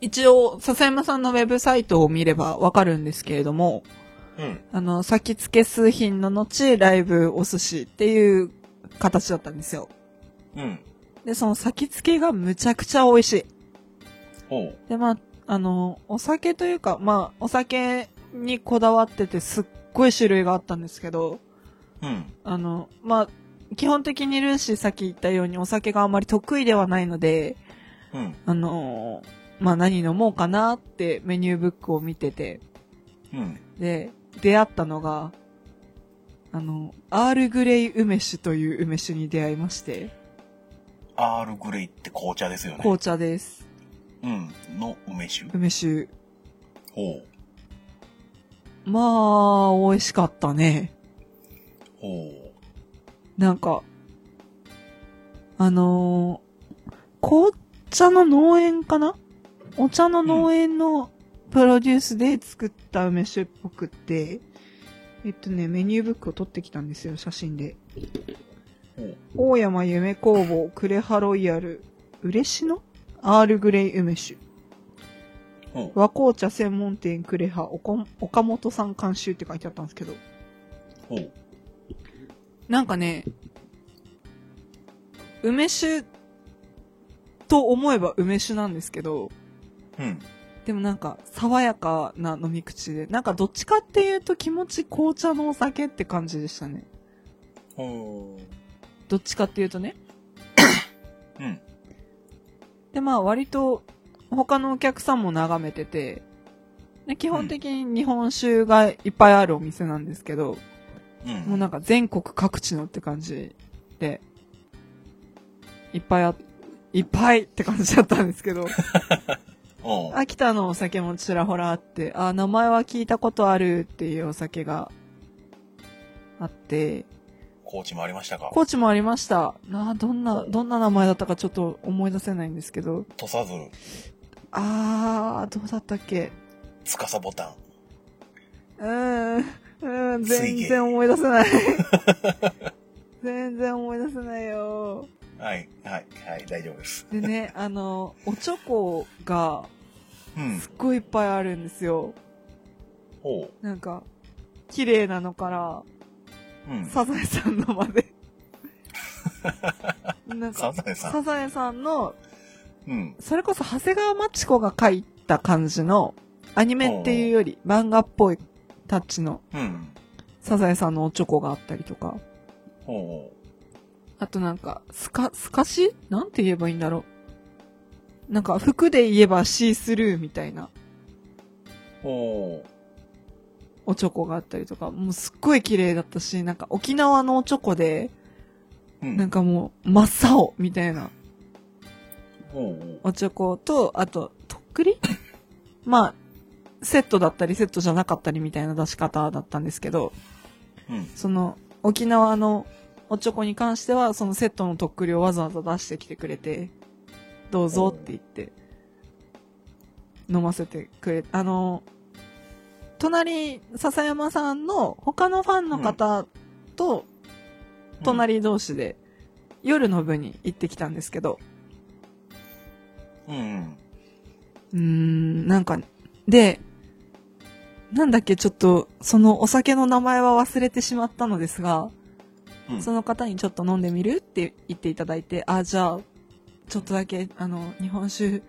A: 一応、笹山さんのウェブサイトを見ればわかるんですけれども、
B: うん。
A: あの、先付け数品の後、ライブお寿司っていう形だったんですよ。
B: うん。
A: で、その先付けがむちゃくちゃ美味しい。
B: おう
A: で、まあ、あの、お酒というか、まあ、お酒にこだわっててすっごい種類があったんですけど、
B: うん。
A: あの、まあ、基本的にルーシーさっき言ったようにお酒があまり得意ではないので、
B: うん。
A: あのーまあ、何飲もうかなってメニューブックを見てて、
B: うん。
A: で、出会ったのが、あの、アールグレイ梅酒という梅酒に出会いまして、
B: アールグレイって紅茶ですよね。
A: 紅茶です。
B: うん。の梅酒。
A: 梅酒。
B: おう
A: まあ、美味しかったね。
B: おう
A: なんか、あのー紅茶の農園かなお茶の農園のプロデュースで作った梅酒っぽくって、えっとね、メニューブックを撮ってきたんですよ、写真で。
B: おう
A: 大山夢工房クレハロイヤル嬉野アールグレイ梅酒
B: おう
A: 和紅茶専門店クレハおこ岡本さん監修って書いてあったんですけど
B: おう
A: なんかね梅酒と思えば梅酒なんですけど
B: うん。
A: でもなんか爽やかな飲み口でなんかどっちかっていうと気持ち紅茶のお酒って感じでしたね
B: おう
A: どっちかっていうとね
B: うん。
A: で、まあ割と他のお客さんも眺めてて、で基本的に日本酒がいっぱいあるお店なんですけど、
B: うん。
A: もうなんか全国各地のって感じで、いっぱいあ、いっぱいって感じだったんですけど、
B: おう
A: 秋田のお酒もちらほらあって、あ、名前は聞いたことあるっていうお酒があって、
B: コーチもありましたか
A: 高知もありました。なあ、どんな、どんな名前だったかちょっと思い出せないんですけど、
B: とさず、
A: あー、どうだったっけ
B: つかさボタン。
A: うーん、うーん、
B: 水
A: 全
B: 芸
A: 然思い出せない。 全然思い出せないよ。
B: はい、はい、はい、大丈夫です。
A: でね、あの、おチョコが
B: うん
A: す。っごいいっぱいあるんですよ。
B: おう。
A: なんか、綺麗なのから、
B: うん。
A: サザエさんのまで。なんか、
B: サザエさん。
A: サザエさんの、
B: うん。
A: それこそ長谷川町子が書いた感じの、アニメっていうより漫画っぽいタッチの
B: うん。
A: サザエさんのおチョコがあったりとか。
B: おう
A: あとなんか、すか、すかしなんて言えばいいんだろう。なんか、服で言えばシースルーみたいな。
B: おう。おう
A: おチョコがあったりとか、もうすっごい綺麗だったし、なんか沖縄のおチョコで、
B: うん。
A: なんかもう、真っ青みたいな
B: おうおう
A: おチョコと、あと、とっくりまあ、セットだったりセットじゃなかったりみたいな出し方だったんですけど、
B: うん。
A: その、沖縄のおチョコに関しては、そのセットのとっくりをわざわざ出してきてくれて、どうぞって言って、飲ませてくれ、あの、隣、笹山さんの他のファンの方と、隣同士で、夜の部に行ってきたんですけど、
B: うん。うん。
A: うーん、なんか、で、なんだっけ、ちょっと、そのお酒の名前は忘れてしまったのですが、
B: うん
A: その方にちょっと飲んでみるって言っていただいて、あ、じゃあ、ちょっとだけ、あの、日本酒、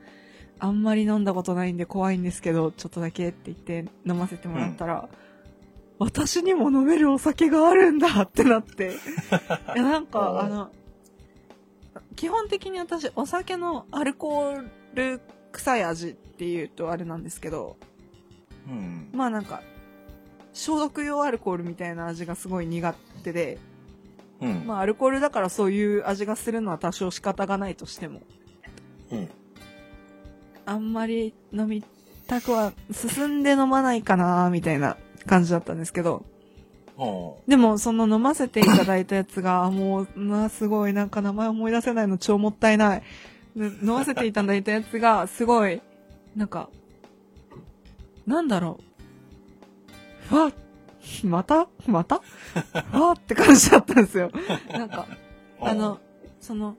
A: あんまり飲んだことないんで怖いんですけど、ちょっとだけって言って飲ませてもらったら、私にも飲めるお酒があるんだってなって。いや、なんか、あの、基本的に私、お酒のアルコール臭い味っていうとあれなんですけど、
B: うん。
A: まあなんか、消毒用アルコールみたいな味がすごい苦手で、
B: うん。
A: まあアルコールだからそういう味がするのは多少仕方がないとしても、
B: うん。
A: あんまり飲みたくは、進んで飲まないかなみたいな感じだったんですけど、
B: おう
A: でもその飲ませていただいたやつが、あもう、なあ、すごい、なんか名前思い出せないの超もったいない。で飲ませていただいたやつが、すごい、なんか、なんだろう。ふわっ、またまたふわって感じだったんですよ。なんか、あの、、その、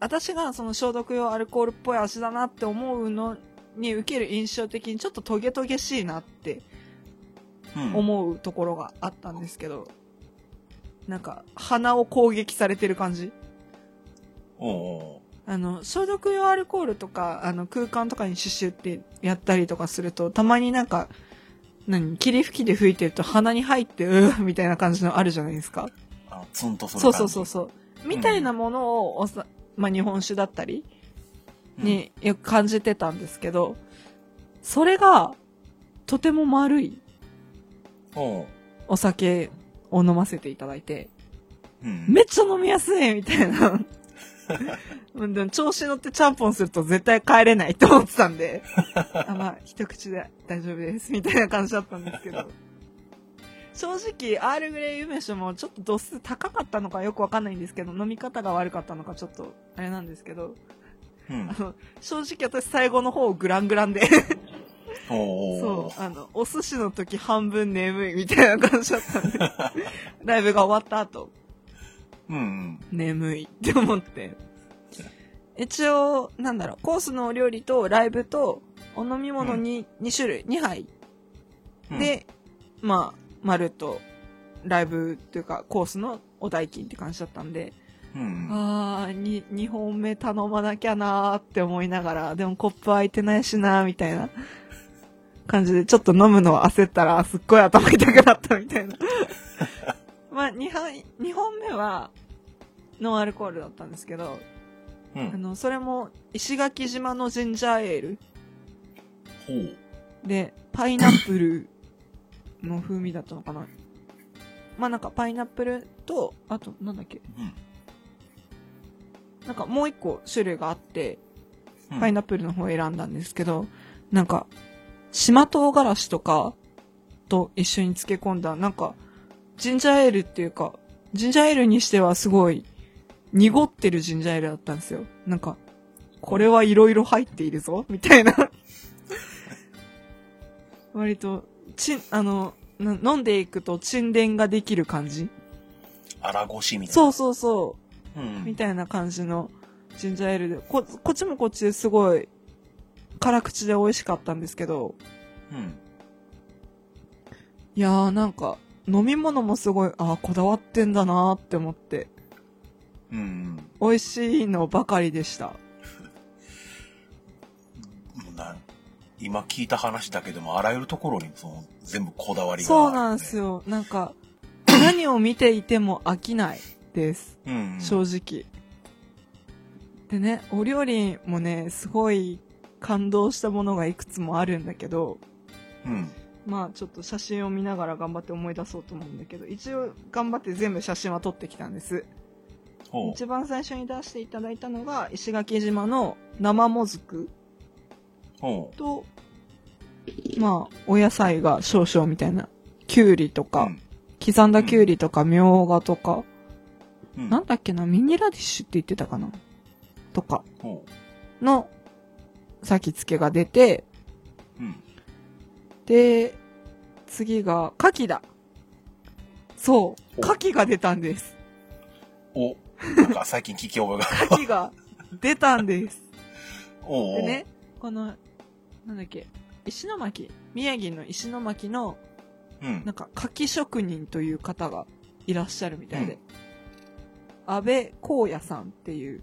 A: 私がその消毒用アルコールっぽい味だなって思うのに受ける印象的にちょっとトゲトゲしいなって
B: うん。
A: 思うところがあったんですけど、なんか、鼻を攻撃されてる感じ
B: おうおう
A: あの、消毒用アルコールとか、あの、空間とかにシュシュってやったりとかすると、たまになんか、何霧吹きで吹いてると鼻に入って、うーみたいな感じのあるじゃないですか。
B: あの、ツンとする
A: そ
B: 感
A: う
B: じ。
A: そうそうそう。みたいなものをおさ、まあ、日本酒だったり
B: うん。
A: によく感じてたんですけど、それが、とても丸い
B: おう
A: お酒を飲ませていただいて、
B: うん。
A: めっちゃ飲みやすいみたいな。 うんでも調子乗ってちゃんぽんすると絶対帰れないと思ってたんで、あまあ、一口で大丈夫です、みたいな感じだったんですけど。正直、アールグレイ梅酒もちょっと度数高かったのかよくわかんないんですけど、飲み方が悪かったのかちょっと、あれなんですけど、
B: うん
A: あ。の、正直私最後の方グラングランで、
B: おうおう
A: そう、あの、お寿司の時半分眠いみたいな感じだった んで、ライブが終わった後、
B: うんうん。
A: 眠いって思って。一応、なんだろう、コースのお料理とライブとお飲み物に2種類、2杯
B: うん、
A: で、まあ、まるっとライブというかコースのお代金って感じだったんで、
B: うん
A: あー、に、2本目頼まなきゃなーって思いながら、でもコップ空いてないしなーみたいな感じで、ちょっと飲むのを焦ったら、すっごい頭痛くなったみたいな。まあ、2杯、2本目は、ノンアルコールだったんですけど、
B: う
A: あ
B: ん。
A: の、それも、石垣島のジンジャーエール
B: ほう。
A: で、パイナップルの風味だったのかな。まあなんかパイナップルと、あと、なんだっけ、
B: うん
A: なんかもう一個種類があって、
B: うん。
A: パイナップルの方を選んだんですけど、なんか、島唐辛子とかと一緒に漬け込んだ、なんか、ジンジャーエールっていうか、ジンジャーエールにしてはすごい、濁ってるジンジャーエールだったんですよ。なんか、これはいろいろ入っているぞ、みたいな。 割と、ちん、あの、な飲んでいくと沈殿ができる感じ。
B: 荒腰みたいな。
A: そうそうそう。
B: うん。う ん。
A: みたいな感じのジンジャーエールで、こ、こっちもこっちですごい辛口で美味しかったんですけど、
B: うん。
A: いやーなんか飲み物もすごい、あーこだわってんだなーって思って、
B: うん。
A: 美味しいのばかりでした。
B: もうな今聞いた話だけでもあらゆるところにその全部こだわりが
A: そうなんです
B: よ。
A: よ。なんか、何を見ていても飽きないです。
B: うん、うん。
A: 正直。でね、お料理もね、すごい感動したものがいくつもあるんだけど、
B: うん。
A: まあちょっと写真を見ながら頑張って思い出そうと思うんだけど、一応頑張って全部写真は撮ってきたんです。
B: ほう。
A: 一番最初に出していただいたのが、石垣島の生もずく
B: ほ
A: と、まあ、お野菜が少々みたいな。きゅうりと
B: う。
A: か、刻んだきゅうりとか、みょうがとか、
B: うん。
A: なんだっけな、ミニラディッシュって言ってたかなとか
B: ほ
A: の、先付けが出て、
B: う。うん。
A: で、次が、牡蠣だ。そう、
B: お
A: 牡蠣が出たんです。
B: お。なんか最近聞き覚
A: 牡蠣
B: えが。
A: が出たんです。
B: おうおう。
A: でね、この、なんだっけ、石巻、宮城の石巻の、
B: うん。
A: なんか、牡蠣職人という方がいらっしゃるみたいで、
B: うん
A: 安倍光也さんっていう、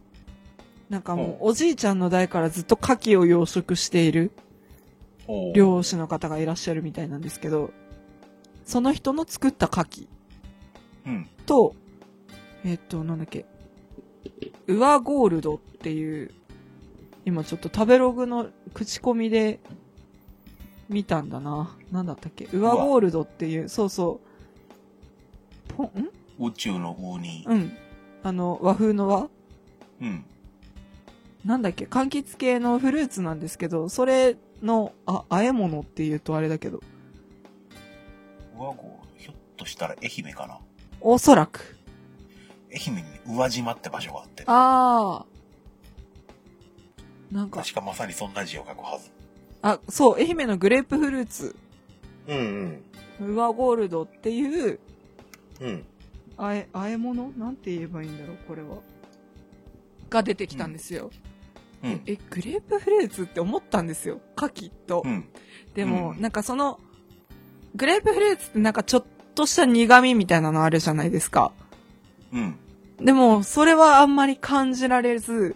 A: なんかも
B: ほ
A: う、おじいちゃんの代からずっと牡蠣を養殖している
B: おう
A: 漁師の方がいらっしゃるみたいなんですけど、その人の作った牡蠣
B: うん。
A: と、えっと、なんだっけ、ウアゴールドっていう、今ちょっと食べログの口コミで見たんだな。なんだったっけウアゴールドっていう、そうそう、ポン、ん
B: 宇宙のウに。
A: うん。あの、和風の和
B: うん。
A: なんだっけ柑橘系のフルーツなんですけど、それの、あ、和え物って言うとあれだけど、
B: 上郷、ひょっとしたら愛媛かな。
A: おそらく。
B: 愛媛に宇和島って場所があって。
A: ああ。なんか、
B: 確かまさにそんな字を書くはず。
A: あ、そう、愛媛のグレープフルーツ、
C: うん
A: ウワゴールドっていう、
C: うん。うん。
A: あえ、あえ物なんて言えばいいんだろう、これは。が出てきたんですよ。
B: うん。
A: え、グレープフルーツって思ったんですよ。牡蠣と。
B: うん。
A: でも、
B: うん
A: なんかその、グレープフルーツってなんかちょっとした苦味みたいなのあるじゃないですか。
B: うん。
A: でも、それはあんまり感じられず、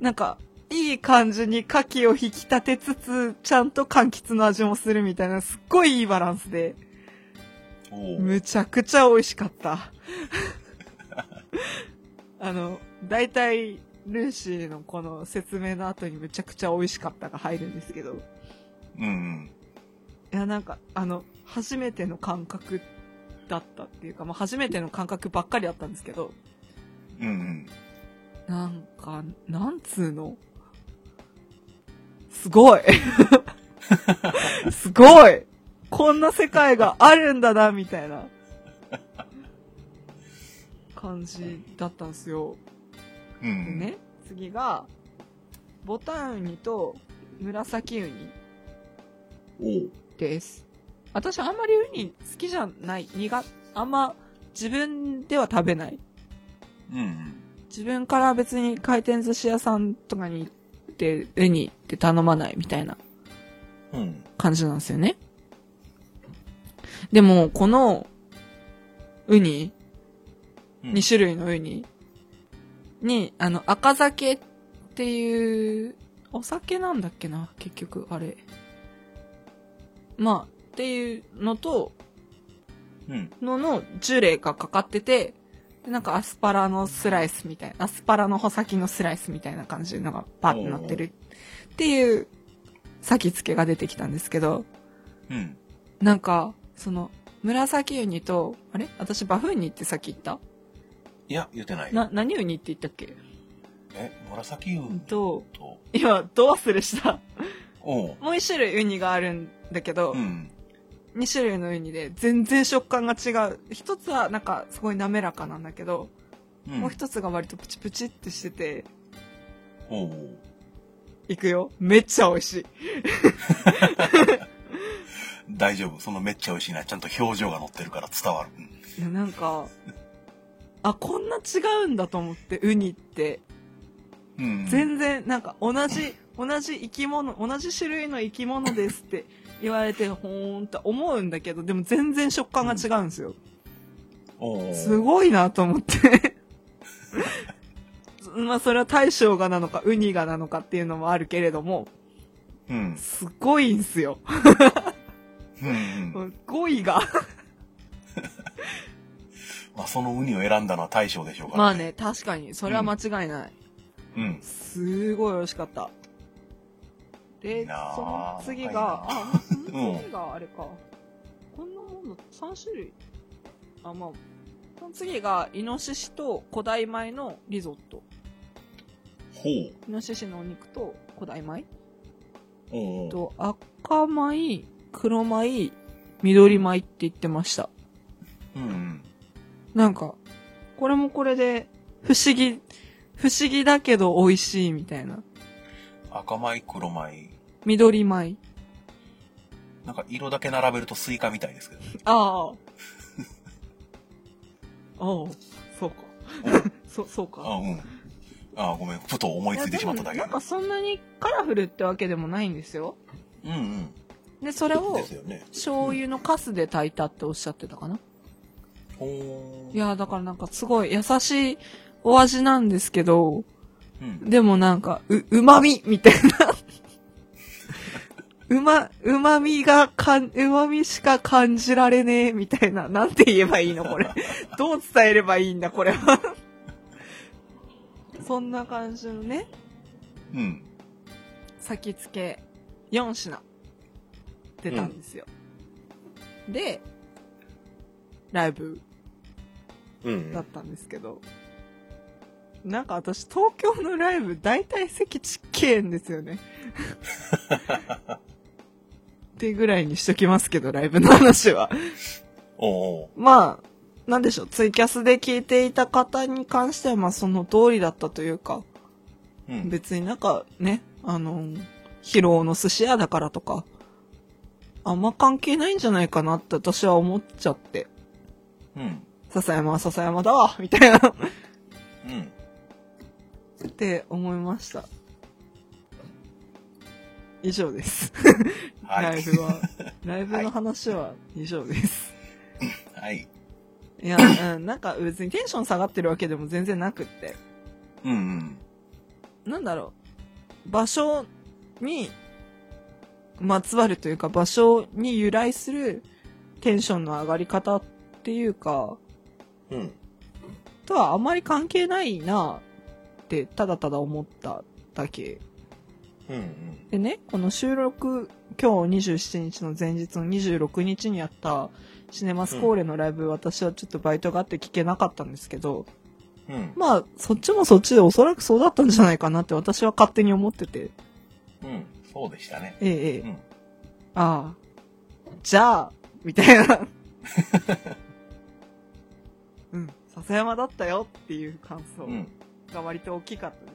A: なんか、いい感じに牡蠣を引き立てつつ、ちゃんと柑橘の味もするみたいな、すっごいいいバランスで、
B: おう。
A: むちゃくちゃ美味しかった。 あの、大体、ルーシーのこの説明の後にむちゃくちゃ美味しかったが入るんですけど、い
B: うん。
A: や、なんか、あの、初めての感覚だったっていうか、まあ、初めての感覚ばっかりだったんですけど、
B: うん。うん。
A: なんか、なんつうのすごいすごいこんな世界があるんだな、みたいな感じだったんですよ。
B: うん。
A: で
B: うん。
A: ね、次が、ボタンウニと紫ウニ
B: おう。
A: です。私あんまりウニ好きじゃない。苦、あんま自分では食べない。
B: うん。
A: 自分から別に回転寿司屋さんとかに行って、ウニって頼まないみたいな
B: うん。
A: 感じなんですよね。でも、この、ウニ、
B: うん
A: 2種類のウニに、あの、赤酒っていう、お酒なんだっけな、結局、あれ。まあ、っていうのと、
B: うん。
A: ののジュレがかかってて、でなんかアスパラのスライスみたいな、アスパラの穂先のスライスみたいな感じのがパッとなってるっていう先付けが出てきたんですけど、
B: うん。
A: なんか、その、紫ウニと、あれ私バフウニってさっき言った
B: いや、言ってない。
A: な、何ウニって言ったっけ
B: え、紫雲
A: と、
B: と、
A: 今、ど忘れした。
B: おう。
A: もう一種類ウニがあるんだけど、
B: うん。
A: 2種類のウニで全然食感が違う。一つはなんかすごい滑らかなんだけど、
B: うん。
A: もう一つが割とプチプチってしてて、
B: おう。
A: 行くよ。めっちゃ美味しい。
B: 大丈夫。そのめっちゃ美味しいな。ちゃんと表情が乗ってるから伝わる。うん
A: いやなんか、あ、こんな違うんだと思って、ウニって。
B: うん。
A: 全然、なんか同じ、同じ生き物、同じ種類の生き物ですって言われて、ほーんと思うんだけど、でも全然食感が違うんですよ。
B: おう。
A: すごいなと思って。 まあそれは大将がなのか、ウニがなのかっていうのもあるけれども、
B: うん。
A: すごいんすよ。
B: うん。うん。
A: 語彙が。
B: まあ、そのウニを選んだのは大将でしょうから。
A: まあね、確かに、それは間違いない。
B: うん。
A: すごい美味しかった。
B: いい
A: で、そ
B: なあ
A: の次が、
B: いいなあ
A: あ、その次があれか。こんなもんだ3種類あまあその次がイノシシと古代米のリゾット
B: ほう。
A: イノシシのお肉と古代米
B: おうおう
A: と赤米黒米緑米って言ってました
B: うんうん。
A: なんかこれもこれで不思議不思議だけど美味しいみたいな
B: 赤米、黒米。
A: 緑米
B: なんか色だけ並べるとスイカみたいですけどね。
A: ああ。ああ、そうか。そ、そうか。
B: あ、うん。あ、ごめん。ふと思いついてしまっただ
A: い
B: け
A: やでもなんかそんなにカラフルってわけでもないんですよ。
B: うん
A: で、それ
B: うん。
A: を
B: ですよね。
A: 醤油のカスで炊いたっておっしゃってたかな。
B: ほう。
A: いやー、だからなんかすごい優しいお味なんですけど、
B: うん。
A: でもなんか、う、旨味みたいな。 うま、旨味がかん、旨味しか感じられねえ、みたいな。なんて言えばいいのこれ。どう伝えればいいんだ、これは。そんな感じのね、
B: うん。
A: 先付け4品出たんですよ。で、ライブ
C: うん
A: だったんですけど、なんか私東京のライブ大体席ちっけえんですよね。ってぐらいにしときますけど、ライブの話は。
B: おうおう。
A: まあ、なんでしょう、ツイキャスで聞いていた方に関しては、まあその通りだったというか、
B: うん。
A: 別になんかね、あの、疲労の寿司屋だからとか、あんま関係ないんじゃないかなって私は思っちゃって、
B: うん。
A: 笹山は笹山だわみたいな。
B: うん。
A: って思いました。以上です。
B: は
A: ライ
B: い。
A: ブ は、ライブの話は以上です。
B: はい。
A: い、や、うん、なんか別にテンション下がってるわけでも全然なくって。
B: うんうん。
A: なんだろう。場所にまつわるというか、場所に由来するテンションの上がり方っていうか、
C: うん。
A: とはあまり関係ないなって、ただただ思っただけ
C: うん。うん。
A: でね、この収録、今日27日の前日の26日にやったシネマスコーレのライブ、私はちょっとバイトがあって聞けなかったんですけど、
B: うん。
A: まあ、そっちもそっちでおそらくそうだったんじゃないかなって私は勝手に思ってて、
B: うん。そうでしたね。
A: ええええ、
B: うん。
A: ああ、じゃあ、みたい な。うん、笹山だったよっていう感想
B: うん。
A: が割と大きかったです。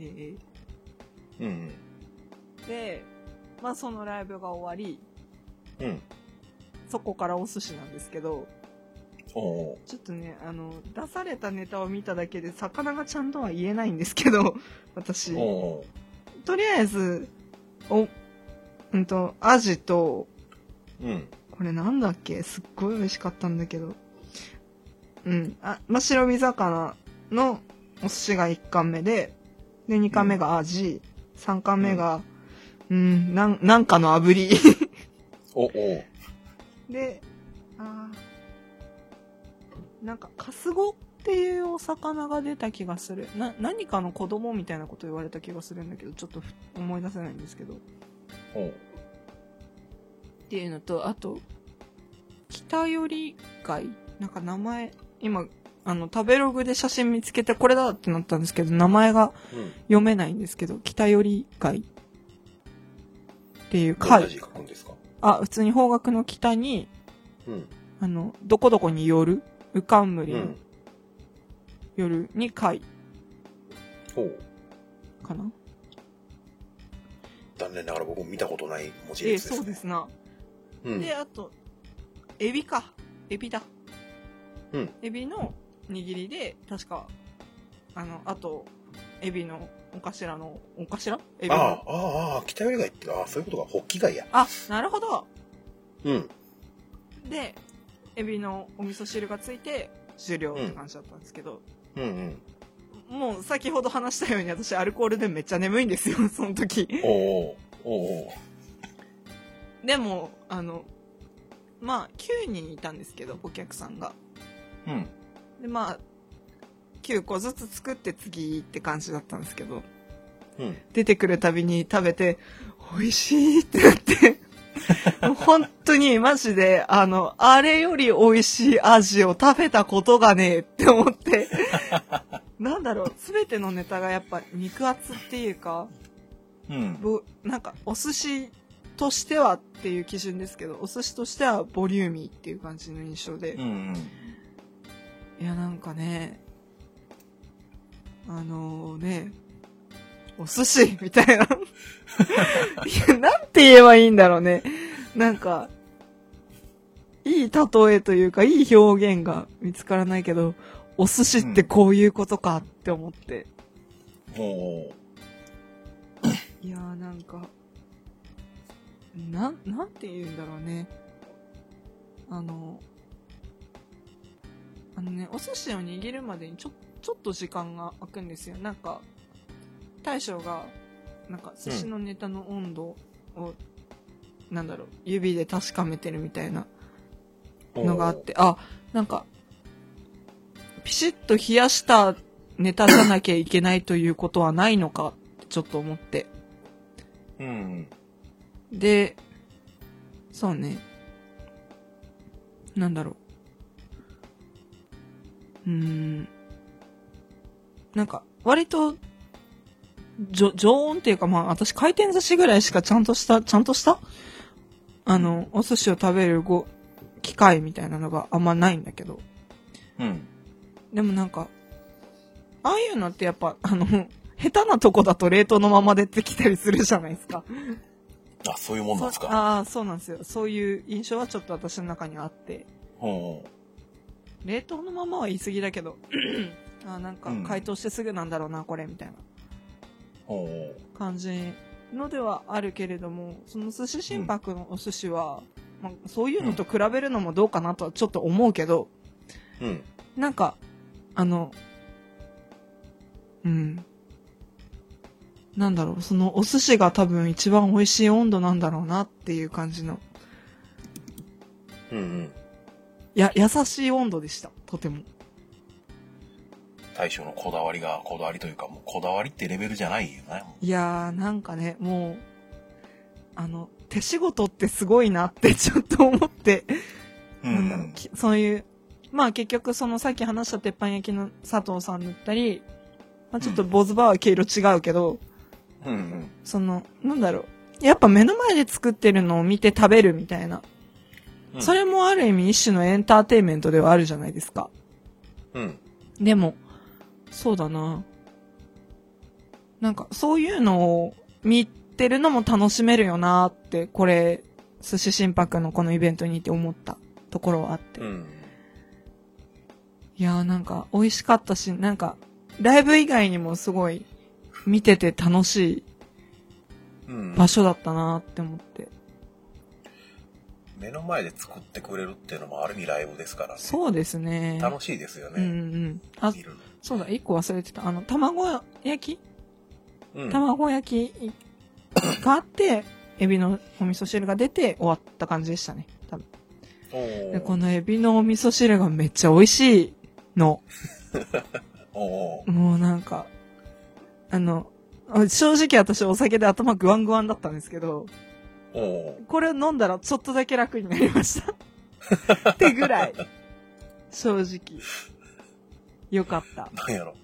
A: ええええ
C: うん。
A: で、まあそのライブが終わり、
C: うん。
A: そこからお寿司なんですけど、
B: おうおう。
A: ちょっとね、あの、出されたネタを見ただけで、魚がちゃんとは言えないんですけど、 私。
B: おうおう。
A: とりあえず、お、うんと、アジと、
C: うん。
A: これなんだっけすっごい美味しかったんだけど。うん。あ、まあ、白身魚のお寿司が1貫目で、で、2貫目がアジ、3貫目が、うん、なん、なんかの炙り。
C: おお。
A: で、あーなんか、カスゴっていうお魚が出た気がする。な、何かの子供みたいなこと言われた気がするんだけど、ちょっとふ思い出せないんですけど。っ
B: おう。
A: ていうのと、あと、北寄り貝なんか名前、今、あの、食べログで写真見つけてこれだってなったんですけど、名前が
C: うん。
A: 読めないんですけど、北寄り貝っていう
C: どん
A: 貝
C: な。字書くんですか
A: あ、普通に方角の北に、
C: うん。
A: あの、どこどこによる、うかんむ
C: う
A: りの
C: ん。
A: 夜に回
C: ほう。
A: かな。
C: 残念ながら僕も見たことない文字
A: ええ、
C: 列です。
A: そうですな。
C: うん。
A: で、あと、エビか。エビだ。
C: うん
A: エビの握りで、確か、あの、あと、エビのお頭の、お頭エビ
C: あ
A: の
C: あ、ああ、ああ、北寄り貝って、ああ、そういうことか、北紀貝や。
A: あ、なるほど。
C: うん。
A: で、エビのお味噌汁がついて、終了って感じだったんですけど、
C: うんうん。
A: もう先ほど話したように私アルコールでめっちゃ眠いんですよ、その時。
C: おお。おお。
A: でも、あの、まあ、9人いたんですけど、お客さんが。
B: うん。
A: でまあ9個ずつ作って次って感じだったんですけど
C: うん。
A: 出てくるたびに食べて美味しいってなって本当にマジで、あの、あれより美味しい味を食べたことがねえって思って。なんだろう、すべてのネタがやっぱ肉厚っていうか、
B: うん。
A: ぼなんかお寿司としてはっていう基準ですけど、お寿司としてはボリューミーっていう感じの印象で
B: うんう。ん。
A: いや、なんかね、あのね、お寿司みたいな。い や、なんて言えばいいんだろうね。なんか、いい例えというか、いい表現が見つからないけど、お寿司ってこういうことかって思って。
B: も
A: いやーなんか、なん、なんて言うんだろうね。あの、あのね、お寿司を握るまでにちょ、ちょっと時間が空くんですよ。なんか、大将が、なんか寿司のネタの温度を、なんだろう、指で確かめてるみたいな
B: う、
A: のがあって、あ、なんか、ピシッと冷やしたネタじゃなきゃいけないということはないのかってちょっと思って。
B: うん。
A: で、そうね。なんだろう。うーん。なんか、割と、じょ常温っていうか、まあ、私回転寿司ぐらいしかちゃんとした、ちゃんとしたあの、お寿司を食べるご、機会みたいなのがあんまないんだけど。
B: うん。
A: でもなんか、ああいうのってやっぱ、あの、下手なとこだと冷凍のまま出てきたりするじゃないですか。
B: あ、そういうもんなんです
A: そう
B: か。
A: ああ、そうなんですよ。そういう印象はちょっと私の中にあって。
B: ほ
A: 冷凍のままは言い過ぎだけ ど、あーなんか
B: うん
A: 解凍してすぐなんだろうな、これ、みたいな
B: うほ
A: 感じのではあるけれども、その寿司心拍のお寿司は、まあ、そういうのと比べるのもどうかなとはちょっと思うけど、
B: う。うん。
A: なんか、あの、うん。なんだろう、そのお寿司が多分一番美味しい温度なんだろうなっていう感じの、
B: うんうん。
A: や、優しい温度でした、とても。
B: 大将のこだわりが、こだわりというか、もうこだわりってレベルじゃないよね。
A: いやー、なんかね、もう、あの、手仕事ってすごいなって ちょっと思って、
B: う
A: なんだろう、
B: ん。
A: きそういう、まあ結局そのさっき話した鉄板焼きの佐藤さんだったり、まあちょっと
B: うん
A: 坊主バーは毛色違うけど、
B: うんうん。
A: その、なんだろう、やっぱ目の前で作ってるのを見て食べるみたいな、
B: うん
A: それもある意味一種のエンターテインメントではあるじゃないですか。
B: うん。
A: でも、そうだな。なんか、そういうのを見てるのも楽しめるよなって、これ、寿司心拍のこのイベントにいて思ったところはあって。
B: うん。
A: いやーなんか、美味しかったし、なんか、ライブ以外にもすごい、見てて楽し
B: うん
A: い場所だったなって思って。
B: 目の前で作ってくれるっていうのもある意味ライブですからね。
A: そうですね。
B: 楽しいですよ
A: うん
B: ね。
A: うんうん。あ
B: 見、るの。
A: そうだ、一個忘れてた。あの、卵焼き
B: うん。
A: 卵焼きがあって、エビのお味噌汁が出て終わった感じでしたね。多分
B: おー
A: でこのエビのお味噌汁がめっちゃ美味しいの。
B: おー
A: もうなんか、あの、正直私お酒で頭グワングワンだったんですけど、
B: おー
A: これを飲んだらちょっとだけ楽になりました。ってぐらい。正直。よかった。
B: なんやろ。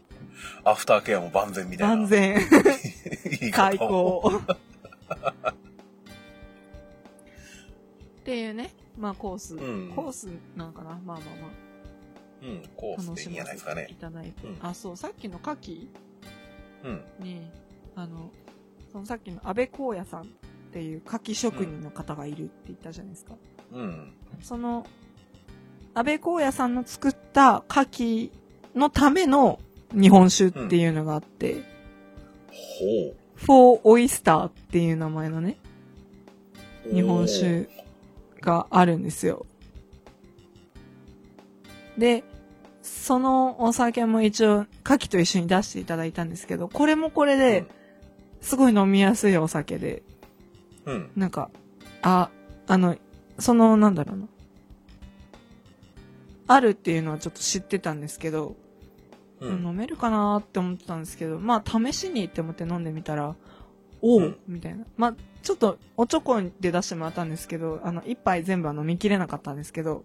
B: アフターケアも万全みたいな。
A: 万。全。
B: いいこと
A: 開。口。 っていうね、まあコース、
B: うん
A: コースなんかな、まあまあま
B: うん。コ
A: あ、
B: ース
A: 楽
B: でい
A: し
B: いんじ
A: ま
B: ゃな
A: せ
B: いですか
A: てい
B: ね。
A: ただいて、
B: うん
A: あ、そう、さっきの牡蠣
B: うん。
A: に、あの、そのさっきの安倍光也さんっていう牡蠣職人の方がいるって言ったじゃないですか。
B: うん。
A: その、安倍光也さんの作った牡蠣のための日本酒っていうのがあって、
B: ほ
A: フォーオイスターっていう名前のね、
B: う。
A: 日本酒があるんですよ。で、そのお酒も一応、牡蠣と一緒に出していただいたんですけど、これもこれ
B: で
A: で、、すごい飲みやすいお酒で、
B: うん。
A: なんか、あ、あの、その、なんだろうな。あるっていうのはちょっと知ってたんですけど、
B: うん。
A: 飲めるかなーって思ってたんですけど、まあ試しにって思って飲んでみたら、おう、
B: うん
A: みたいな。まあ、ちょっと、おちょこで出してもらったんですけど、あの、一杯全部は飲みきれなかったんですけど、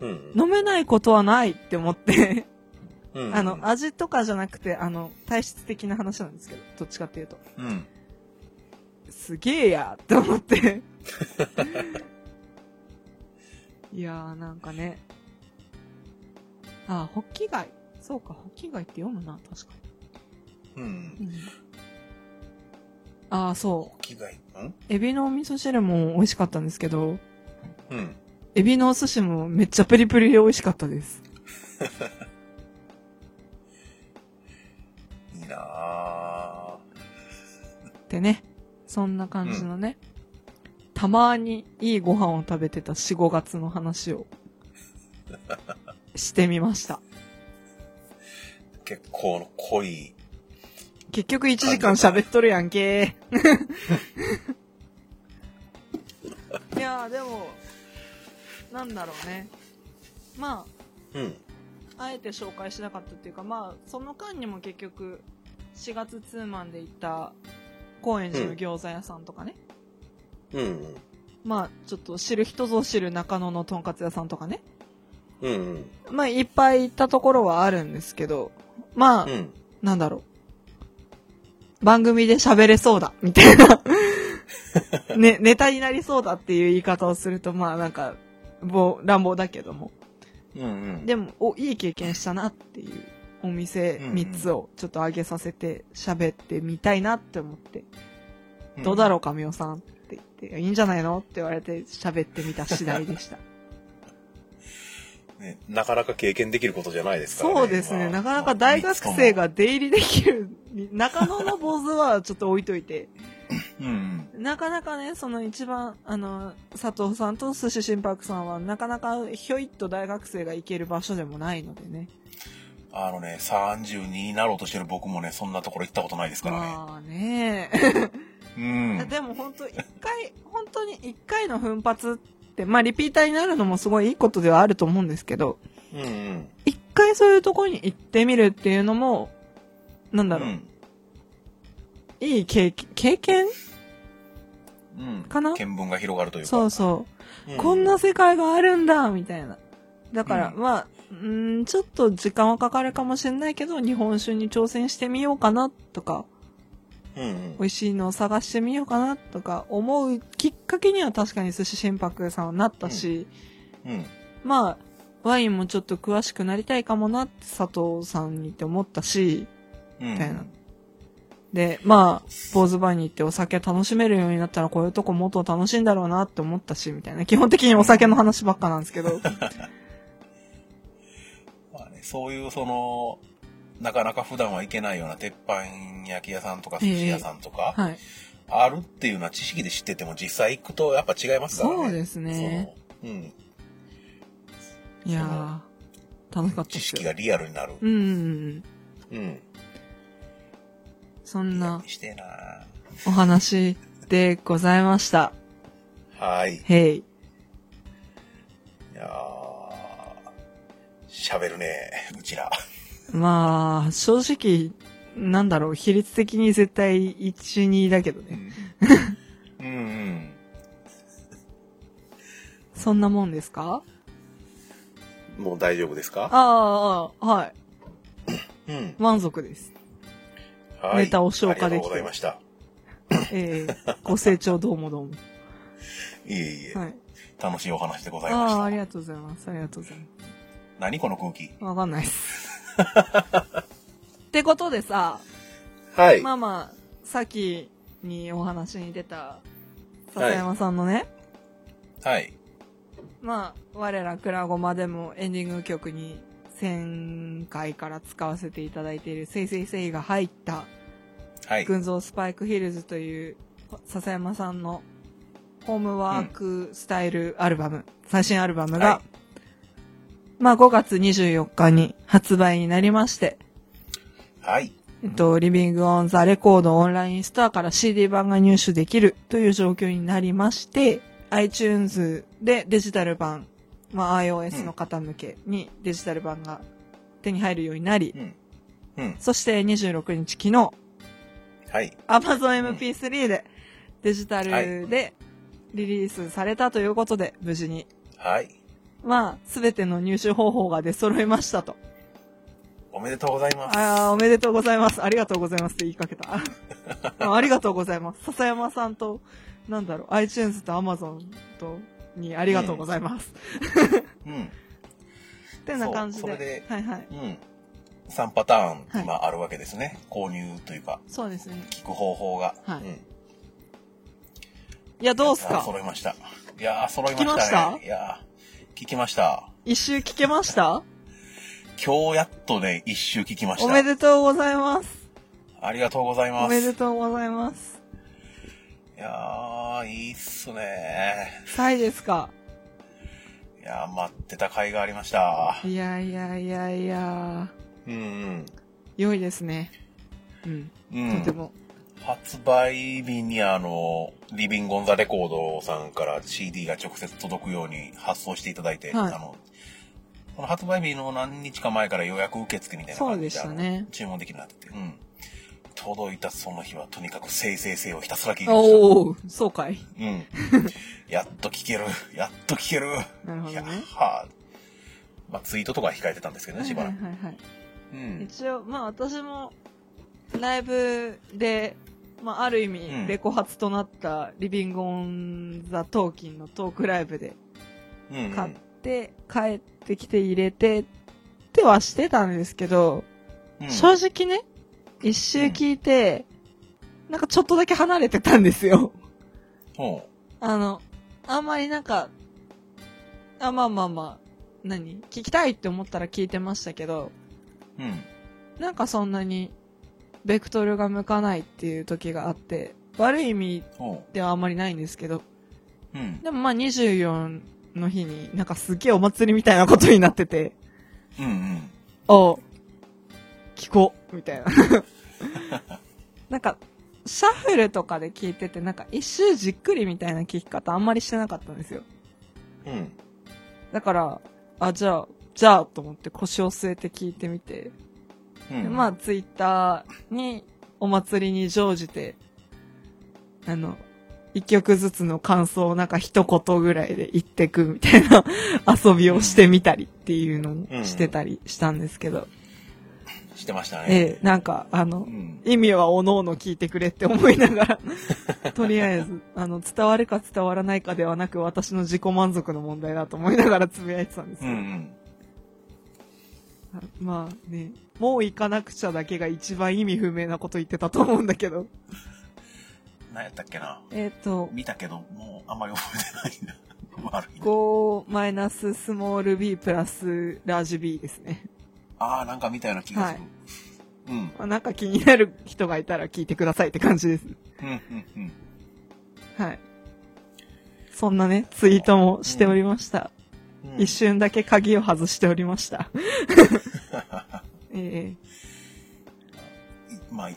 B: うん。
A: 飲めないことはないって思って、
B: う ん
A: あの、味とかじゃなくて、あの、体質的な話なんですけど、どっちかっていうと、
B: うん。
A: すげえやって思 って。いやー、なんかね。あ、ホッキ貝。そうか、ホッキ貝って読むな、確か
B: うん。
A: に。うん、あー、そう。
B: 機外。うん
A: エビのお味噌汁も美味しかったんですけど、
B: うん。
A: エビのお寿司もめっちゃプリプリで美味しかったです。
B: いいなぁ。
A: ってね。そんな感じのね。たまにいいご飯を食べてた4、5月の話をしてみました。
B: 結構の濃い。
A: 結局1時間喋っとるやんけ。いやーでも、なんだろうね。まあ、
B: うん。
A: あえて紹介しなかったっていうか、まあ、その間にも結局、4月ツーマンで行った、高円寺の餃子屋さんとかね。
B: うん。
A: まあ、ちょっと知る人ぞ知る中野のとんかつ屋さんとかね。
B: うん。
A: まあ、いっぱい行ったところはあるんですけど、まあ、
B: うん。
A: なんだろう。番組で喋れそうだ、みたいな。 ね、ネタになりそうだっていう言い方をすると、まあなんか、ぼう乱暴だけども。
B: うん。
A: でも、お、いい経験したなっていうお店
B: うんうん
A: 3つをちょっと上げさせて喋ってみたいなって思って、
B: うん、
A: どうだろうかみおさんって言って、いやいいんじゃないのって言われて喋ってみた次第で した。
B: ね、なかなか経験できることじゃないですからね。
A: そうですね、
B: まあ
A: なかなか大学生。
B: まあ
A: が出入りできる、中野の坊主はちょっと置いといて、
B: うん。
A: なかなかね、その一番、あの、佐藤さんと寿司心拍さんは、なかなかひょいっと大学生が行ける場所でもないのでね。
B: あのね、32になろうとしてる僕もね、そんなところ行ったことないですからね。
A: まあね。
B: うん。
A: でも本当一回、本当に一回の奮発って、まあリピーターになるのもすごいいいことではあると思うんですけど、
B: うんうん。
A: 一回そういうところに行ってみるっていうのも、なんだろう、
B: うん
A: いい経験、経験
B: うん。
A: かな
B: 見聞が広がるというか。
A: そうそう。
B: うん
A: こんな世界があるんだみたいな。だから、
B: うん
A: まあ、うーんちょっと時間はかかるかもしれないけど、日本酒に挑戦してみようかなとか、
B: うんう
A: 美味しいのを探してみようかなとか思うきっかけには確かに寿司心拍さんはなったし、
B: ん。うん。
A: まあ、ワインもちょっと詳しくなりたいかもなって佐藤さんにって思ったし、
B: うん。
A: みたいなで、まあ、坊主バーに行ってお酒楽しめるようになったらこういうとこもっと楽しいんだろうなって思ったし、みたいな。基本的にお酒の話ばっかなんですけ ど。
B: まあね、そういうその、なかなか普段は行けないような鉄板焼き屋さんとか
A: え
B: 寿
A: え
B: 司屋さんとか、
A: はい。
B: あるっていうのは知識で知ってても実際行くとやっぱ違いますからね。
A: そうですね。
B: その。うん。
A: いやー、楽しかったで
B: 知
A: す
B: 識
A: よ。
B: がリアルになる。
A: うんうんうん。
B: うん。
A: そんな
B: してえな
A: お話でございました。
B: はい。い
A: へい。
B: やー喋るね、うちら。
A: まあ、正直、なんだろう、比率的に絶対1、2だけど
B: う
A: ね。
B: んうん。
A: そんなもんですか
B: もう大丈夫ですか
A: ああ、はい。
B: うん。
A: 満足です。
B: はい。
A: ネタを消化できて
B: ありがとうございました。
A: ええ ご清聴どうもどうも。
B: いえいえ、
A: はい。
B: 楽しいお話でございまし
A: ああ、あり
B: た。
A: がとうございます。ありがとうございま
B: 何この空気。
A: す。わかんないっす。ってことでさ、
C: はい。
A: まあまあ、さっきにお話に出た、笹山さんのね、
B: はい。
A: まあ、我らクラゴマでもエンディング曲に前回から使わせていただいているせいせいせいが入った
B: はい。
A: 群像スパイクヒルズという笹山さんのホームワークスタイルアルバム、最新アルバムが、
B: は
A: まあ5月24日に発売になりまして、
B: はい。
A: えっと、リビングオンザレコードオンラインストアから CD 版が入手できるという状況になりまして、iTunes でデジタル版、まあ、iOS の方向けにデジタル版が手に入るようになり、
B: うん。うん。
A: そして26日昨日、
B: はい。
A: Amazon MP3 でデジタルでリリースされたということで、無事に。
B: はい。
A: まあ、すべての入手方法が出揃いましたと。
B: おめでとうございます。
A: ああ、おめでとうございます。ありがとうございますって言いかけ た。あありがとうございます。笹山さんと、なんだろう、iTunes と Amazon と、にありがとうございます。
B: う
A: っ
B: ん。
A: てな感じ
B: そう
A: で
B: それで
A: はいはい。
B: うん。3パター
A: は
B: ン、
A: い
B: 今あるわけですね。購入というか、
A: そうですね。
B: 聞く方法が。
A: はい
B: うん
A: いや、どうっす
B: あー
A: か
B: 揃いました。いやー、揃いました
A: 聞き
B: ね。
A: ました
B: いやー、聞きました。
A: 一周聞けました
B: 今日やっとね、一周聞きまし
A: おめ
B: た。
A: でとうございます。
B: ありがとうござい
A: お
B: ま
A: め
B: す。
A: でとうございます。
B: いやー、いいっすね。
A: サイですか
B: いやー、待ってた甲斐がありました。
A: いやいやいやいや、
B: うん
A: 良いですね。うん。
B: うん。う
A: とて
B: ん。
A: も。
B: 発売日にあの、リビンゴンザレコードさんから CD が直接届くように発送していただいて、
A: はい
B: あの、この発売日の何日か前から予約受付みたいな感じで
A: そうでしたね
B: あの注文できるようになってて、うん。届いたその日はとにかくせいせいせいをひたすら聞いてました。
A: おお、そうかい。
B: うん。 やっと聞ける。 やっと聞ける。
A: なるほ
B: い
A: ど
B: や
A: ね。
B: はあ。まあ、ツイートとかは控えてたんですけどね、
A: はい
B: し
A: は
B: ば
A: い
B: らく。
A: はいはい。
B: うん。
A: 一応、まあ私も、ライブで、まあある意
B: う
A: 味、
B: ん
A: レコ発となったリビングオンザトーキンのトークライブで
B: うん、うん。
A: 買って、帰ってきて入れてってはしてたんですけど、
B: うん
A: 正直ね、一周聞いて、なんかちょっとだけ離れてたんですよ。
B: ほ
A: あの、あんまりなんか、あ、まあまあまあ、何聞きたいって思ったら聞いてましたけど、
B: う。うん。
A: なんかそんなに、ベクトルが向かないっていう時があって、悪い意味
B: ほ
A: ではあんまりないんですけど、
B: う。うん。
A: でもまあ24の日になんかすげえお祭りみたいなことになってて、
B: うんうん。
A: あ聞こうみたいな。なんか、シャッフルとかで聞いてて、なんか一周じっくりみたいな聞き方あんまりしてなかったんですよ。
B: うん。
A: だから、あ、じゃあ、じゃあと思って腰を据えて聞いてみて、
B: うん。
A: でまあ、ツイッターにお祭りに乗じて、あの、一曲ずつの感想をなんか一言ぐらいで言ってくみたいな遊びをしてみたりっていうのをしてたりしたんですけど、
B: してました
A: え
B: ね。
A: え、なんか、あの
B: う、ん。
A: 意味はおのおの聞いてくれって思いなが ら、とりあえず、あの、伝わるか伝わらないかではなく、私の自己満足の問題だと思いながらつぶやいてたんです
B: う
A: よ
B: んうん。
A: あ まあね、もう行かなくちゃだけが一番意味不明なこと言ってたと思うんだけど。
B: 何やったっけな。
A: えっ、と、
B: 見たけど、もうあんまり覚えてない な。悪いな。
A: 5マイナススモール B プラスラージ B ですね。
B: ああ、なんか見たような気がする。
A: は
B: うん。
A: まあなんか気になる人がいたら聞いてくださいって感じです。
B: うんうんうん。
A: はい。そんなね、ツイートもしておりました。
B: うん
A: 一瞬だけ鍵を外しておりま した。え
B: まあ、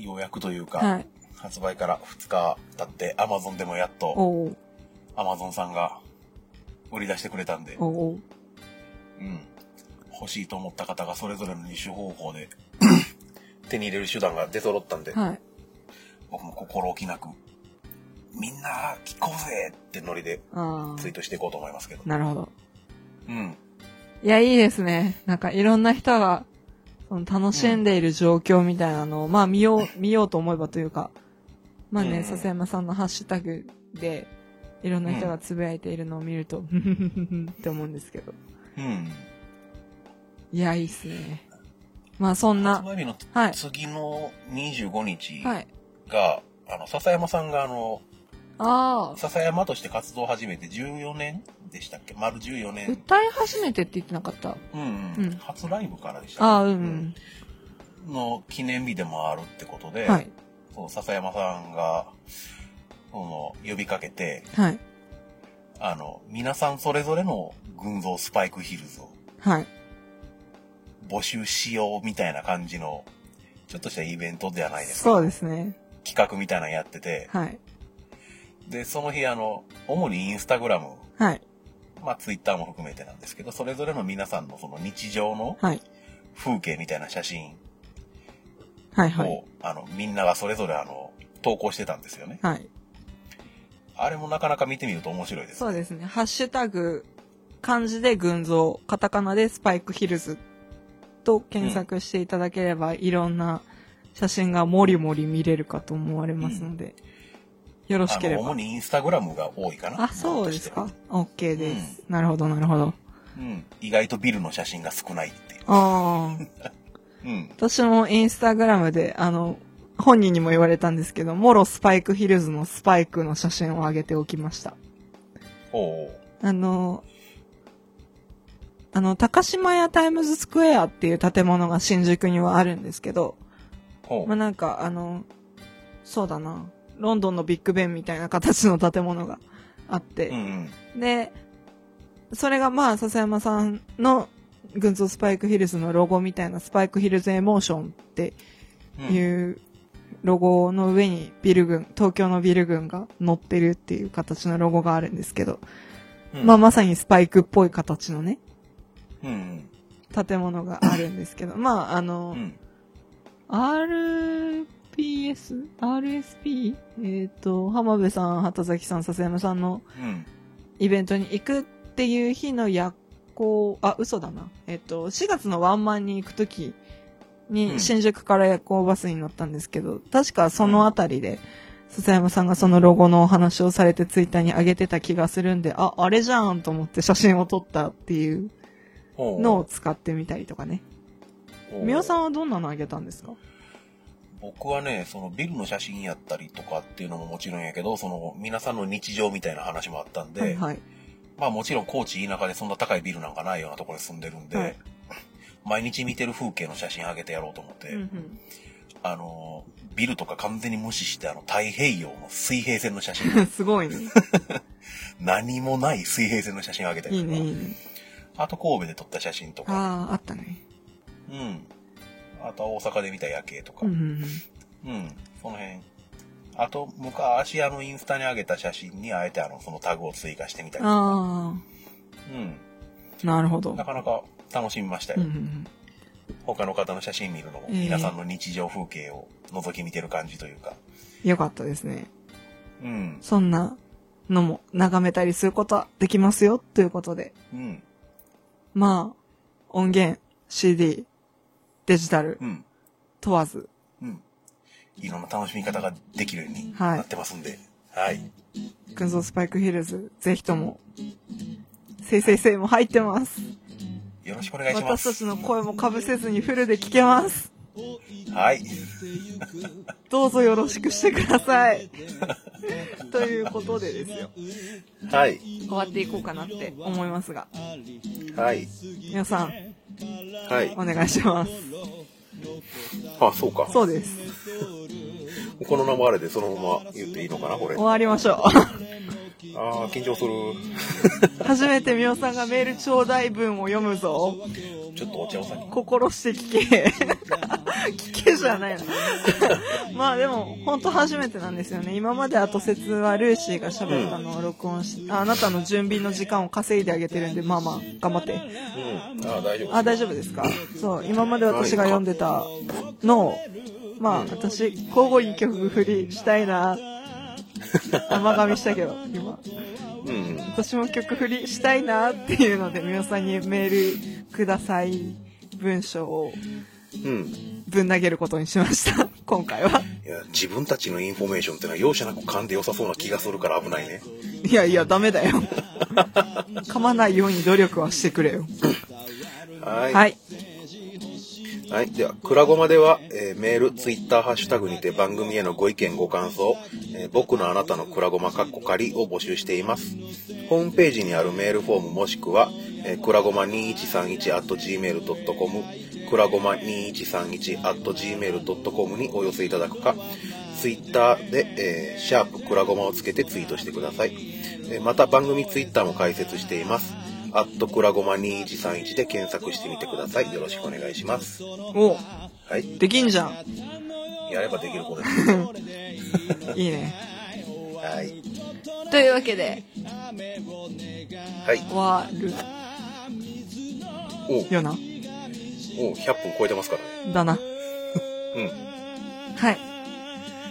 B: ようやくという
A: え
B: か、
A: はい。
B: 発売から2日経って、Amazon でもやっと、
A: おう
B: Amazon さんが売り出してくれたんで、
A: おうおう
B: うん。欲しいと思った方がそれぞれの入手方 法で手に入れる手段が出揃ったんで、
A: はい。
B: 僕も心置きなく、みんな聞こうぜってノリで
A: あ
B: ツイー
A: あ。
B: トしていこうと思いますけど。
A: なるほど。
B: うん。
A: いや、いいですね。なんかいろんな人が、その楽しんでいる状況みたいなのを、まあ見よう、見ようと思えばというか、まあね、
B: うん
A: 笹山さんのハッシュタグで、いろんな人がつぶやいているのを見ると、ふふふふって思うんですけど。
B: うん。
A: いや、いいっすね。まあそん
B: 発
A: な、
B: 売日の
A: はい。
B: 次の25日が、
A: はい。
B: あの、笹山さんがあの、
A: ああ、
B: 笹山として活動を始めて14年でしたっけ丸14年。
A: 歌い始めてって言ってなかった。
B: うん、うん
A: うん
B: 初ライブからでしたっけ
A: ああ、うん、
B: うんの記念日でもあるってこと
A: う
B: で、
A: ん。はい。
B: そう笹山さんが、その、呼びかけて、
A: はい。
B: あの、皆さんそれぞれの群像スパイクヒルズを
A: はい。
B: 募集しようみたいな感じの、ちょっとしたイベントではないですか。
A: そうですね。
B: 企画みたいなのやってて、
A: はい。
B: で、その日あの、主にインスタグラム、
A: はい。
B: まあツイッターも含めてなんですけど、それぞれの皆さんのその日常の
A: はい。
B: 風景みたいな写真
A: はいはい。
B: を、あの、みんながそれぞれあの、投稿してたんですよね。
A: はい。
B: あれもなかなか見てみると面白いです。
A: そうですね。ハッシュタグ、漢字で群像、カタカナでスパイクヒルズと検索していただければ、いろんな写真がもりもり見れるかと思われますので、よろし
B: あ
A: けれ
B: の、
A: ば
B: 主。にインスタグラムが多いかな。
A: あ、そうですか。OK です。なるほど、なるほど。
B: うん。意外とビルの写真が少ないっていう。
A: ああ。
B: うん。
A: 私もインスタグラムで、あの、本人にも言われたんですけど、モロスパイクヒルズのスパイクの写真を上げておきました。
B: おうおう
A: あの、あの、高島屋タイムズスクエアっていう建物が新宿にはあるんですけど、
B: ほう。
A: まあ、なんか、あの、そうだな、ロンドンのビッグベンみたいな形の建物があって、
B: うんうん。
A: で、それがまあ、笹山さんの群像スパイクヒルズのロゴみたいなスパイクヒルズエモーションって
B: うん
A: いうロゴの上にビル群、東京のビル群が乗ってるっていう形のロゴがあるんですけど、
B: うん
A: まあまさにスパイクっぽい形のね、
B: うん
A: 建物があるんですけど、まああ
B: う
A: の、
B: ん。
A: RPS、RSP? えっ、と、浜辺さん、畑崎さん、笹山さんの
B: うん。
A: イベントに行くっていう日の夜行、あ、嘘だな。えっと、4月のワンマンに行くとき
B: う
A: に
B: ん
A: 新宿から夜行バスに乗ったんですけど、確かそのあたりで、笹山さんがそのロゴのお話をされてツイッターに上げてた気がするんで、あ、あれじゃんと思って写真を撮ったっていう
B: ほう
A: のを使ってみたりとかね。
B: ほう
A: みおさんはどんなのあげたんですか
B: 僕はね、そのビルの写真やったりとかっていうのももちろんやけど、その皆さんの日常みたいな話もあったんで、
A: はいはい。
B: まあもちろん高知田舎でそんな高いビルなんかないようなところに住んでるんで、
A: はい
B: 毎日見てる風景の写真上げてやろうと思って、
A: うんうん
B: あの、ビルとか完全に無視してあの太平洋の水平線の写真、
A: すごいね。
B: 何もない水平線の写真上げたり
A: いい
B: とか、
A: ね、いいね。
B: あと神戸で撮った写真とか、
A: ああ、あったね。
B: うん。あとは大阪で見た夜景とか、
A: うんうんうん。
B: うん、その辺。あと、昔、あの、インスタに上げた写真に、あえて、あの、そのタグを追加してみたり。
A: あ
B: う
A: あ、
B: ん。
A: なるほど
B: な。かなか楽しみました
A: う
B: よ。
A: んうんうん
B: 他の方の写真見るのも、
A: ええ
B: 皆さんの日常風景を覗き見てる感じというか。
A: よかったですね。
B: うん。
A: そんなのも眺めたりすることはできますよ、ということで。
B: うん。
A: まあ、音源、CD、デジタル
B: うん。
A: 問わず。
B: うん。いろんな楽しみ方ができるように
A: はい
B: なってますんで。はい。
A: 群像スパイクヒルズ、ぜひとも、せいせいせいも入ってます。
B: よろしくお願いしま
A: 私た
B: す。
A: ちの声も被せずにフルで聞けます。
B: はい。
A: どうぞよろしくしてくださ い。ということでですよ。
C: はい。
A: 終わっていこうかなって思いますが。
C: はい。
A: 皆さん、
C: はい。
A: お願いします。
C: あ、そうか。
A: そうです。
C: この流れでそのまま言っていいのかな、これ。あ
A: 終わりましょ
C: あー、緊張する。
A: う。初めてみおさんがメール頂戴文を読むぞ。
B: ちょっとお茶をさに。
A: 心して聞 け。聞けじゃないな。 まあでも、ほんと初めてなんですよね。今まで後説はルーシーが喋ったのを録音し、ああなたの準備の時間を稼いであげてるんで、まあまあ、頑張って。
C: うん。ああ、大丈夫。
A: あ、大丈夫ですかそう、今まで私が読んでたのを、まあ、私、交互に曲振りしたい な。甘噛みしたけど、今。
C: うん。
A: 私も曲振りしたいなっていうので、皆さんにメールください文章を
C: うん。
A: ぶん投げることにしました。 今回は。
C: いや、自分たちのインフォメーションってのは容赦なく噛んで良さそうな気がするから危ないね。
A: いやいや、ダメ だよ。噛まないように努力はしてくれよ。
C: はい。は。
A: はいい。
C: では、くらごまでは、えーメール、ツイッター、ハッシュタグにて番組へのご意見、ご感想、えー僕のあなたのくらごまかっこ仮を募集しています。ホームページにあるメールフォームもしくは、えーくらごま 2131.gmail.com、くらごま 2131.gmail.com にお寄せいただくか、ツイッターで、えーシャープくらごまをつけてツイートしてください。えーまた番組ツイッターも開設しています。アットくらごま2131で検索してみてください。よろしくお願いします。
A: お
C: はい。
A: できんじゃん。
C: やればできることです。
A: いいね。
C: はい。
A: というわけで、
C: はい。
A: 終わる
C: おう
A: よな。
C: おう100分超えてますからね。
A: だな。
C: うん。
A: はい。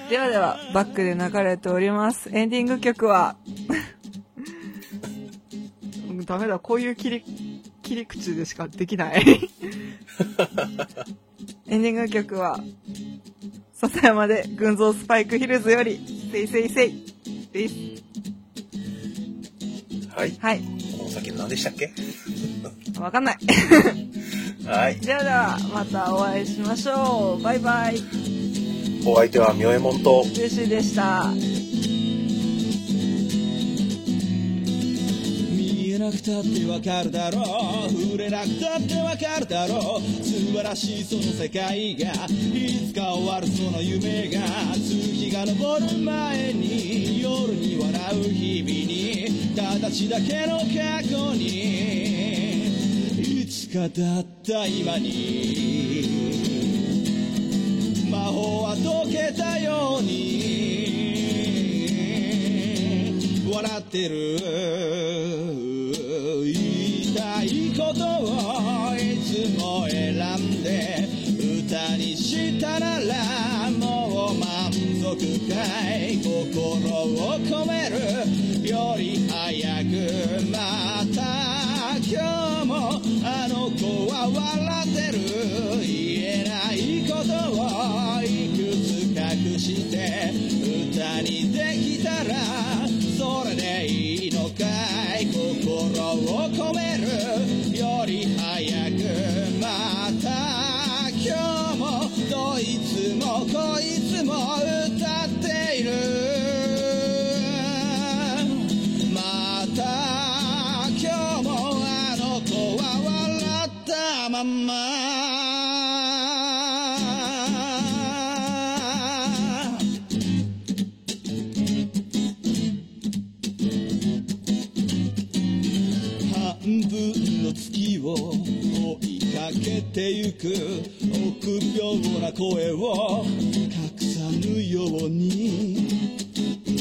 A: ではでは、バックで流れております。エンディング曲は、うん ダメだ、こういう切り、切り口でしかできない。 エンディング曲は、笹山で群像スパイクヒルズより、せいせいせいです。
C: はい。
A: はい。
C: この先何でしたっけ
A: わかんない。
C: はい。
A: ではでは、またお会いしましょう。バイバイ。
C: お相手は、みおえもんと、
A: ルーシーでした。
D: 見えなくたってわかるだろう触れなくたってわかるだろう素晴らしいその世界がいつか終わるその夢が月が昇る前に夜に笑う日々に形だけの過去にいつかだった今に魔法は溶けたように笑ってる言いたいことをいつも選んで歌にしたならもう満足かい心を込めるより早くまた今日もあの子は笑ってる言えないことをいくつ隠して歌にできたらそれでいいのかい心を込めるより早くまた今日もどいつもこいつも歌っているまた今日もあの子は笑ったまんま半分の月を追いかけてゆく臆病な声を隠さぬように